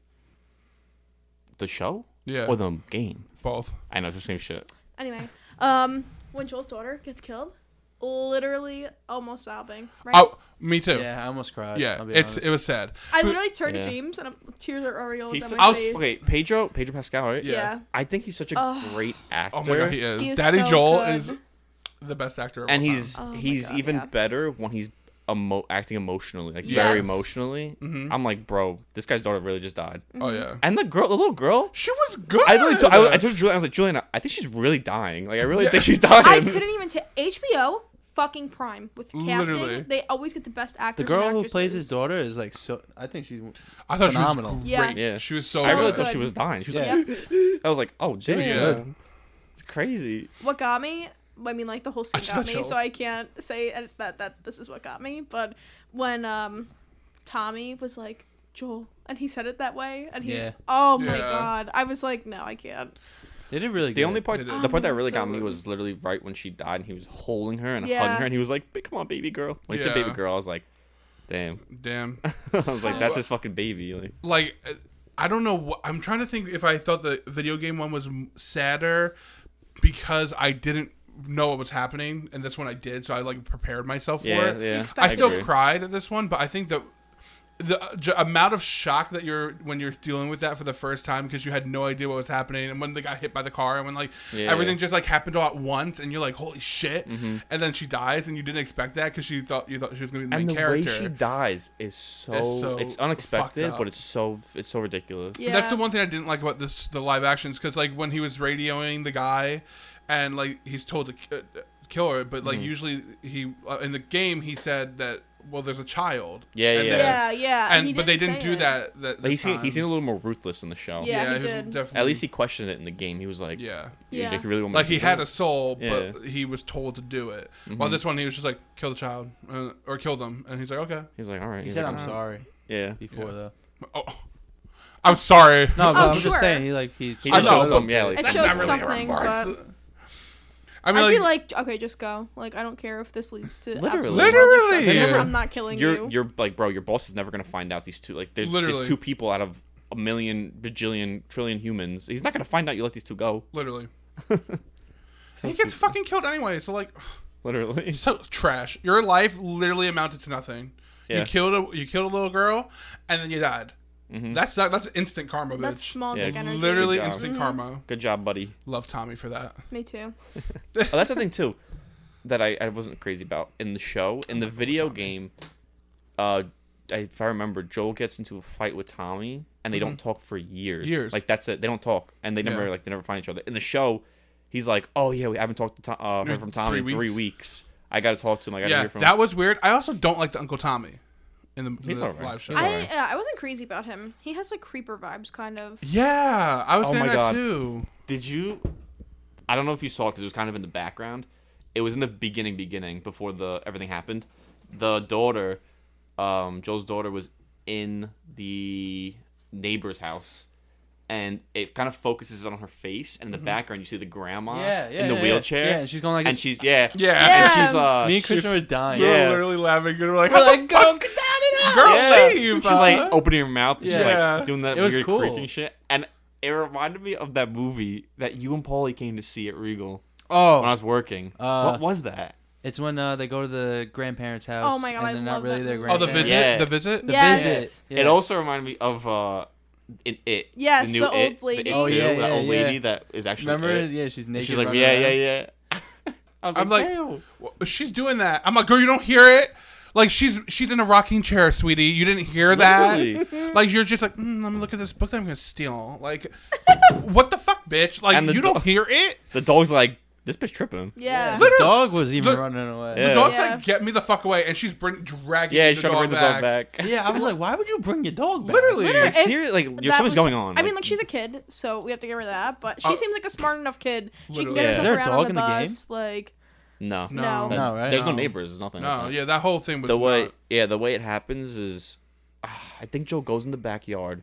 [SPEAKER 4] The show?
[SPEAKER 6] Yeah.
[SPEAKER 4] Or the game?
[SPEAKER 6] both.
[SPEAKER 4] I know, it's the same shit.
[SPEAKER 7] Anyway, um when Joel's daughter gets killed, literally almost sobbing, right?
[SPEAKER 6] Oh, me too. Yeah,
[SPEAKER 5] Yeah, I almost cried. I'll be
[SPEAKER 6] it's
[SPEAKER 5] honest.
[SPEAKER 6] it was sad.
[SPEAKER 7] I
[SPEAKER 6] But-
[SPEAKER 7] literally turned
[SPEAKER 4] Yeah.
[SPEAKER 7] to James and I'm, tears are already all
[SPEAKER 4] He's
[SPEAKER 7] down
[SPEAKER 4] such,
[SPEAKER 7] my
[SPEAKER 6] I'll-
[SPEAKER 7] face.
[SPEAKER 4] okay, Pedro, Pedro Pascal, right?
[SPEAKER 7] Yeah.
[SPEAKER 6] Yeah.
[SPEAKER 4] I think he's such a
[SPEAKER 7] Ugh.
[SPEAKER 4] great actor.
[SPEAKER 6] Oh my god, he is.
[SPEAKER 7] He is
[SPEAKER 6] Daddy
[SPEAKER 7] so
[SPEAKER 6] Joel
[SPEAKER 7] good.
[SPEAKER 6] is the best actor. Of
[SPEAKER 4] and
[SPEAKER 6] all time.
[SPEAKER 4] he's
[SPEAKER 7] Oh my
[SPEAKER 4] he's
[SPEAKER 7] God,
[SPEAKER 4] even
[SPEAKER 7] yeah.
[SPEAKER 4] better when he's emo- acting emotionally, like very
[SPEAKER 7] Yes.
[SPEAKER 4] emotionally.
[SPEAKER 6] Mm-hmm.
[SPEAKER 4] I'm like, bro, this guy's daughter really just died,
[SPEAKER 6] Oh
[SPEAKER 7] Mm-hmm.
[SPEAKER 6] yeah,
[SPEAKER 4] and the girl, the little girl.
[SPEAKER 6] she was good.
[SPEAKER 4] I literally, t- I, I told Juliana, I was like, Juliana, I think she's really dying. Like, I really think she's dying.
[SPEAKER 7] I couldn't even take HBO fucking prime with casting.
[SPEAKER 6] Literally.
[SPEAKER 7] They always get the best actors.
[SPEAKER 5] the girl who plays his daughter is like so. I think she's.
[SPEAKER 6] I thought
[SPEAKER 5] Phenomenal.
[SPEAKER 6] she was great.
[SPEAKER 7] Yeah.
[SPEAKER 4] Yeah,
[SPEAKER 6] She was so
[SPEAKER 4] I really
[SPEAKER 6] good.
[SPEAKER 4] thought she was dying. She was
[SPEAKER 5] Yeah.
[SPEAKER 4] like, I was like, oh, damn,
[SPEAKER 6] was good.
[SPEAKER 4] it's crazy.
[SPEAKER 7] What got me? I mean, like the whole scene
[SPEAKER 6] just
[SPEAKER 7] got
[SPEAKER 6] got
[SPEAKER 7] me,
[SPEAKER 6] chills.
[SPEAKER 7] so I can't say it- that that this is what got me. But when um, Tommy was like Joel, and he said it that way, and he,
[SPEAKER 5] Yeah.
[SPEAKER 7] oh my
[SPEAKER 6] Yeah.
[SPEAKER 7] god, I was like, no, I can't.
[SPEAKER 5] They did really.
[SPEAKER 4] The
[SPEAKER 5] good.
[SPEAKER 4] only part,
[SPEAKER 6] They did.
[SPEAKER 4] the part that
[SPEAKER 7] Oh,
[SPEAKER 4] really
[SPEAKER 7] so
[SPEAKER 4] got me
[SPEAKER 7] good.
[SPEAKER 4] was literally right when she died, and he was holding her and hugging
[SPEAKER 7] Yeah.
[SPEAKER 4] her, and he was like, "Come on, baby girl." When he said
[SPEAKER 6] Yeah.
[SPEAKER 4] "baby girl," I was like, "Damn!"
[SPEAKER 6] Damn.
[SPEAKER 4] I was
[SPEAKER 7] Oh.
[SPEAKER 4] like, "That's his fucking baby." Like,
[SPEAKER 6] like uh, I don't know. What, I'm trying to think if I thought the video game one was m- sadder because I didn't know what was happening, and this one I did, so I like prepared myself for
[SPEAKER 4] yeah,
[SPEAKER 6] it.
[SPEAKER 4] yeah.
[SPEAKER 7] expect-
[SPEAKER 6] I still
[SPEAKER 4] agree.
[SPEAKER 6] cried at this one, but I think that the uh, j- amount of shock that you're when you're dealing with that for the first time because you had no idea what was happening, and when they got hit by the car, and when like
[SPEAKER 4] Yeah, Mm-hmm.
[SPEAKER 6] everything
[SPEAKER 4] yeah.
[SPEAKER 6] just like happened all at once, and you're like, holy shit! And then she dies, and you didn't expect that because you thought you thought she was going to be the
[SPEAKER 4] and
[SPEAKER 6] main
[SPEAKER 4] the
[SPEAKER 6] character.
[SPEAKER 4] way she dies is so
[SPEAKER 6] It's
[SPEAKER 4] it's,
[SPEAKER 6] so
[SPEAKER 4] unexpected,
[SPEAKER 6] fucked up.
[SPEAKER 4] but it's so it's so ridiculous.
[SPEAKER 7] Yeah.
[SPEAKER 6] That's the one thing I didn't like about this the live actions because like when he was radioing the guy, and like he's told to ki- uh, kill her, but
[SPEAKER 4] Mm-hmm.
[SPEAKER 6] like usually he uh, in the game he said that well there's a child.
[SPEAKER 4] Yeah,
[SPEAKER 6] And
[SPEAKER 4] yeah.
[SPEAKER 6] then-
[SPEAKER 7] Yeah, yeah.
[SPEAKER 6] And but they didn't
[SPEAKER 7] say
[SPEAKER 6] do
[SPEAKER 7] it.
[SPEAKER 6] that. that
[SPEAKER 4] Like, he
[SPEAKER 6] this
[SPEAKER 4] seemed he
[SPEAKER 6] time.
[SPEAKER 4] seemed a little more ruthless in the show.
[SPEAKER 7] Yeah. he
[SPEAKER 6] he was
[SPEAKER 7] did.
[SPEAKER 6] definitely-
[SPEAKER 4] At least he questioned it in the game. He was like,
[SPEAKER 6] Yeah.
[SPEAKER 4] you
[SPEAKER 7] Yeah.
[SPEAKER 4] think you really want me
[SPEAKER 6] Like
[SPEAKER 4] to
[SPEAKER 6] he
[SPEAKER 4] do Mm-hmm.
[SPEAKER 6] had a
[SPEAKER 4] this?
[SPEAKER 6] soul, but he was told to do it. While this one, he was just like, "Kill the child," uh, or "Kill them," and he's like, "Okay."
[SPEAKER 4] He's like, "Uh-huh." all right.
[SPEAKER 5] He
[SPEAKER 4] He's
[SPEAKER 5] said,
[SPEAKER 4] like,
[SPEAKER 5] "I'm
[SPEAKER 4] "Alright."
[SPEAKER 5] sorry."
[SPEAKER 4] Yeah.
[SPEAKER 5] Before though.
[SPEAKER 6] Oh, I'm sorry.
[SPEAKER 5] No, but
[SPEAKER 7] Oh,
[SPEAKER 5] I'm
[SPEAKER 7] sure.
[SPEAKER 5] just saying, he like he.
[SPEAKER 4] He
[SPEAKER 6] I
[SPEAKER 4] just
[SPEAKER 6] know,
[SPEAKER 4] shows
[SPEAKER 6] but
[SPEAKER 4] some, yeah, like,
[SPEAKER 7] It
[SPEAKER 4] some-
[SPEAKER 7] shows
[SPEAKER 4] not really
[SPEAKER 7] something,
[SPEAKER 4] hard
[SPEAKER 7] but
[SPEAKER 4] bars.
[SPEAKER 6] I mean,
[SPEAKER 7] I'd
[SPEAKER 6] like,
[SPEAKER 7] be like, okay, just go. Like, I don't care if this leads to
[SPEAKER 5] Literally.
[SPEAKER 7] absolute
[SPEAKER 6] Literally.
[SPEAKER 7] motherfucking-
[SPEAKER 6] Never-
[SPEAKER 7] I'm not killing
[SPEAKER 4] You're,
[SPEAKER 7] you.
[SPEAKER 4] you're like, bro, your boss is never gonna find out these two. Like, there's,
[SPEAKER 6] Literally.
[SPEAKER 4] there's two people out of a million, bajillion, trillion humans. He's not gonna find out you let these two go.
[SPEAKER 6] literally. he gets fucking killed anyway. So like,
[SPEAKER 4] Literally.
[SPEAKER 6] so trash. Your life literally amounted to nothing.
[SPEAKER 4] Yeah.
[SPEAKER 6] You killed a you killed a little girl, and then you died.
[SPEAKER 4] Mm-hmm.
[SPEAKER 6] That's not, that's instant karma, bitch.
[SPEAKER 7] That's small dick
[SPEAKER 4] Yeah,
[SPEAKER 7] energy.
[SPEAKER 6] literally
[SPEAKER 4] Good job.
[SPEAKER 6] instant karma.
[SPEAKER 4] Good job, buddy.
[SPEAKER 6] Love Tommy for that.
[SPEAKER 7] Me too.
[SPEAKER 4] Oh, that's the thing too, that I, I wasn't crazy about in the show. In
[SPEAKER 6] Oh
[SPEAKER 4] the video game, uh, I- if I remember, Joel gets into a fight with Tommy, and they don't talk for years.
[SPEAKER 6] Mm-hmm. Years.
[SPEAKER 4] Like that's it. They don't talk, and they never
[SPEAKER 6] Yeah.
[SPEAKER 4] like they never find each other. In the show, he's like, "Oh yeah, we haven't talked to Tom, uh, heard from Tommy in
[SPEAKER 6] three
[SPEAKER 4] three weeks. I got to talk to him. I got to
[SPEAKER 6] Yeah,
[SPEAKER 4] hear from
[SPEAKER 6] that
[SPEAKER 4] him."
[SPEAKER 6] was weird. I also don't like the Uncle Tommy in the, in
[SPEAKER 4] He's
[SPEAKER 6] the
[SPEAKER 4] alright.
[SPEAKER 6] live show.
[SPEAKER 4] He's
[SPEAKER 7] I
[SPEAKER 4] alright.
[SPEAKER 7] uh, I wasn't crazy about him. He has like creeper vibes, kind of.
[SPEAKER 6] yeah, I was
[SPEAKER 4] Oh
[SPEAKER 6] saying
[SPEAKER 4] my
[SPEAKER 6] that
[SPEAKER 4] God.
[SPEAKER 6] too.
[SPEAKER 4] Did you? I don't know if you saw because it was kind of in the background. It was in the beginning, beginning before the everything happened. The daughter, um, Joel's daughter, was in the neighbor's house, and it kind of focuses on her face. And in the background, you see the grandma
[SPEAKER 5] Mm-hmm. Yeah, yeah,
[SPEAKER 4] in the
[SPEAKER 5] yeah, yeah.
[SPEAKER 4] wheelchair.
[SPEAKER 5] Yeah, and she's going like
[SPEAKER 4] and
[SPEAKER 5] this.
[SPEAKER 4] she's yeah,
[SPEAKER 6] Yeah.
[SPEAKER 4] and she's uh,
[SPEAKER 5] Me and
[SPEAKER 4] she-
[SPEAKER 5] Christian were dying.
[SPEAKER 6] We were
[SPEAKER 4] Yeah.
[SPEAKER 6] literally laughing. And we're like, "Oh,
[SPEAKER 5] We're
[SPEAKER 6] how
[SPEAKER 5] like,
[SPEAKER 6] the
[SPEAKER 5] go down
[SPEAKER 6] fuck?
[SPEAKER 5] and out.
[SPEAKER 6] Girl,
[SPEAKER 4] yeah.
[SPEAKER 6] leave.
[SPEAKER 4] She's
[SPEAKER 6] oh.
[SPEAKER 4] like opening her mouth. And She's
[SPEAKER 6] Yeah.
[SPEAKER 4] like doing that
[SPEAKER 5] It was
[SPEAKER 4] weird
[SPEAKER 5] cool.
[SPEAKER 4] creaking shit. And it reminded me of that movie that you and Paulie came to see at Regal when I
[SPEAKER 5] Oh,
[SPEAKER 4] was working.
[SPEAKER 5] Uh,
[SPEAKER 4] what was that?
[SPEAKER 5] it's when uh, they go to the grandparents' house.
[SPEAKER 7] Oh my God,
[SPEAKER 5] and
[SPEAKER 7] I
[SPEAKER 5] they're not
[SPEAKER 7] love
[SPEAKER 5] really
[SPEAKER 7] that
[SPEAKER 5] their
[SPEAKER 7] movie.
[SPEAKER 6] oh,
[SPEAKER 5] grandparents.
[SPEAKER 6] the visit.
[SPEAKER 4] Yeah.
[SPEAKER 6] The visit.
[SPEAKER 7] Yeah. Yes.
[SPEAKER 5] Visit.
[SPEAKER 4] It also reminded me of uh, it. it
[SPEAKER 7] Yes,
[SPEAKER 4] the, new
[SPEAKER 7] the old
[SPEAKER 4] it,
[SPEAKER 7] lady.
[SPEAKER 4] The it
[SPEAKER 7] Oh,
[SPEAKER 4] too,
[SPEAKER 5] yeah,
[SPEAKER 4] that
[SPEAKER 5] yeah,
[SPEAKER 4] old lady
[SPEAKER 5] yeah.
[SPEAKER 4] that is actually.
[SPEAKER 5] Remember?
[SPEAKER 4] it.
[SPEAKER 5] Yeah, she's
[SPEAKER 4] And
[SPEAKER 5] naked.
[SPEAKER 4] she's like,
[SPEAKER 5] running
[SPEAKER 4] yeah,
[SPEAKER 5] around.
[SPEAKER 4] yeah, yeah. I was
[SPEAKER 6] I'm
[SPEAKER 4] like,
[SPEAKER 6] like-
[SPEAKER 4] "Damn."
[SPEAKER 6] Well, She's doing that. I'm like, girl, you don't hear it. Like she's she's in a rocking chair, sweetie. You didn't hear that.
[SPEAKER 4] Literally.
[SPEAKER 6] Like you're just like, mm, let me look at this book that I'm gonna steal. Like, what the fuck, bitch? Like
[SPEAKER 4] And the
[SPEAKER 6] you don't
[SPEAKER 4] dog-
[SPEAKER 6] hear it.
[SPEAKER 4] the dog's like, this bitch tripping.
[SPEAKER 7] Yeah.
[SPEAKER 5] The dog was even
[SPEAKER 6] Look-
[SPEAKER 5] running away.
[SPEAKER 4] Yeah.
[SPEAKER 6] The dog's
[SPEAKER 7] Yeah.
[SPEAKER 6] like, get me the fuck away, and she's bring, dragging.
[SPEAKER 4] Yeah,
[SPEAKER 6] the
[SPEAKER 4] she's trying to bring the dog back.
[SPEAKER 5] Yeah, I was like, why would you bring your dog back?
[SPEAKER 6] Literally.
[SPEAKER 4] Like,
[SPEAKER 7] If
[SPEAKER 4] seriously, like,
[SPEAKER 7] That
[SPEAKER 4] something's
[SPEAKER 7] was-
[SPEAKER 4] going on.
[SPEAKER 7] I mean, like she's a kid, so we have to give her that. But she
[SPEAKER 6] Uh,
[SPEAKER 7] seems like a smart enough kid. She
[SPEAKER 6] literally.
[SPEAKER 7] can get
[SPEAKER 4] Yeah.
[SPEAKER 7] herself
[SPEAKER 4] Is
[SPEAKER 5] there a
[SPEAKER 7] around
[SPEAKER 5] dog
[SPEAKER 7] on the,
[SPEAKER 5] in the game?
[SPEAKER 7] bus. Like,
[SPEAKER 4] no,
[SPEAKER 7] No.
[SPEAKER 6] no,
[SPEAKER 5] No, right?
[SPEAKER 4] There's no
[SPEAKER 5] No.
[SPEAKER 4] neighbors. There's nothing.
[SPEAKER 6] no,
[SPEAKER 4] like that.
[SPEAKER 6] yeah, that whole thing was
[SPEAKER 4] The way,
[SPEAKER 6] not-
[SPEAKER 4] yeah, the way it happens is, ah, I think Joe goes in the backyard,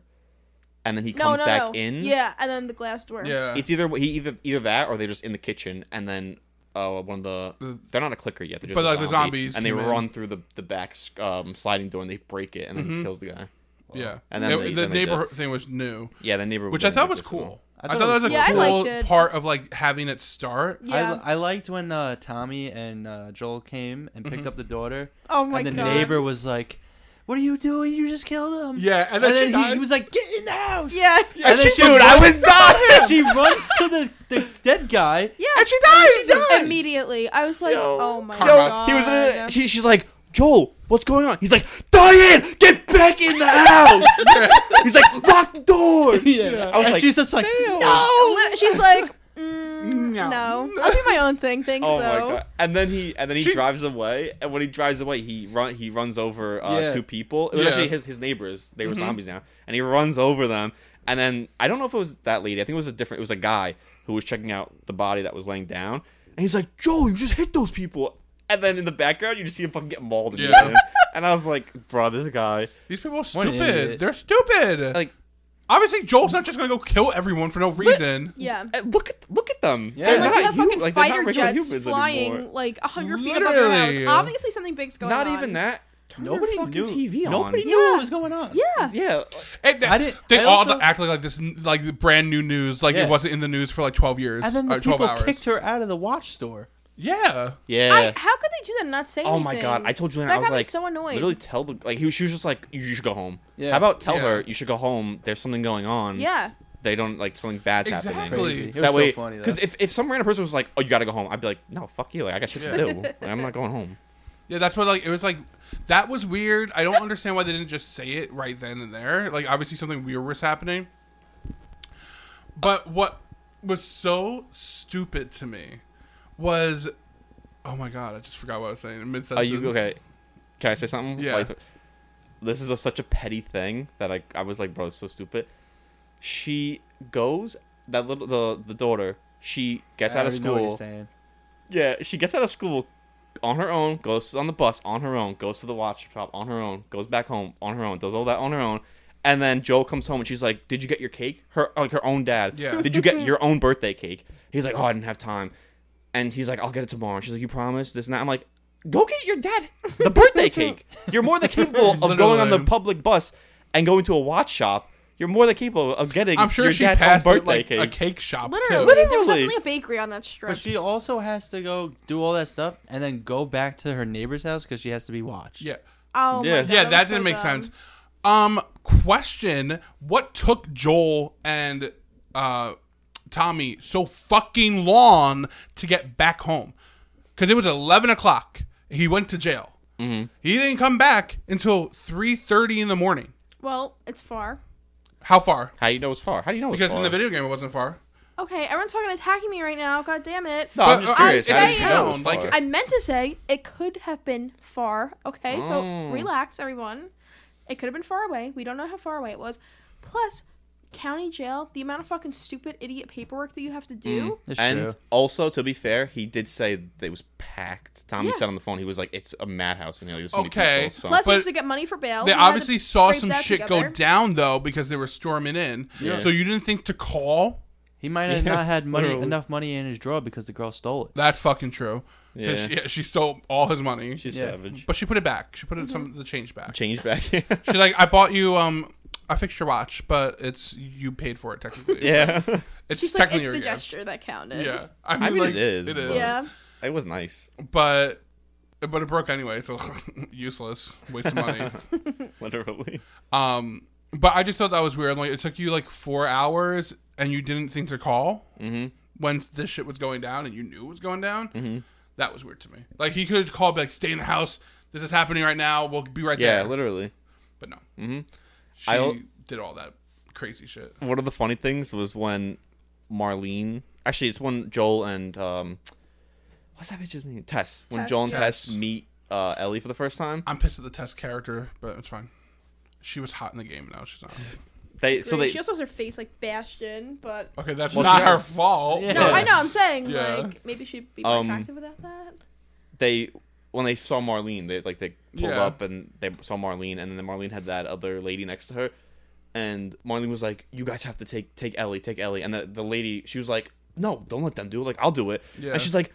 [SPEAKER 4] and then he
[SPEAKER 7] no,
[SPEAKER 4] comes
[SPEAKER 7] no,
[SPEAKER 4] back
[SPEAKER 7] no.
[SPEAKER 4] in.
[SPEAKER 7] Yeah, and then the glass door.
[SPEAKER 6] Yeah,
[SPEAKER 4] It's either he either either that or they're just in the kitchen and then uh, one of the
[SPEAKER 6] The-
[SPEAKER 4] they're not a clicker yet. They're just
[SPEAKER 6] But,
[SPEAKER 4] a
[SPEAKER 6] like, the
[SPEAKER 4] zombie,
[SPEAKER 6] zombies
[SPEAKER 4] and they
[SPEAKER 6] came in.
[SPEAKER 4] run through the the back um, sliding door and they break it and then
[SPEAKER 6] Mm-hmm.
[SPEAKER 4] he kills the guy.
[SPEAKER 6] yeah.
[SPEAKER 4] And then
[SPEAKER 6] It-
[SPEAKER 4] they-
[SPEAKER 6] the
[SPEAKER 4] then they did.
[SPEAKER 6] neighborhood thing was new,
[SPEAKER 4] Yeah, the neighbor.
[SPEAKER 6] which I thought was cool. I thought, that was a
[SPEAKER 7] Yeah, I liked
[SPEAKER 6] cool
[SPEAKER 7] it.
[SPEAKER 6] part of like having it start.
[SPEAKER 5] I,
[SPEAKER 7] Yeah.
[SPEAKER 5] I liked when uh, Tommy and uh, Joel came and picked up the daughter.
[SPEAKER 7] Oh my
[SPEAKER 5] and the
[SPEAKER 7] God.
[SPEAKER 5] neighbor was like, "What are you doing? You just killed him."
[SPEAKER 6] Yeah, and then she
[SPEAKER 5] he- he,
[SPEAKER 6] dies.
[SPEAKER 5] was like, "Get in the house."
[SPEAKER 7] Yeah.
[SPEAKER 5] And then
[SPEAKER 6] she
[SPEAKER 5] she
[SPEAKER 6] did.
[SPEAKER 5] runs-
[SPEAKER 6] I was
[SPEAKER 5] not. she runs to the, the dead guy.
[SPEAKER 7] Yeah.
[SPEAKER 6] And she dies! She dies!
[SPEAKER 7] Immediately. I was like,
[SPEAKER 4] Yo.
[SPEAKER 7] oh my
[SPEAKER 6] Yo,
[SPEAKER 7] God.
[SPEAKER 4] He was. In a, she, she's like, Joel, what's going on? He's like, Diane, get back in the house. He's like, lock the door. I was
[SPEAKER 5] and
[SPEAKER 4] like,
[SPEAKER 5] she's just like, "No."
[SPEAKER 7] Li- She's like, mm,
[SPEAKER 6] No.
[SPEAKER 7] no. I'll do my own thing. Thanks,
[SPEAKER 4] Oh
[SPEAKER 7] though.
[SPEAKER 4] my god! And then he and then he
[SPEAKER 6] She-
[SPEAKER 4] drives away. And when he drives away, he run he runs over uh,
[SPEAKER 5] Yeah.
[SPEAKER 4] two people. It was
[SPEAKER 6] Yeah.
[SPEAKER 4] actually his his neighbors. They were zombies now, and he runs over them. And then I don't know if it was that lady. I think it was a different. It was a guy who was checking out the body that was laying down. And he's like, "Joel, you just hit those people." And then in the background, you just see him fucking get mauled. in the
[SPEAKER 6] Yeah.
[SPEAKER 4] end. And I was like, "Bro, this guy."
[SPEAKER 6] These people are
[SPEAKER 5] What an
[SPEAKER 6] stupid.
[SPEAKER 5] idiot.
[SPEAKER 6] They're stupid.
[SPEAKER 4] Like-
[SPEAKER 6] obviously, Joel's not just gonna go kill everyone for no reason.
[SPEAKER 7] Yeah.
[SPEAKER 4] eh, Look at look at them.
[SPEAKER 5] Yeah.
[SPEAKER 4] They're
[SPEAKER 7] And like you
[SPEAKER 4] not
[SPEAKER 7] have fucking
[SPEAKER 4] human- like, they're not
[SPEAKER 7] fighter
[SPEAKER 4] regular
[SPEAKER 7] jets
[SPEAKER 4] humans
[SPEAKER 7] flying
[SPEAKER 4] anymore.
[SPEAKER 7] like a hundred feet above your house.
[SPEAKER 6] Literally.
[SPEAKER 7] Obviously, something big's going
[SPEAKER 4] Not
[SPEAKER 7] on.
[SPEAKER 4] even that. Turn your
[SPEAKER 5] Nobody
[SPEAKER 4] fucking
[SPEAKER 5] knew.
[SPEAKER 4] TV on.
[SPEAKER 5] Nobody knew
[SPEAKER 7] Yeah.
[SPEAKER 5] what was going on.
[SPEAKER 7] Yeah.
[SPEAKER 4] Yeah.
[SPEAKER 6] And they,
[SPEAKER 5] I didn't-
[SPEAKER 6] they
[SPEAKER 5] I
[SPEAKER 6] all
[SPEAKER 5] also-
[SPEAKER 6] act like this, like brand new news, like
[SPEAKER 5] Yeah.
[SPEAKER 6] it wasn't in the news for like twelve years
[SPEAKER 5] And then the
[SPEAKER 6] or twelve
[SPEAKER 5] people
[SPEAKER 6] hours.
[SPEAKER 5] kicked her out of the watch store.
[SPEAKER 6] Yeah,
[SPEAKER 4] Yeah.
[SPEAKER 7] I, how could they do that and not say
[SPEAKER 4] Oh
[SPEAKER 7] anything?
[SPEAKER 4] my god! I told Julian
[SPEAKER 7] that
[SPEAKER 4] I was
[SPEAKER 7] got me
[SPEAKER 4] like,
[SPEAKER 7] so annoyed.
[SPEAKER 4] Literally tell the like he was, she was just like you should go home.
[SPEAKER 5] Yeah.
[SPEAKER 4] How about tell
[SPEAKER 6] Yeah.
[SPEAKER 4] her you should go home? There's something going on.
[SPEAKER 7] yeah.
[SPEAKER 4] They don't like something bad's happening.
[SPEAKER 6] Exactly.
[SPEAKER 5] Crazy. It was
[SPEAKER 4] That
[SPEAKER 5] so
[SPEAKER 4] way,
[SPEAKER 5] funny though.
[SPEAKER 4] because if, if some random person was like, "Oh, you gotta go home," I'd be like, "No, fuck you! Like, I got shit to do. Like, I'm not going home."
[SPEAKER 6] yeah, that's what like it was like. That was weird. I don't understand why they didn't just say it right then and there. Like obviously something weird was happening. But what was so stupid to me was, oh my god, I just forgot what I was saying. Mid
[SPEAKER 4] Are Oh, you okay? Can I say something?
[SPEAKER 6] Yeah.
[SPEAKER 4] Like, this is a, such a petty thing that I I was like, bro, it's so stupid. She goes that little the the daughter. She gets
[SPEAKER 5] I
[SPEAKER 4] out of
[SPEAKER 5] already know what you're
[SPEAKER 4] school.
[SPEAKER 5] saying.
[SPEAKER 4] Yeah, she gets out of school on her own, goes on the bus on her own, goes to the watch shop on her own, goes back home on her own, does all that on her own, And then Joel comes home and she's like, "Did you get your cake?" Her like her own dad.
[SPEAKER 6] Yeah.
[SPEAKER 4] Did you get your own birthday cake? He's like, "Oh, I didn't have time." And he's like, "I'll get it tomorrow." She's like, "You promise?" This and that. I'm like, "Go get your dad the birthday cake. You're more than capable of going on the
[SPEAKER 6] Literally.
[SPEAKER 4] public bus and going to a watch shop. You're more than capable of getting
[SPEAKER 6] I'm sure
[SPEAKER 4] your
[SPEAKER 6] she
[SPEAKER 4] dad's own
[SPEAKER 6] passed
[SPEAKER 4] birthday
[SPEAKER 6] at, like
[SPEAKER 4] cake.
[SPEAKER 6] a cake shop
[SPEAKER 7] Literally,
[SPEAKER 6] too.
[SPEAKER 7] there was
[SPEAKER 4] Literally.
[SPEAKER 7] definitely a bakery on that
[SPEAKER 5] But
[SPEAKER 7] stretch.
[SPEAKER 5] she also has to go do all that stuff and then go back to her neighbor's house because she has to be watched.
[SPEAKER 6] Yeah.
[SPEAKER 7] oh
[SPEAKER 4] Yeah.
[SPEAKER 7] my God,
[SPEAKER 6] Yeah,
[SPEAKER 7] was
[SPEAKER 6] that
[SPEAKER 7] so
[SPEAKER 6] didn't make
[SPEAKER 7] dumb.
[SPEAKER 6] sense. Um, question: What took Joel and uh Tommy so fucking long to get back home? Because it was eleven o'clock. He went to jail.
[SPEAKER 4] Mm-hmm.
[SPEAKER 6] He didn't come back until three thirty in the morning.
[SPEAKER 7] Well, it's far.
[SPEAKER 6] How far?
[SPEAKER 4] How do you know it's far? How do you know it's
[SPEAKER 6] Because
[SPEAKER 4] far?
[SPEAKER 6] in the video game, it wasn't far.
[SPEAKER 7] Okay, everyone's fucking attacking me right now. God damn it.
[SPEAKER 4] no, I'm just
[SPEAKER 6] But, uh,
[SPEAKER 4] curious.
[SPEAKER 7] I'm
[SPEAKER 4] How did you
[SPEAKER 7] saying-
[SPEAKER 4] know it was
[SPEAKER 6] Like,
[SPEAKER 4] far?
[SPEAKER 7] I meant to say it could have been far. Okay,
[SPEAKER 6] Mm.
[SPEAKER 7] so relax, everyone. It could have been far away. We don't know how far away it was. Plus, county jail, the amount of fucking stupid idiot paperwork that you have to do.
[SPEAKER 6] Mm.
[SPEAKER 5] That's
[SPEAKER 4] And
[SPEAKER 5] true.
[SPEAKER 4] also, to be fair, he did say that it was packed. Tommy
[SPEAKER 7] Yeah.
[SPEAKER 4] said on the phone, he was like, "It's a madhouse in here. There's
[SPEAKER 6] Okay.
[SPEAKER 4] okay. People, so.
[SPEAKER 7] Plus, you
[SPEAKER 6] But
[SPEAKER 7] have to get money for bail.
[SPEAKER 6] They
[SPEAKER 7] You Oh, had to
[SPEAKER 6] obviously saw
[SPEAKER 7] scrape
[SPEAKER 6] some
[SPEAKER 7] that
[SPEAKER 6] shit go
[SPEAKER 7] together.
[SPEAKER 6] down though because they were storming in.
[SPEAKER 5] Yeah.
[SPEAKER 6] So you didn't think to call?
[SPEAKER 5] He might have
[SPEAKER 4] Yeah,
[SPEAKER 5] not had money
[SPEAKER 4] literally.
[SPEAKER 5] enough money in his drawer because the girl stole it.
[SPEAKER 6] That's fucking true. 'Cause
[SPEAKER 4] Yeah.
[SPEAKER 6] She, she stole all his money.
[SPEAKER 4] She's
[SPEAKER 5] Yeah.
[SPEAKER 4] savage.
[SPEAKER 6] but she put it back. She put it
[SPEAKER 7] Mm-hmm.
[SPEAKER 6] some of the change back.
[SPEAKER 4] Change back.
[SPEAKER 6] She's like, I bought you. Um, I fixed your watch, but it's you paid for it technically.
[SPEAKER 4] yeah,
[SPEAKER 6] it's
[SPEAKER 7] She's like,
[SPEAKER 6] technically
[SPEAKER 7] it's
[SPEAKER 6] your
[SPEAKER 7] the
[SPEAKER 6] gift.
[SPEAKER 7] gesture that counted.
[SPEAKER 6] Yeah, I mean,
[SPEAKER 4] I mean
[SPEAKER 6] like,
[SPEAKER 4] it is.
[SPEAKER 6] It
[SPEAKER 4] but
[SPEAKER 6] is.
[SPEAKER 7] Yeah.
[SPEAKER 4] it was nice.
[SPEAKER 6] But but it broke anyway, so useless, waste of money.
[SPEAKER 4] Literally,
[SPEAKER 6] um, but I just thought that was weird. Like, it took you like four hours, and you didn't think to call
[SPEAKER 4] Mm-hmm.
[SPEAKER 6] when this shit was going down, and you knew it was going down. That was weird to me. Like, he could have called, be like, stay in the house. This is happening right now. We'll be right
[SPEAKER 4] yeah,
[SPEAKER 6] there.
[SPEAKER 4] literally.
[SPEAKER 6] But no,
[SPEAKER 4] Mhm.
[SPEAKER 6] she
[SPEAKER 4] I'll-
[SPEAKER 6] did all that crazy shit.
[SPEAKER 4] One of the funny things was when Marlene. Actually, it's when Joel and um, what's that bitch's name? Tess. When
[SPEAKER 7] Tess.
[SPEAKER 4] Joel and
[SPEAKER 6] Tess.
[SPEAKER 4] Tess, meet uh, Ellie for the first time,
[SPEAKER 6] I'm pissed at the test character, but it's fine. She was hot in the game. Now she's not.
[SPEAKER 4] they so they
[SPEAKER 7] she also has her face like bashed in, but.
[SPEAKER 6] Okay, that's
[SPEAKER 4] Well,
[SPEAKER 6] not
[SPEAKER 4] she-
[SPEAKER 6] her fault.
[SPEAKER 5] Yeah.
[SPEAKER 7] No, I know. I'm saying
[SPEAKER 6] Oh, Yeah.
[SPEAKER 7] like maybe she'd be more
[SPEAKER 4] Um,
[SPEAKER 7] attractive without that.
[SPEAKER 4] they when they saw Marlene, they like they pulled
[SPEAKER 6] Yeah.
[SPEAKER 4] up and they saw Marlene, and then Marlene had that other lady next to her, and Marlene was like, "You guys have to take take Ellie, take Ellie," and the, the lady she was like, "No, don't let them do it. Like I'll do it,"
[SPEAKER 6] Yeah. Oh,
[SPEAKER 4] and she's like.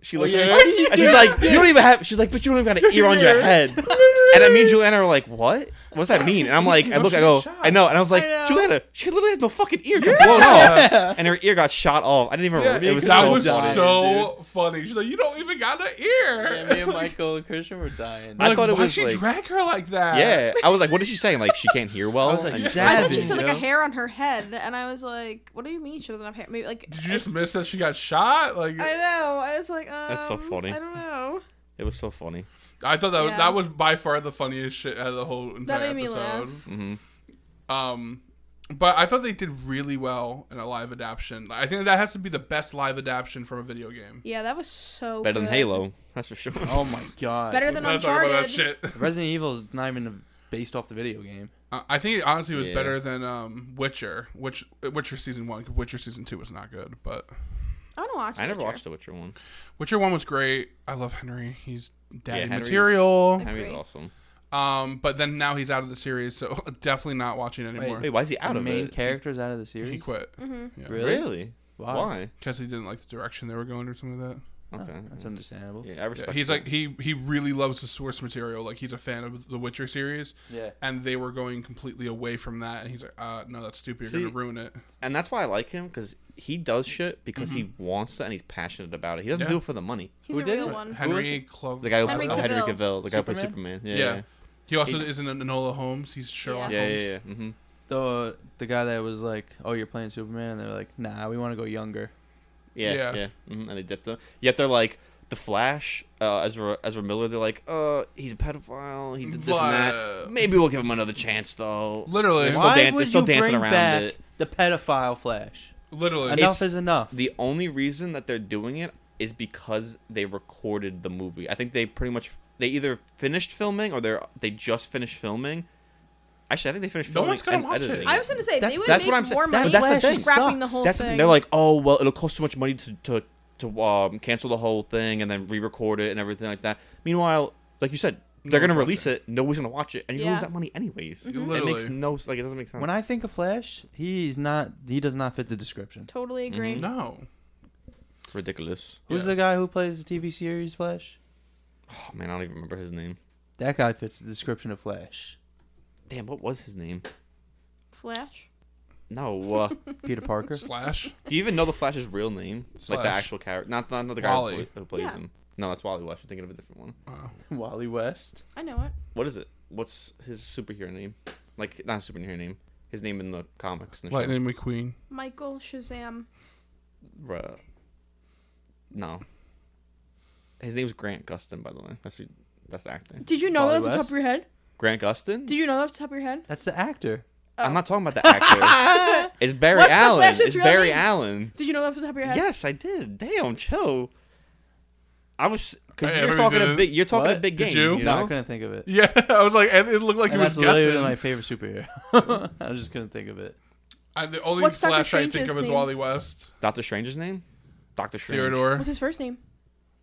[SPEAKER 4] She looks
[SPEAKER 6] yeah.
[SPEAKER 4] at me, and she's like, "You don't even have." She's like, "But you don't even got an ear on your head." And I mean, Juliana are like, "What? What does that mean?" And I'm like, "I look, I go, I know," and I was like,
[SPEAKER 7] I know.
[SPEAKER 4] "Juliana, she literally has no fucking ear, got blown off, and her ear got shot off." I didn't even. remember. it was
[SPEAKER 6] that
[SPEAKER 4] so
[SPEAKER 6] was
[SPEAKER 4] funny.
[SPEAKER 6] so funny. She's like, you don't even got an ear.
[SPEAKER 5] me and Michael and Christian were dying.
[SPEAKER 4] I
[SPEAKER 6] Like,
[SPEAKER 4] thought it
[SPEAKER 6] why'd
[SPEAKER 4] was
[SPEAKER 6] she
[SPEAKER 4] like-
[SPEAKER 6] drag her like that?
[SPEAKER 4] Yeah, I was like, "What is she saying? Like, she can't hear well."
[SPEAKER 5] I was like,
[SPEAKER 4] And-
[SPEAKER 7] I thought
[SPEAKER 5] Evan,
[SPEAKER 7] she said like
[SPEAKER 5] yo.
[SPEAKER 7] a hair on her head, and I was like, "What do you mean she doesn't have hair? Maybe like
[SPEAKER 6] Did you just miss that she got shot? Like,
[SPEAKER 7] I
[SPEAKER 6] I,
[SPEAKER 7] know. I was like, um,
[SPEAKER 4] so funny.
[SPEAKER 7] I don't know.
[SPEAKER 4] It was so funny.
[SPEAKER 6] thought that was,
[SPEAKER 7] Yeah.
[SPEAKER 6] that was by far the funniest shit out of the whole entire
[SPEAKER 7] That made me
[SPEAKER 6] episode.
[SPEAKER 7] laugh.
[SPEAKER 4] Mm-hmm.
[SPEAKER 6] Um, but I thought they did really well in a live adaptation. I think that has to be the best live adaptation from a video game.
[SPEAKER 7] Yeah, that was so
[SPEAKER 4] Better than
[SPEAKER 7] good.
[SPEAKER 4] Halo, that's for sure.
[SPEAKER 5] oh my god.
[SPEAKER 7] Better than
[SPEAKER 6] Let's talk
[SPEAKER 7] Uncharted.
[SPEAKER 6] about that shit.
[SPEAKER 5] Resident Evil is not even based off the video game.
[SPEAKER 6] Uh, I think it honestly was
[SPEAKER 4] Yeah.
[SPEAKER 6] better than um, Witcher, which Witcher season one. 'cause Witcher season two was not good, but
[SPEAKER 7] I want to watch.
[SPEAKER 4] I never
[SPEAKER 7] Witcher.
[SPEAKER 4] watched the Witcher one.
[SPEAKER 6] Witcher one was great. I love Henry. He's daddy
[SPEAKER 4] Henry's-
[SPEAKER 6] material.
[SPEAKER 4] Henry's
[SPEAKER 7] Agree.
[SPEAKER 4] awesome.
[SPEAKER 6] Um, but then now he's out of the series, so definitely not watching anymore.
[SPEAKER 4] Wait, why is he out
[SPEAKER 5] the
[SPEAKER 4] of
[SPEAKER 5] main
[SPEAKER 4] it?
[SPEAKER 5] characters out of the series.
[SPEAKER 6] he quit
[SPEAKER 7] Mm-hmm.
[SPEAKER 5] Really?
[SPEAKER 4] Really?
[SPEAKER 5] Why?
[SPEAKER 4] Why?
[SPEAKER 6] because he didn't like the direction they were going or something like that.
[SPEAKER 5] Oh,
[SPEAKER 4] Okay.
[SPEAKER 5] That's understandable.
[SPEAKER 4] Yeah, I respect.
[SPEAKER 6] Yeah, he's
[SPEAKER 4] that.
[SPEAKER 6] like he he really loves the source material. Like he's a fan of the Witcher series,
[SPEAKER 5] Yeah.
[SPEAKER 6] and they were going completely away from that. And he's like, uh, no, that's stupid. You're
[SPEAKER 4] See-
[SPEAKER 6] gonna ruin it.
[SPEAKER 4] and that's why I like him because he does shit because he wants to and he's passionate about it. He doesn't
[SPEAKER 6] Yeah.
[SPEAKER 4] do it for the money.
[SPEAKER 7] He's
[SPEAKER 5] Who
[SPEAKER 7] a
[SPEAKER 5] did
[SPEAKER 7] real
[SPEAKER 5] it?
[SPEAKER 7] one.
[SPEAKER 6] Henry Club.
[SPEAKER 4] The guy who
[SPEAKER 7] Henry
[SPEAKER 4] played Henry
[SPEAKER 7] Cavill.
[SPEAKER 4] Cavill, the guy who played Superman. Yeah.
[SPEAKER 6] yeah.
[SPEAKER 4] Yeah.
[SPEAKER 6] He also is in an Enola Holmes. He's Sherlock
[SPEAKER 4] Yeah. Yeah.
[SPEAKER 6] Holmes.
[SPEAKER 4] yeah, hmm
[SPEAKER 5] The the guy that was like, "Oh, you're playing Superman," and they're like, "Nah, we want to go younger."
[SPEAKER 4] Yeah.
[SPEAKER 6] Yeah.
[SPEAKER 4] Yeah. hmm And they dipped him. Yet they're like. The Flash, uh, Ezra, Ezra Miller, they're like, uh, he's a pedophile. He did this and
[SPEAKER 6] But-
[SPEAKER 4] that. Maybe we'll give him another chance, though.
[SPEAKER 6] Literally,
[SPEAKER 4] They're still, dan- they're still dancing around it.
[SPEAKER 5] the pedophile Flash?
[SPEAKER 6] literally.
[SPEAKER 5] Enough
[SPEAKER 4] It's-
[SPEAKER 5] is enough.
[SPEAKER 4] the only reason that they're doing it is because they recorded the movie. I think they pretty much they either finished filming or they're they just finished filming. Actually, I think they finished
[SPEAKER 6] No
[SPEAKER 4] filming.
[SPEAKER 6] one's gonna
[SPEAKER 4] and
[SPEAKER 6] watch it.
[SPEAKER 4] editing
[SPEAKER 7] I was gonna say
[SPEAKER 5] That's-
[SPEAKER 7] they would
[SPEAKER 4] that's
[SPEAKER 7] make
[SPEAKER 4] what I'm saying.
[SPEAKER 7] more
[SPEAKER 4] That-
[SPEAKER 7] money
[SPEAKER 4] that's the
[SPEAKER 7] by
[SPEAKER 4] thing.
[SPEAKER 7] scrapping the
[SPEAKER 5] Sucks.
[SPEAKER 7] whole
[SPEAKER 4] That's the
[SPEAKER 7] thing.
[SPEAKER 4] thing. They're like, oh well, it'll cost so much money to to to um, cancel the whole thing and then re-record it and everything like that. Meanwhile, like you said, They're gonna release it. Nobody's gonna watch it, and you
[SPEAKER 7] Yeah.
[SPEAKER 4] lose that money anyways. It makes
[SPEAKER 6] Literally.
[SPEAKER 4] no like it doesn't make sense.
[SPEAKER 5] When I think of Flash, he's not. He does not fit the description.
[SPEAKER 7] Totally agree.
[SPEAKER 4] Mm-hmm.
[SPEAKER 6] No.
[SPEAKER 4] it's ridiculous.
[SPEAKER 5] Who's the guy who plays the TV series Flash?
[SPEAKER 4] Oh man, I don't even remember his name.
[SPEAKER 5] That guy fits the description of Flash.
[SPEAKER 4] Damn, what was his name?
[SPEAKER 7] Flash.
[SPEAKER 4] No, uh, do
[SPEAKER 5] Peter Parker.
[SPEAKER 6] Slash.
[SPEAKER 4] you even know the Flash's real name? Like
[SPEAKER 6] Slash.
[SPEAKER 4] the actual character, not not, not the guy who
[SPEAKER 6] Wally.
[SPEAKER 4] pla- who plays
[SPEAKER 7] Yeah.
[SPEAKER 4] him. No, that's Wally West. You're thinking of a different one.
[SPEAKER 5] Wally West.
[SPEAKER 7] I know it.
[SPEAKER 4] What is it? What's his superhero name? Like not superhero name. His name in the comics. And the show.
[SPEAKER 6] Lightning McQueen.
[SPEAKER 7] Michael Shazam.
[SPEAKER 4] Bruh. No. His name's Grant Gustin, by the way. That's who, that's the actor.
[SPEAKER 7] Did you know
[SPEAKER 5] Wally
[SPEAKER 7] that off the top
[SPEAKER 5] West?
[SPEAKER 7] of your head?
[SPEAKER 4] Grant Gustin?
[SPEAKER 7] Did you know that off the top of your head?
[SPEAKER 5] That's the actor.
[SPEAKER 4] I'm not talking about the actor. it's Barry
[SPEAKER 7] What's the
[SPEAKER 4] Allen.
[SPEAKER 7] Flash's
[SPEAKER 4] It's
[SPEAKER 7] real
[SPEAKER 4] Barry
[SPEAKER 7] name?
[SPEAKER 4] Allen.
[SPEAKER 7] Did you know that off the top of your head?
[SPEAKER 4] Yes, I did. Damn, chill. I was because
[SPEAKER 6] Hey,
[SPEAKER 4] you're
[SPEAKER 6] everybody
[SPEAKER 4] talking
[SPEAKER 6] did
[SPEAKER 4] a
[SPEAKER 6] it.
[SPEAKER 4] big. You're talking a
[SPEAKER 5] What?
[SPEAKER 4] big
[SPEAKER 6] Did
[SPEAKER 4] game.
[SPEAKER 6] you?
[SPEAKER 4] you
[SPEAKER 5] No, I
[SPEAKER 4] know?
[SPEAKER 5] couldn't think of it.
[SPEAKER 6] Yeah, I was like, and it looked like
[SPEAKER 5] And
[SPEAKER 6] he was
[SPEAKER 5] that's literally
[SPEAKER 6] guessing.
[SPEAKER 5] my favorite superhero. I just couldn't think of it.
[SPEAKER 6] I, the only
[SPEAKER 7] What's Dr.
[SPEAKER 6] Flash I think
[SPEAKER 7] Strange's
[SPEAKER 6] of is
[SPEAKER 7] name?
[SPEAKER 6] Wally West.
[SPEAKER 4] Doctor Strange's name. Doctor Strange.
[SPEAKER 6] Theodore.
[SPEAKER 7] What's his first name?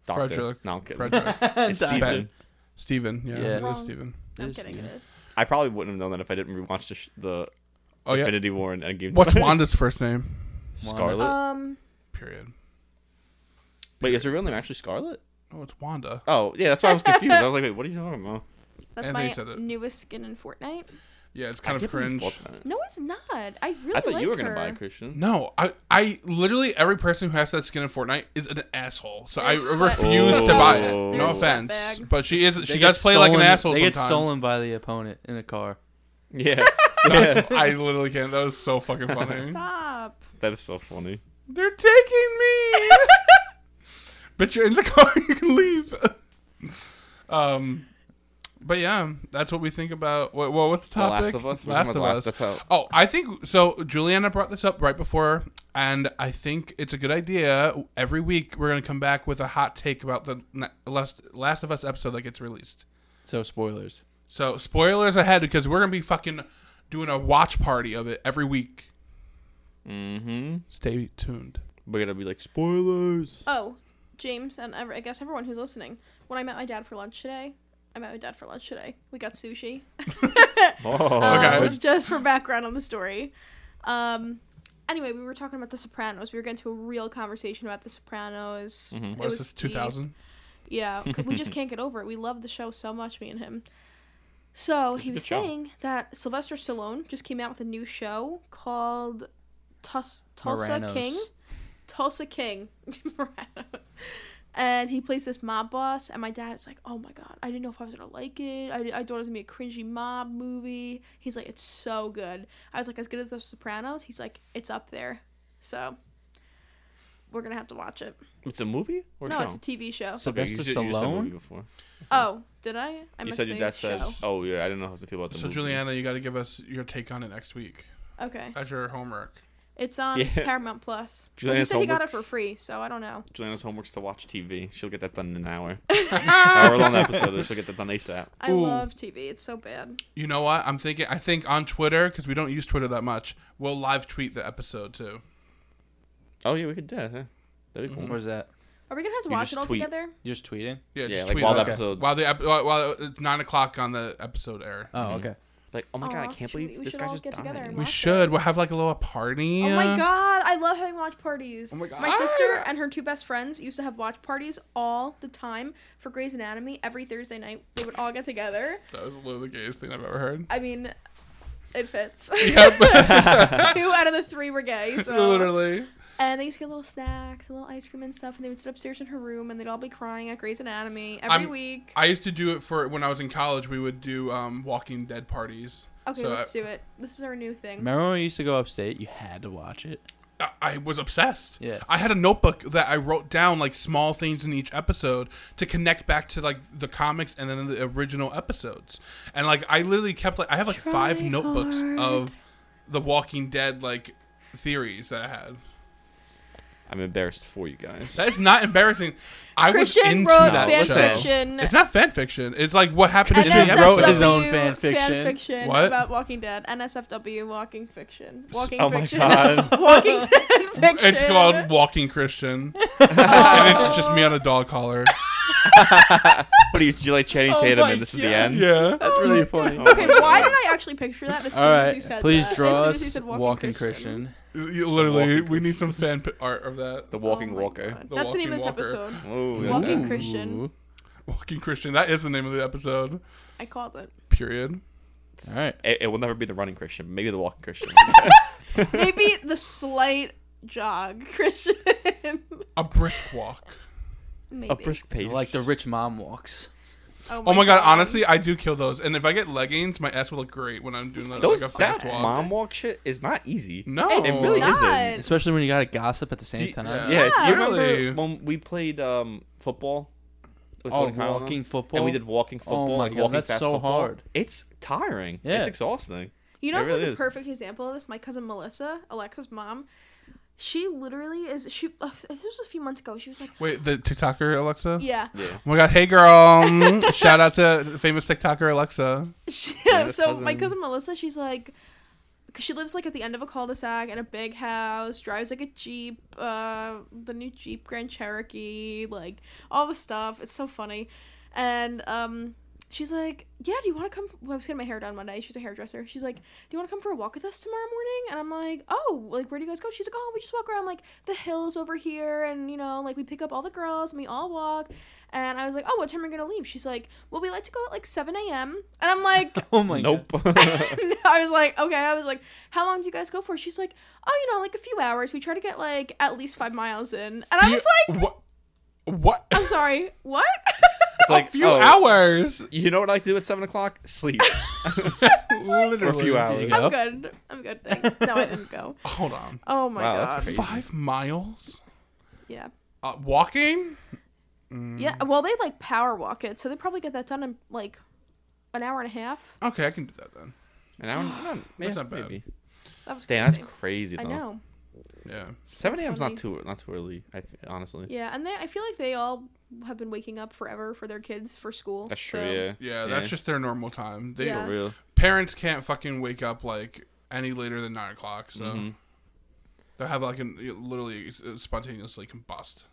[SPEAKER 4] Doctor.
[SPEAKER 6] Frederick.
[SPEAKER 4] No, I'm kidding.
[SPEAKER 6] Frederick.
[SPEAKER 4] It's
[SPEAKER 5] Doctor.
[SPEAKER 4] Stephen.
[SPEAKER 6] Steven. Yeah,
[SPEAKER 5] Yeah.
[SPEAKER 6] it
[SPEAKER 7] Wrong.
[SPEAKER 6] is Steven.
[SPEAKER 7] I'm
[SPEAKER 5] Yes,
[SPEAKER 7] kidding.
[SPEAKER 5] yeah.
[SPEAKER 7] It is.
[SPEAKER 4] I probably wouldn't have known that if I didn't rewatch the, sh- the
[SPEAKER 6] Oh, yeah.
[SPEAKER 4] Infinity War and Endgame.
[SPEAKER 6] What's Wanda's first name?
[SPEAKER 4] Scarlet.
[SPEAKER 7] Um,
[SPEAKER 6] Period.
[SPEAKER 4] Wait, is her real name actually Scarlet?
[SPEAKER 6] Oh, it's Wanda.
[SPEAKER 4] Oh, yeah, that's why I was confused. I was like, wait, what are you talking about?
[SPEAKER 7] that's
[SPEAKER 6] Anthony said
[SPEAKER 7] my
[SPEAKER 6] it.
[SPEAKER 7] newest skin in Fortnite.
[SPEAKER 6] Yeah, it's kind
[SPEAKER 4] I
[SPEAKER 6] of
[SPEAKER 4] can't believe
[SPEAKER 6] cringe.
[SPEAKER 4] you bought that.
[SPEAKER 7] No, it's not. I really.
[SPEAKER 4] I thought
[SPEAKER 7] like
[SPEAKER 4] you were gonna
[SPEAKER 7] her.
[SPEAKER 4] buy it, Christian.
[SPEAKER 6] No, I, I literally every person who has that skin in Fortnite is an asshole. So I
[SPEAKER 7] They're sweat-
[SPEAKER 6] refuse to buy it.
[SPEAKER 4] Oh.
[SPEAKER 6] No
[SPEAKER 4] They're
[SPEAKER 6] offense,
[SPEAKER 7] sweatbag.
[SPEAKER 6] but she is.
[SPEAKER 5] They
[SPEAKER 6] She
[SPEAKER 5] get
[SPEAKER 6] does play like an
[SPEAKER 5] stolen-
[SPEAKER 6] asshole.
[SPEAKER 5] They get
[SPEAKER 6] sometimes.
[SPEAKER 5] stolen by the opponent in a car.
[SPEAKER 4] Yeah,
[SPEAKER 6] I literally can't. That was so fucking funny.
[SPEAKER 7] Stop.
[SPEAKER 4] that is so funny.
[SPEAKER 6] They're taking me. but you're in the car. You can leave. um, but yeah, that's what we think about. What, what was the
[SPEAKER 4] The Last
[SPEAKER 6] topic?
[SPEAKER 4] of Us? We're
[SPEAKER 6] Last of
[SPEAKER 4] talking about
[SPEAKER 6] Us.
[SPEAKER 4] Last- that's how-
[SPEAKER 6] Oh, I think so. Juliana brought this up right before, and I think it's a good idea. Every week we're gonna come back with a hot take about the na- Last Last of Us episode that gets released.
[SPEAKER 5] So spoilers.
[SPEAKER 6] So spoilers ahead because we're gonna be fucking doing a watch party of it every week.
[SPEAKER 4] Mm-hmm.
[SPEAKER 6] Stay tuned.
[SPEAKER 4] We're gonna be like spoilers.
[SPEAKER 7] Oh, James, and ev- I guess everyone who's listening. When I met my dad for lunch today, I met my dad for lunch today. We got sushi.
[SPEAKER 4] Oh,
[SPEAKER 7] Um,
[SPEAKER 6] Okay.
[SPEAKER 7] just for background on the story. Um, anyway, we were talking about The Sopranos. We were getting to a real conversation about The Sopranos. It
[SPEAKER 6] Mm-hmm. What is this? Two
[SPEAKER 7] deep.
[SPEAKER 6] thousand.
[SPEAKER 7] Yeah, c- we just can't get over it. We love the show so much, me and him. So he
[SPEAKER 4] a
[SPEAKER 7] was
[SPEAKER 4] good show.
[SPEAKER 7] saying that Sylvester Stallone just came out with a new show called Tus- Tulsa
[SPEAKER 5] Moranos.
[SPEAKER 7] King. Tulsa King. Moranos. and he plays this mob boss, and my dad's like, "Oh my god, I didn't know if I was gonna like it. I, I thought it was gonna be a cringy mob movie." He's like, "It's so good." I was like, "As good as The Sopranos?" He's like, "It's up there." So we're gonna have to watch it.
[SPEAKER 4] it's a movie or
[SPEAKER 7] no,
[SPEAKER 4] show?
[SPEAKER 7] it's a TV show.
[SPEAKER 4] Okay, you
[SPEAKER 5] Sylvester
[SPEAKER 4] said- you said movie
[SPEAKER 5] Stallone.
[SPEAKER 4] before.
[SPEAKER 7] Oh, did I? I
[SPEAKER 4] You
[SPEAKER 7] meant
[SPEAKER 4] said
[SPEAKER 7] to
[SPEAKER 4] your
[SPEAKER 7] say
[SPEAKER 4] dad
[SPEAKER 7] show.
[SPEAKER 4] said. Oh yeah, I didn't know how to feel about the
[SPEAKER 6] So
[SPEAKER 4] movie.
[SPEAKER 6] Juliana, you got to give us your take on it next week.
[SPEAKER 7] Okay,
[SPEAKER 6] That's your homework.
[SPEAKER 7] it's on
[SPEAKER 4] Yeah.
[SPEAKER 7] Paramount Plus. Well, he
[SPEAKER 4] Juliana's
[SPEAKER 7] said he got it for
[SPEAKER 4] homework's-
[SPEAKER 7] free, so I don't know.
[SPEAKER 4] Juliana's homework's to watch TV. She'll get that done in an hour. hour long episode. and She'll get that done ASAP.
[SPEAKER 7] I
[SPEAKER 6] Ooh.
[SPEAKER 7] love TV. It's so bad.
[SPEAKER 6] You know what? I'm thinking. I think on Twitter because we don't use Twitter that much. We'll live tweet the episode too.
[SPEAKER 4] Oh yeah, we could do that. huh? That'd be cool.
[SPEAKER 5] Where's that?
[SPEAKER 7] Are we gonna have to
[SPEAKER 4] You
[SPEAKER 7] watch
[SPEAKER 4] just
[SPEAKER 7] it all
[SPEAKER 4] tweet.
[SPEAKER 7] together?
[SPEAKER 5] You're just tweeting.
[SPEAKER 6] Yeah,
[SPEAKER 4] Yeah,
[SPEAKER 6] just
[SPEAKER 4] like
[SPEAKER 6] tweet
[SPEAKER 4] while
[SPEAKER 6] it.
[SPEAKER 4] the
[SPEAKER 5] Okay.
[SPEAKER 4] episodes.
[SPEAKER 6] While the ep- while, while it's nine o'clock on the episode air.
[SPEAKER 5] Oh, okay.
[SPEAKER 4] Like, oh my god, I
[SPEAKER 7] Aw,
[SPEAKER 4] can't
[SPEAKER 7] should
[SPEAKER 4] believe
[SPEAKER 7] we- we
[SPEAKER 4] this
[SPEAKER 7] should
[SPEAKER 4] guy
[SPEAKER 7] all
[SPEAKER 4] just
[SPEAKER 7] get
[SPEAKER 4] died.
[SPEAKER 7] together and
[SPEAKER 6] we
[SPEAKER 7] watch
[SPEAKER 6] should.
[SPEAKER 7] it.
[SPEAKER 6] We'll have like a little party.
[SPEAKER 7] Oh my god, I love having watch parties.
[SPEAKER 6] Oh my God.
[SPEAKER 7] sister and her two best friends used to have watch parties all the time for Grey's Anatomy. Every Thursday night, they would all get together.
[SPEAKER 6] That was literally the gayest thing I've ever heard.
[SPEAKER 7] I mean, it fits.
[SPEAKER 6] Yep.
[SPEAKER 7] Two out of the three were gay, so
[SPEAKER 6] literally.
[SPEAKER 7] And they used to get little snacks, a little ice cream and stuff, and they would sit upstairs in her room and they'd all be crying at Grey's Anatomy every
[SPEAKER 6] I'm-
[SPEAKER 7] week.
[SPEAKER 6] I used to do it for when I was in college. We would do um, Walking Dead parties.
[SPEAKER 7] Okay,
[SPEAKER 6] so
[SPEAKER 7] let's
[SPEAKER 6] I,
[SPEAKER 7] do it. This is our new thing.
[SPEAKER 5] Remember when we used to go upstate? You had to watch it.
[SPEAKER 6] I, I was obsessed.
[SPEAKER 5] Yeah.
[SPEAKER 6] I had a notebook that I wrote down like small things in each episode to connect back to like the comics and then the original episodes. And like I literally kept like I have like five
[SPEAKER 7] Try
[SPEAKER 6] notebooks
[SPEAKER 7] hard.
[SPEAKER 6] of the Walking Dead like theories that I had.
[SPEAKER 4] I'm embarrassed for you guys.
[SPEAKER 6] That is not embarrassing. I was
[SPEAKER 7] Christian
[SPEAKER 6] into
[SPEAKER 7] wrote
[SPEAKER 6] that
[SPEAKER 7] fan
[SPEAKER 6] show.
[SPEAKER 7] fiction.
[SPEAKER 6] It's not fan fiction. It's like what happened in the
[SPEAKER 5] Christian wrote
[SPEAKER 6] episode.
[SPEAKER 5] his own
[SPEAKER 7] NSFW
[SPEAKER 5] fan fiction.
[SPEAKER 7] fan fiction
[SPEAKER 6] What?
[SPEAKER 7] about Walking Dead. NSFW walking fiction. Walking
[SPEAKER 4] oh my
[SPEAKER 7] fiction.
[SPEAKER 4] God.
[SPEAKER 7] walking Dead fiction.
[SPEAKER 6] It's called Walking Christian, and it's just me on a dog collar.
[SPEAKER 4] What are you, you like Channing Tatum
[SPEAKER 5] my
[SPEAKER 4] and this is
[SPEAKER 5] God.
[SPEAKER 4] the end?
[SPEAKER 6] Yeah.
[SPEAKER 5] That's really funny.
[SPEAKER 7] Okay, why did I actually picture that Oh as soon
[SPEAKER 5] All
[SPEAKER 7] as you
[SPEAKER 5] right,
[SPEAKER 7] said
[SPEAKER 5] please
[SPEAKER 7] that? As
[SPEAKER 5] draw
[SPEAKER 7] soon as you
[SPEAKER 5] us
[SPEAKER 7] said
[SPEAKER 5] walking, Christian.
[SPEAKER 6] You- literally, we need some fan p- art of that.
[SPEAKER 4] The
[SPEAKER 7] Oh
[SPEAKER 4] Walking
[SPEAKER 7] my
[SPEAKER 4] Walker.
[SPEAKER 7] God.
[SPEAKER 6] The
[SPEAKER 7] That's the name of this
[SPEAKER 6] Walking Walker.
[SPEAKER 7] episode.
[SPEAKER 4] Ooh, look at
[SPEAKER 7] Walking
[SPEAKER 4] that.
[SPEAKER 7] Christian.
[SPEAKER 6] Walking Christian. That is the name of the episode.
[SPEAKER 7] I called it.
[SPEAKER 6] Period.
[SPEAKER 5] All right.
[SPEAKER 4] It, it will never be the running Christian. Maybe the walking Christian.
[SPEAKER 7] Maybe the slight jog, Christian.
[SPEAKER 6] A brisk walk.
[SPEAKER 7] Maybe.
[SPEAKER 4] a brisk pace.
[SPEAKER 5] Like the rich mom walks.
[SPEAKER 6] Oh my god, honestly, I do kill those. And if I get leggings, my ass will look great when I'm doing like,
[SPEAKER 4] Those
[SPEAKER 6] like a fast
[SPEAKER 4] that
[SPEAKER 6] walk.
[SPEAKER 4] mom walk shit is not easy.
[SPEAKER 6] No.
[SPEAKER 7] It's
[SPEAKER 4] It really
[SPEAKER 7] not.
[SPEAKER 4] isn't.
[SPEAKER 5] Especially when you gotta gossip at the
[SPEAKER 4] Do
[SPEAKER 5] same
[SPEAKER 4] you-
[SPEAKER 5] time.
[SPEAKER 4] Yeah,
[SPEAKER 7] Yeah.
[SPEAKER 4] you remember
[SPEAKER 6] Really?
[SPEAKER 4] when we played um, football? with
[SPEAKER 5] Oh,
[SPEAKER 4] Glenn Kyle and them?
[SPEAKER 5] walking football?
[SPEAKER 4] And we did walking football.
[SPEAKER 5] my
[SPEAKER 4] like
[SPEAKER 5] God,
[SPEAKER 4] walking
[SPEAKER 5] that's
[SPEAKER 4] fast
[SPEAKER 5] so
[SPEAKER 4] football.
[SPEAKER 5] hard.
[SPEAKER 4] It's tiring.
[SPEAKER 5] Yeah.
[SPEAKER 4] It's exhausting.
[SPEAKER 7] You know
[SPEAKER 4] It
[SPEAKER 7] who's
[SPEAKER 4] really
[SPEAKER 7] a
[SPEAKER 4] is.
[SPEAKER 7] perfect example of this? My cousin Melissa, Alexa's mom. She literally is. She uh, this was a few months ago. She was like,
[SPEAKER 6] Wait, the TikToker Alexa?
[SPEAKER 7] yeah.
[SPEAKER 4] Yeah.
[SPEAKER 6] Oh my god, hey girl. Mm, Shout out to famous TikToker Alexa.
[SPEAKER 7] She-
[SPEAKER 4] Yeah,
[SPEAKER 7] so my
[SPEAKER 4] cousin.
[SPEAKER 7] cousin Melissa, she's like, cause she lives like at the end of a cul-de-sac in a big house, drives like a jeep, uh, the new Jeep Grand Cherokee, like all the stuff. It's so funny, and um. She's like, yeah. Do you want to come? Well, I was getting my hair done Monday. She's a hairdresser. She's like, do you want to come for a walk with us tomorrow morning? And I'm like, oh, like where do you guys go? She's like, oh, we just walk around like the hills over here, and you know, like we pick up all the girls and we all walk. And I was like, oh, what time are you gonna leave? She's like, well, we like to go at like 7 a.m. And I'm like,
[SPEAKER 5] Oh my
[SPEAKER 4] Nope.
[SPEAKER 7] I was like, okay. I was like, how long do you guys go for? She's like, oh, you know, like a few hours. We try to get like at least five miles in. And I was like,
[SPEAKER 6] what? What?
[SPEAKER 7] I'm sorry, what?
[SPEAKER 4] It's like
[SPEAKER 6] a few
[SPEAKER 4] oh,
[SPEAKER 6] hours.
[SPEAKER 4] You know what I like to do at seven o'clock? Sleep.
[SPEAKER 6] Literally.
[SPEAKER 4] For a few hours.
[SPEAKER 7] I'm good. I'm good. Thanks. No, I didn't go.
[SPEAKER 6] Hold on.
[SPEAKER 7] Oh my
[SPEAKER 4] Wow,
[SPEAKER 7] god.
[SPEAKER 4] that's crazy.
[SPEAKER 6] Five miles?
[SPEAKER 7] Yeah.
[SPEAKER 6] Uh, walking?
[SPEAKER 7] Yeah.
[SPEAKER 4] Mm.
[SPEAKER 7] Well, they like power walk it, so they probably get that done in like an hour and a half.
[SPEAKER 6] Okay, I can do that then.
[SPEAKER 4] An hour. and- yeah,
[SPEAKER 6] not bad.
[SPEAKER 4] Maybe.
[SPEAKER 7] That was crazy.
[SPEAKER 4] Damn, that's crazy. Though.
[SPEAKER 7] I know.
[SPEAKER 6] Yeah.
[SPEAKER 4] Seven a.m. is
[SPEAKER 7] funny.
[SPEAKER 4] not too not too early. I th- honestly.
[SPEAKER 7] Yeah, and they I feel like they all have been waking up forever for their kids for school.
[SPEAKER 4] That's true.
[SPEAKER 7] so-
[SPEAKER 4] yeah.
[SPEAKER 6] Yeah, that's just their normal time. They
[SPEAKER 7] Yeah.
[SPEAKER 4] for real.
[SPEAKER 6] parents can't fucking wake up like any later than nine o'clock, so
[SPEAKER 4] Mm-hmm.
[SPEAKER 6] they have like an it literally uh, spontaneously combust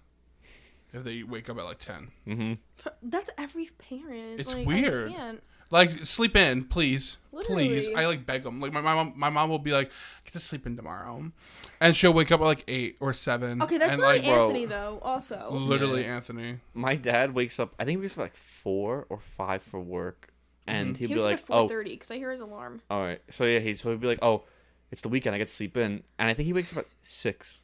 [SPEAKER 6] if they wake up at like ten.
[SPEAKER 4] Mm-hmm.
[SPEAKER 7] That's every parent.
[SPEAKER 6] It's
[SPEAKER 7] like, I
[SPEAKER 6] weird.
[SPEAKER 7] can't.
[SPEAKER 6] Like sleep in, please, please.
[SPEAKER 7] Literally.
[SPEAKER 6] I like beg them. Like my mom, my mom will be like, get to sleep in tomorrow, and she'll wake up at like eight or seven.
[SPEAKER 7] Okay, that's
[SPEAKER 6] and,
[SPEAKER 7] not
[SPEAKER 6] like
[SPEAKER 4] bro.
[SPEAKER 7] Anthony though. Also,
[SPEAKER 6] literally Anthony.
[SPEAKER 4] my dad wakes up. I think he wakes up at, like four or five for work, and he'd be
[SPEAKER 7] he was
[SPEAKER 4] like,
[SPEAKER 7] at four
[SPEAKER 4] "Oh,
[SPEAKER 7] thirty because I hear his alarm.
[SPEAKER 4] all right." So yeah, he's so he'd be like, "Oh, it's the weekend. I get to sleep in." And I think he wakes up at six,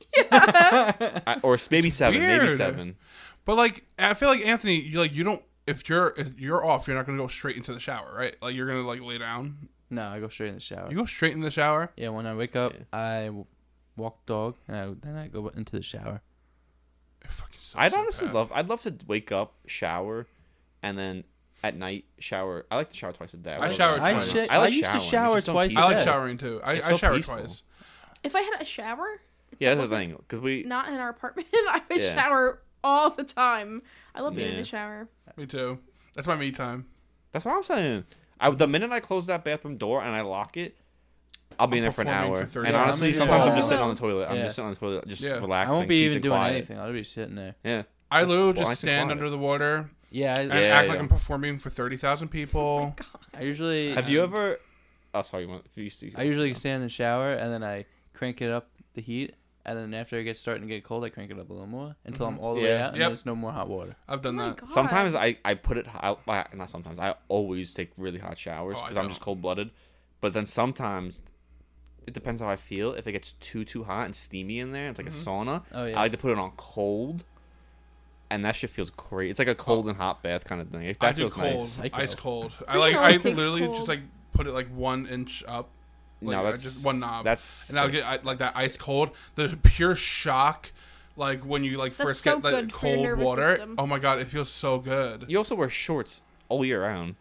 [SPEAKER 4] I, or s- maybe seven, maybe
[SPEAKER 6] weird.
[SPEAKER 4] seven.
[SPEAKER 6] But like, I feel like Anthony, you like you don't. If you're if you're off, you're not gonna go straight into the shower, right? Like you're gonna like lay down.
[SPEAKER 5] No, I go straight in the shower.
[SPEAKER 6] You go straight in the shower.
[SPEAKER 5] Yeah, when I wake up, I w- walk dog, and I, then I go into the shower.
[SPEAKER 6] It fucking sucks
[SPEAKER 4] I'd
[SPEAKER 6] so
[SPEAKER 4] honestly
[SPEAKER 6] bad.
[SPEAKER 4] love. I'd love to wake up, shower, and then at night shower. I like to shower twice a day. love
[SPEAKER 6] shower
[SPEAKER 4] that.
[SPEAKER 6] I twice. sh-
[SPEAKER 4] I like
[SPEAKER 5] used to
[SPEAKER 4] showering. It's
[SPEAKER 5] shower
[SPEAKER 4] just so
[SPEAKER 5] twice a
[SPEAKER 6] I like
[SPEAKER 5] day.
[SPEAKER 6] showering too. I,
[SPEAKER 4] It's
[SPEAKER 6] I
[SPEAKER 4] so
[SPEAKER 6] shower
[SPEAKER 4] peaceful.
[SPEAKER 6] twice.
[SPEAKER 7] If I had a shower,
[SPEAKER 4] Yeah, that's the thing. Because we
[SPEAKER 7] not in our apartment, I would
[SPEAKER 4] Yeah.
[SPEAKER 7] shower all the time. I love being in
[SPEAKER 4] Yeah.
[SPEAKER 7] the shower.
[SPEAKER 6] Me too. That's my me time.
[SPEAKER 4] That's what I'm saying. I, the minute I close that bathroom door and I lock it, I'll be in there for an
[SPEAKER 6] performing
[SPEAKER 4] hour.
[SPEAKER 6] for 30
[SPEAKER 4] and
[SPEAKER 6] hours.
[SPEAKER 4] honestly,
[SPEAKER 5] Yeah.
[SPEAKER 4] sometimes I'm
[SPEAKER 7] Yeah.
[SPEAKER 4] just sitting on the toilet. I'm
[SPEAKER 5] Yeah.
[SPEAKER 4] just sitting on the toilet, just
[SPEAKER 6] Yeah. I
[SPEAKER 5] I
[SPEAKER 4] relaxing.
[SPEAKER 5] won't be
[SPEAKER 4] peace
[SPEAKER 5] even
[SPEAKER 4] and
[SPEAKER 5] doing
[SPEAKER 4] quiet.
[SPEAKER 5] anything. I'll be sitting there.
[SPEAKER 4] Yeah.
[SPEAKER 6] I literally
[SPEAKER 4] quiet,
[SPEAKER 6] just
[SPEAKER 4] it's
[SPEAKER 6] stand
[SPEAKER 4] quiet.
[SPEAKER 6] under the water
[SPEAKER 5] Yeah, I,
[SPEAKER 6] and
[SPEAKER 4] Yeah,
[SPEAKER 6] act
[SPEAKER 4] yeah,
[SPEAKER 6] like
[SPEAKER 4] yeah.
[SPEAKER 6] I'm performing for thirty thousand
[SPEAKER 7] Oh
[SPEAKER 6] people.
[SPEAKER 5] I usually
[SPEAKER 4] Have you ever? Oh, sorry. You want, if you see, Oh.
[SPEAKER 5] I usually stand in the shower and then I crank it up the heat, and then after it gets starting to get cold, I crank it up a little more until I'm all the way
[SPEAKER 4] Yeah.
[SPEAKER 5] out, and
[SPEAKER 6] Yep.
[SPEAKER 5] there's no more hot water.
[SPEAKER 6] I've done
[SPEAKER 7] Oh my
[SPEAKER 6] that.
[SPEAKER 7] God.
[SPEAKER 4] Sometimes I, I put it out. uh, Not sometimes. I always take really hot showers
[SPEAKER 6] Oh, I
[SPEAKER 4] because I'm
[SPEAKER 6] don't.
[SPEAKER 4] just cold blooded. But then sometimes, it depends how I feel. If it gets too too hot and steamy in there, it's like
[SPEAKER 6] Mm-hmm.
[SPEAKER 4] a sauna.
[SPEAKER 5] Oh, yeah.
[SPEAKER 4] I like to put it on cold, and that shit feels great. It's like a cold and hot bath kind of thing. That
[SPEAKER 6] Oh. I do
[SPEAKER 4] feels
[SPEAKER 6] cold,
[SPEAKER 4] nice.
[SPEAKER 5] Psycho.
[SPEAKER 6] ice cold. I
[SPEAKER 7] Christian
[SPEAKER 6] like. I
[SPEAKER 7] always takes
[SPEAKER 6] literally
[SPEAKER 7] cold.
[SPEAKER 6] just like put it like one inch up. Like,
[SPEAKER 4] no,
[SPEAKER 6] I
[SPEAKER 4] that's
[SPEAKER 6] just one knob.
[SPEAKER 4] That's
[SPEAKER 6] and I'll
[SPEAKER 4] sick.
[SPEAKER 6] get I, like that ice cold. The pure shock, like when you like
[SPEAKER 7] That's
[SPEAKER 6] first
[SPEAKER 7] so
[SPEAKER 6] get like
[SPEAKER 7] good for your
[SPEAKER 6] cold
[SPEAKER 7] nervous
[SPEAKER 6] water.
[SPEAKER 7] system.
[SPEAKER 6] Oh my god, it feels so good.
[SPEAKER 4] You also wear shorts all year round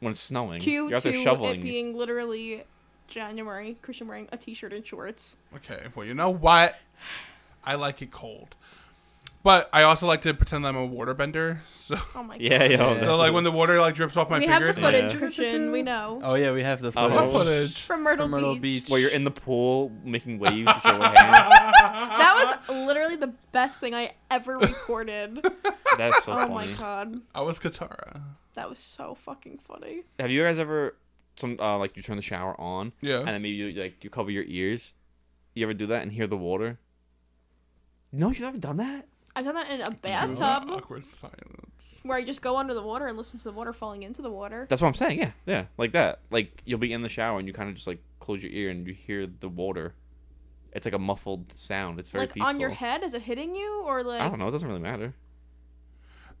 [SPEAKER 4] when it's snowing.
[SPEAKER 7] Cue
[SPEAKER 4] You're out there
[SPEAKER 7] to it
[SPEAKER 4] shoveling.
[SPEAKER 7] being literally January. Christian wearing a t-shirt and shorts.
[SPEAKER 6] Okay, well you know what? I like it cold. But I also like to pretend that I'm a waterbender. So,
[SPEAKER 7] Oh my god.
[SPEAKER 4] Yeah, yo.
[SPEAKER 5] Yeah.
[SPEAKER 4] that's-
[SPEAKER 6] so like when the water like drips off my
[SPEAKER 7] we have the
[SPEAKER 6] fingers.
[SPEAKER 7] footage,
[SPEAKER 4] Yeah.
[SPEAKER 7] Christian. We know
[SPEAKER 5] Oh yeah, we have the
[SPEAKER 4] Oh.
[SPEAKER 5] photo.
[SPEAKER 6] What footage?
[SPEAKER 7] from Myrtle,
[SPEAKER 5] From Myrtle
[SPEAKER 7] Beach.
[SPEAKER 5] Beach.
[SPEAKER 4] where you're in the pool making waves with your hands.
[SPEAKER 7] That was literally the best thing I ever recorded.
[SPEAKER 4] That's so
[SPEAKER 7] oh my
[SPEAKER 4] funny.
[SPEAKER 7] god,
[SPEAKER 6] I was Katara.
[SPEAKER 7] that was so fucking funny.
[SPEAKER 4] Have you guys ever some uh, like you turn the shower on?
[SPEAKER 6] Yeah.
[SPEAKER 4] And then maybe you like you cover your ears. You ever do that and hear the water? No, you've never done that.
[SPEAKER 7] I've done that in a
[SPEAKER 6] Ooh,
[SPEAKER 7] bathtub
[SPEAKER 6] Awkward silence.
[SPEAKER 7] where I just go under the water and listen to the water falling into the water.
[SPEAKER 4] That's what I'm saying. Yeah, yeah, like that. Like you'll be in the shower and you kind of just like close your ear and you hear the water. It's like a muffled sound. It's very
[SPEAKER 7] like
[SPEAKER 4] peaceful.
[SPEAKER 7] on your head, is it hitting you or like?
[SPEAKER 4] I don't know. It doesn't really matter.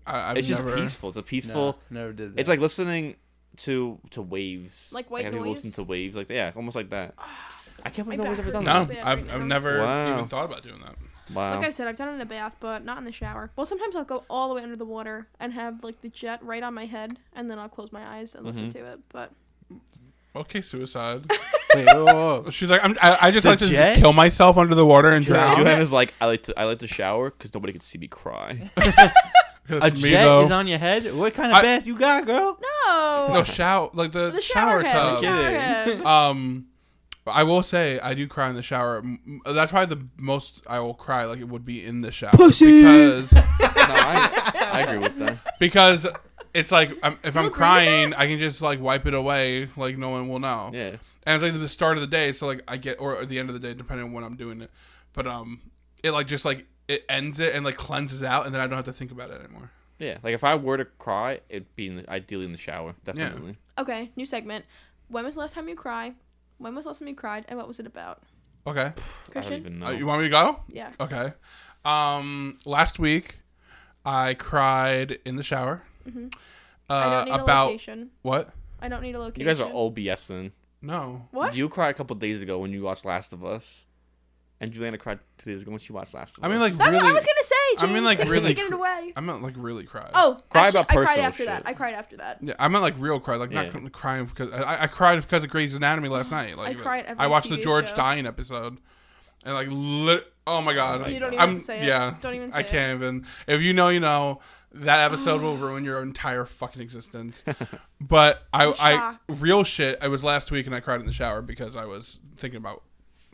[SPEAKER 6] I, I've
[SPEAKER 4] it's just
[SPEAKER 6] never-
[SPEAKER 4] peaceful. It's a peaceful.
[SPEAKER 5] No, never did. That.
[SPEAKER 4] It's like listening to to waves.
[SPEAKER 7] Like white
[SPEAKER 4] have people
[SPEAKER 7] noise? Ah,
[SPEAKER 4] listen to waves like yeah, almost like that. I can't believe
[SPEAKER 7] My
[SPEAKER 4] no one's ever done
[SPEAKER 7] back
[SPEAKER 6] No,
[SPEAKER 7] hurts. Bad
[SPEAKER 6] I've,
[SPEAKER 7] right
[SPEAKER 6] I've
[SPEAKER 7] now.
[SPEAKER 6] never
[SPEAKER 4] Wow.
[SPEAKER 6] even thought about doing that.
[SPEAKER 4] that. Wow.
[SPEAKER 7] Like I said, I've done it in a bath, but not in the shower. Well, sometimes I'll go all the way under the water and have like the jet right on my head, and then I'll close my eyes and
[SPEAKER 4] Mm-hmm.
[SPEAKER 7] listen to it. But
[SPEAKER 6] Okay, suicide.
[SPEAKER 5] Wait, whoa, whoa, whoa.
[SPEAKER 6] She's like, I'm, I, I just
[SPEAKER 5] The
[SPEAKER 6] like
[SPEAKER 5] jet?
[SPEAKER 6] to kill myself under the water and drown.
[SPEAKER 4] Johan is like, I like to I like to shower because nobody could see me cry.
[SPEAKER 5] a
[SPEAKER 6] That's me,
[SPEAKER 5] jet
[SPEAKER 6] though.
[SPEAKER 5] is on your head. What kind of
[SPEAKER 6] I-
[SPEAKER 5] bath you got, girl?
[SPEAKER 7] no,
[SPEAKER 6] No, shower like the,
[SPEAKER 7] the
[SPEAKER 6] shower,
[SPEAKER 7] shower, head,
[SPEAKER 6] tub.
[SPEAKER 7] the shower head.
[SPEAKER 6] Um, I will say I do cry in the shower. M- m- That's probably the most I will cry. Like it would be in the shower because
[SPEAKER 4] no, I, I agree with that.
[SPEAKER 6] because it's like I'm, if I'm
[SPEAKER 7] agree with
[SPEAKER 6] crying, I can just like wipe it away. Like no one will know.
[SPEAKER 4] Yeah.
[SPEAKER 6] And it's like the start of the day, so like I get or at the end of the day, depending on when I'm doing it. But um, it like just like it ends it and like cleanses out, and then I don't have to think about it anymore.
[SPEAKER 4] Yeah. Like if I were to cry, it'd be in the, ideally in the shower, definitely.
[SPEAKER 7] Okay, new segment. When was the last time you cried? When was the last time you cried, and what was it about?
[SPEAKER 6] Okay,
[SPEAKER 4] I don't
[SPEAKER 7] Christian?
[SPEAKER 4] even know.
[SPEAKER 6] Uh, you want me to go?
[SPEAKER 7] Yeah.
[SPEAKER 6] Okay. Um, last week, I cried in the shower.
[SPEAKER 7] Mm-hmm. I
[SPEAKER 6] Uh,
[SPEAKER 7] don't need
[SPEAKER 6] about
[SPEAKER 7] a location.
[SPEAKER 6] what?
[SPEAKER 7] I don't need a location.
[SPEAKER 4] you guys are all BSing.
[SPEAKER 6] No.
[SPEAKER 7] What?
[SPEAKER 4] You cried a couple days ago when you watched Last of Us, and Juliana cried two days ago when she watched Last of
[SPEAKER 6] I
[SPEAKER 4] Us.
[SPEAKER 6] mean, like
[SPEAKER 7] That's
[SPEAKER 6] really.
[SPEAKER 7] what I was gonna say.
[SPEAKER 6] I
[SPEAKER 7] James.
[SPEAKER 6] mean, like, really
[SPEAKER 7] Taking it
[SPEAKER 6] cr-
[SPEAKER 7] away.
[SPEAKER 6] I meant like really cry.
[SPEAKER 7] oh,
[SPEAKER 4] uh, Cry
[SPEAKER 7] actually,
[SPEAKER 4] about
[SPEAKER 7] I cried
[SPEAKER 4] personal
[SPEAKER 7] after that.
[SPEAKER 4] shit.
[SPEAKER 7] I cried after that.
[SPEAKER 6] Yeah, I meant like real cry, like
[SPEAKER 4] Yeah.
[SPEAKER 6] not cr- crying because I, I cried because of Grey's Anatomy last night. Like
[SPEAKER 7] I cried every
[SPEAKER 6] I watched the
[SPEAKER 7] TV
[SPEAKER 6] George
[SPEAKER 7] show.
[SPEAKER 6] Stein episode, and like lit. Oh my god!
[SPEAKER 7] You don't even
[SPEAKER 6] I'm,
[SPEAKER 7] have to say it.
[SPEAKER 6] Yeah,
[SPEAKER 7] Don't even
[SPEAKER 6] I
[SPEAKER 7] say it.
[SPEAKER 6] can't even. If you know, you know. That episode will ruin your entire fucking existence. But I, I
[SPEAKER 7] shocked.
[SPEAKER 6] real shit. I was last week and I cried in the shower because I was thinking about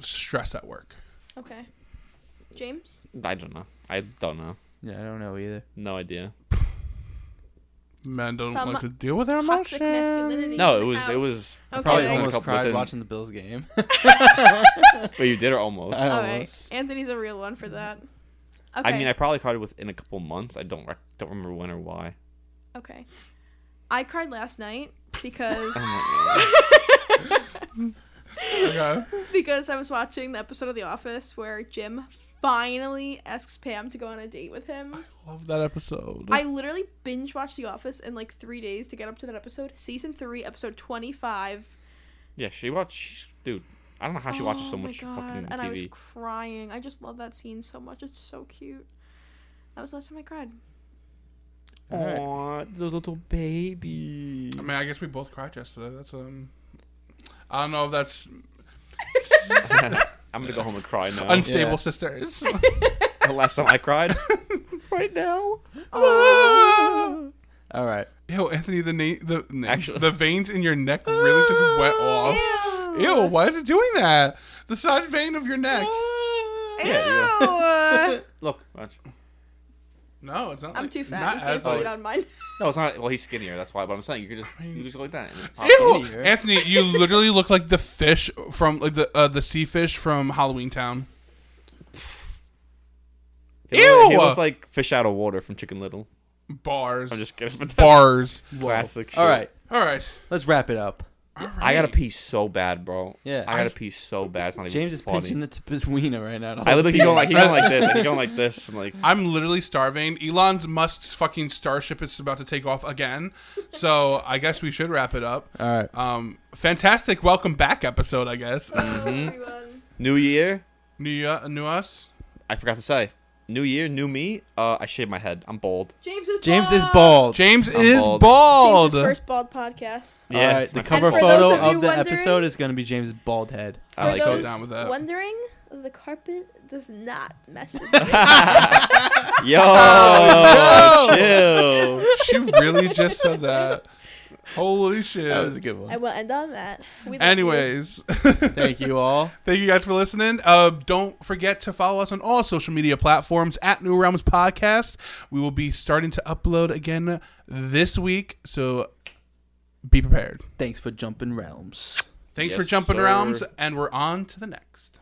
[SPEAKER 6] stress at work.
[SPEAKER 7] Okay. James,
[SPEAKER 4] I don't know. I don't know.
[SPEAKER 5] Yeah, I don't know either.
[SPEAKER 4] No idea.
[SPEAKER 6] Men don't
[SPEAKER 7] Some
[SPEAKER 6] like to deal with their
[SPEAKER 7] toxic
[SPEAKER 6] emotions.
[SPEAKER 7] masculinity.
[SPEAKER 4] No,
[SPEAKER 7] in
[SPEAKER 4] it
[SPEAKER 7] the
[SPEAKER 4] was
[SPEAKER 7] house.
[SPEAKER 4] it was
[SPEAKER 5] Probably
[SPEAKER 7] Okay.
[SPEAKER 4] probably only a
[SPEAKER 5] almost
[SPEAKER 4] couple.
[SPEAKER 5] cried
[SPEAKER 4] Within,
[SPEAKER 5] watching the Bills game.
[SPEAKER 4] But you did or almost.
[SPEAKER 5] I
[SPEAKER 7] All right.
[SPEAKER 5] almost.
[SPEAKER 7] Anthony's a real one for that. Okay.
[SPEAKER 4] I mean, I probably cried within a couple months. I don't rec- don't remember when or why.
[SPEAKER 7] okay. I cried last night because
[SPEAKER 4] Oh
[SPEAKER 6] Okay.
[SPEAKER 7] because I was watching the episode of The Office where Jim finally asks Pam to go on a date with him.
[SPEAKER 6] Love that episode.
[SPEAKER 7] I literally binge watched The Office in like three days to get up to that episode. Season three, episode twenty-five.
[SPEAKER 4] Yeah, she watched. Dude, I don't know how she watches so
[SPEAKER 7] Oh my
[SPEAKER 4] much fucking
[SPEAKER 7] and I was
[SPEAKER 4] TV.
[SPEAKER 7] crying. I just love that scene so much. It's so cute. That was the last time I cried.
[SPEAKER 4] Aw, the little baby.
[SPEAKER 6] I mean, I guess we both cried yesterday. That's um, I don't know if that's
[SPEAKER 4] I'm gonna go home and cry now.
[SPEAKER 6] unstable
[SPEAKER 5] Yeah.
[SPEAKER 6] sisters.
[SPEAKER 4] the last time I cried.
[SPEAKER 6] right now.
[SPEAKER 5] All right.
[SPEAKER 6] Yo, Anthony, the na- the na-
[SPEAKER 4] Actually-
[SPEAKER 6] the veins in your neck really just went off. Ew, why is it doing that? The side vein of your neck.
[SPEAKER 4] yeah, yeah.
[SPEAKER 7] Oh,
[SPEAKER 4] Look, watch.
[SPEAKER 6] No, it's not.
[SPEAKER 7] I'm
[SPEAKER 6] like-
[SPEAKER 7] too fat.
[SPEAKER 6] not
[SPEAKER 7] You can't
[SPEAKER 6] as
[SPEAKER 7] see
[SPEAKER 6] like-
[SPEAKER 7] it on mine.
[SPEAKER 4] No, it's not. Well, he's skinnier. That's why. But I'm saying you could just you could just go like that. And it pops.
[SPEAKER 6] Ew,
[SPEAKER 5] Skinnier.
[SPEAKER 6] Anthony, you literally look like the fish from like the uh, the sea fish from Halloween Town.
[SPEAKER 4] He looked- He
[SPEAKER 6] Ew.
[SPEAKER 4] looks like fish out of water from Chicken Little.
[SPEAKER 6] Bars.
[SPEAKER 4] I'm just kidding. But that's
[SPEAKER 6] bars.
[SPEAKER 4] classic.
[SPEAKER 5] All
[SPEAKER 4] shit.
[SPEAKER 5] right.
[SPEAKER 6] All right.
[SPEAKER 5] Let's wrap it up.
[SPEAKER 4] I gotta pee so bad, bro.
[SPEAKER 5] Yeah.
[SPEAKER 4] I gotta pee so bad. It's not even
[SPEAKER 5] James is
[SPEAKER 4] funny.
[SPEAKER 5] pinching the tip of his wiener right now.
[SPEAKER 4] I literally keep going like he going like this and he going like this and like
[SPEAKER 6] I'm literally starving. Elon Musk's fucking starship is about to take off again, so I guess we should wrap it up.
[SPEAKER 5] All right.
[SPEAKER 6] Um, fantastic welcome back episode, I guess.
[SPEAKER 4] Mm-hmm.
[SPEAKER 7] Everyone.
[SPEAKER 4] New Year.
[SPEAKER 6] new, uh, new us.
[SPEAKER 4] I forgot to say. New year, new me. Uh, I shaved my head. I'm bald.
[SPEAKER 7] James is
[SPEAKER 5] James
[SPEAKER 7] bald.
[SPEAKER 5] is bald.
[SPEAKER 6] James
[SPEAKER 4] I'm
[SPEAKER 6] is
[SPEAKER 4] bald.
[SPEAKER 6] bald.
[SPEAKER 7] James's first bald podcast.
[SPEAKER 5] All right,
[SPEAKER 4] my
[SPEAKER 5] the cover
[SPEAKER 7] And for those
[SPEAKER 5] photo
[SPEAKER 7] of
[SPEAKER 5] of,
[SPEAKER 7] you
[SPEAKER 5] the
[SPEAKER 7] wondering-
[SPEAKER 5] episode is going to be James' bald head.
[SPEAKER 4] I
[SPEAKER 7] For
[SPEAKER 4] like
[SPEAKER 7] those
[SPEAKER 4] it.
[SPEAKER 6] down with that.
[SPEAKER 7] wondering, the carpet does not match the
[SPEAKER 4] Yo, chill.
[SPEAKER 6] she really just said that. Holy shit.
[SPEAKER 4] That was a good one.
[SPEAKER 7] I will end on that. We love you.
[SPEAKER 6] Anyways,
[SPEAKER 5] Thank you all.
[SPEAKER 6] Thank you guys for listening. Uh, don't forget to follow us on all social media platforms at New Realms Podcast. We will be starting to upload again this week, so be prepared.
[SPEAKER 5] Thanks for jumping realms.
[SPEAKER 6] Thanks
[SPEAKER 4] Yes,
[SPEAKER 6] for jumping
[SPEAKER 4] sir.
[SPEAKER 6] realms, and we're on to the next.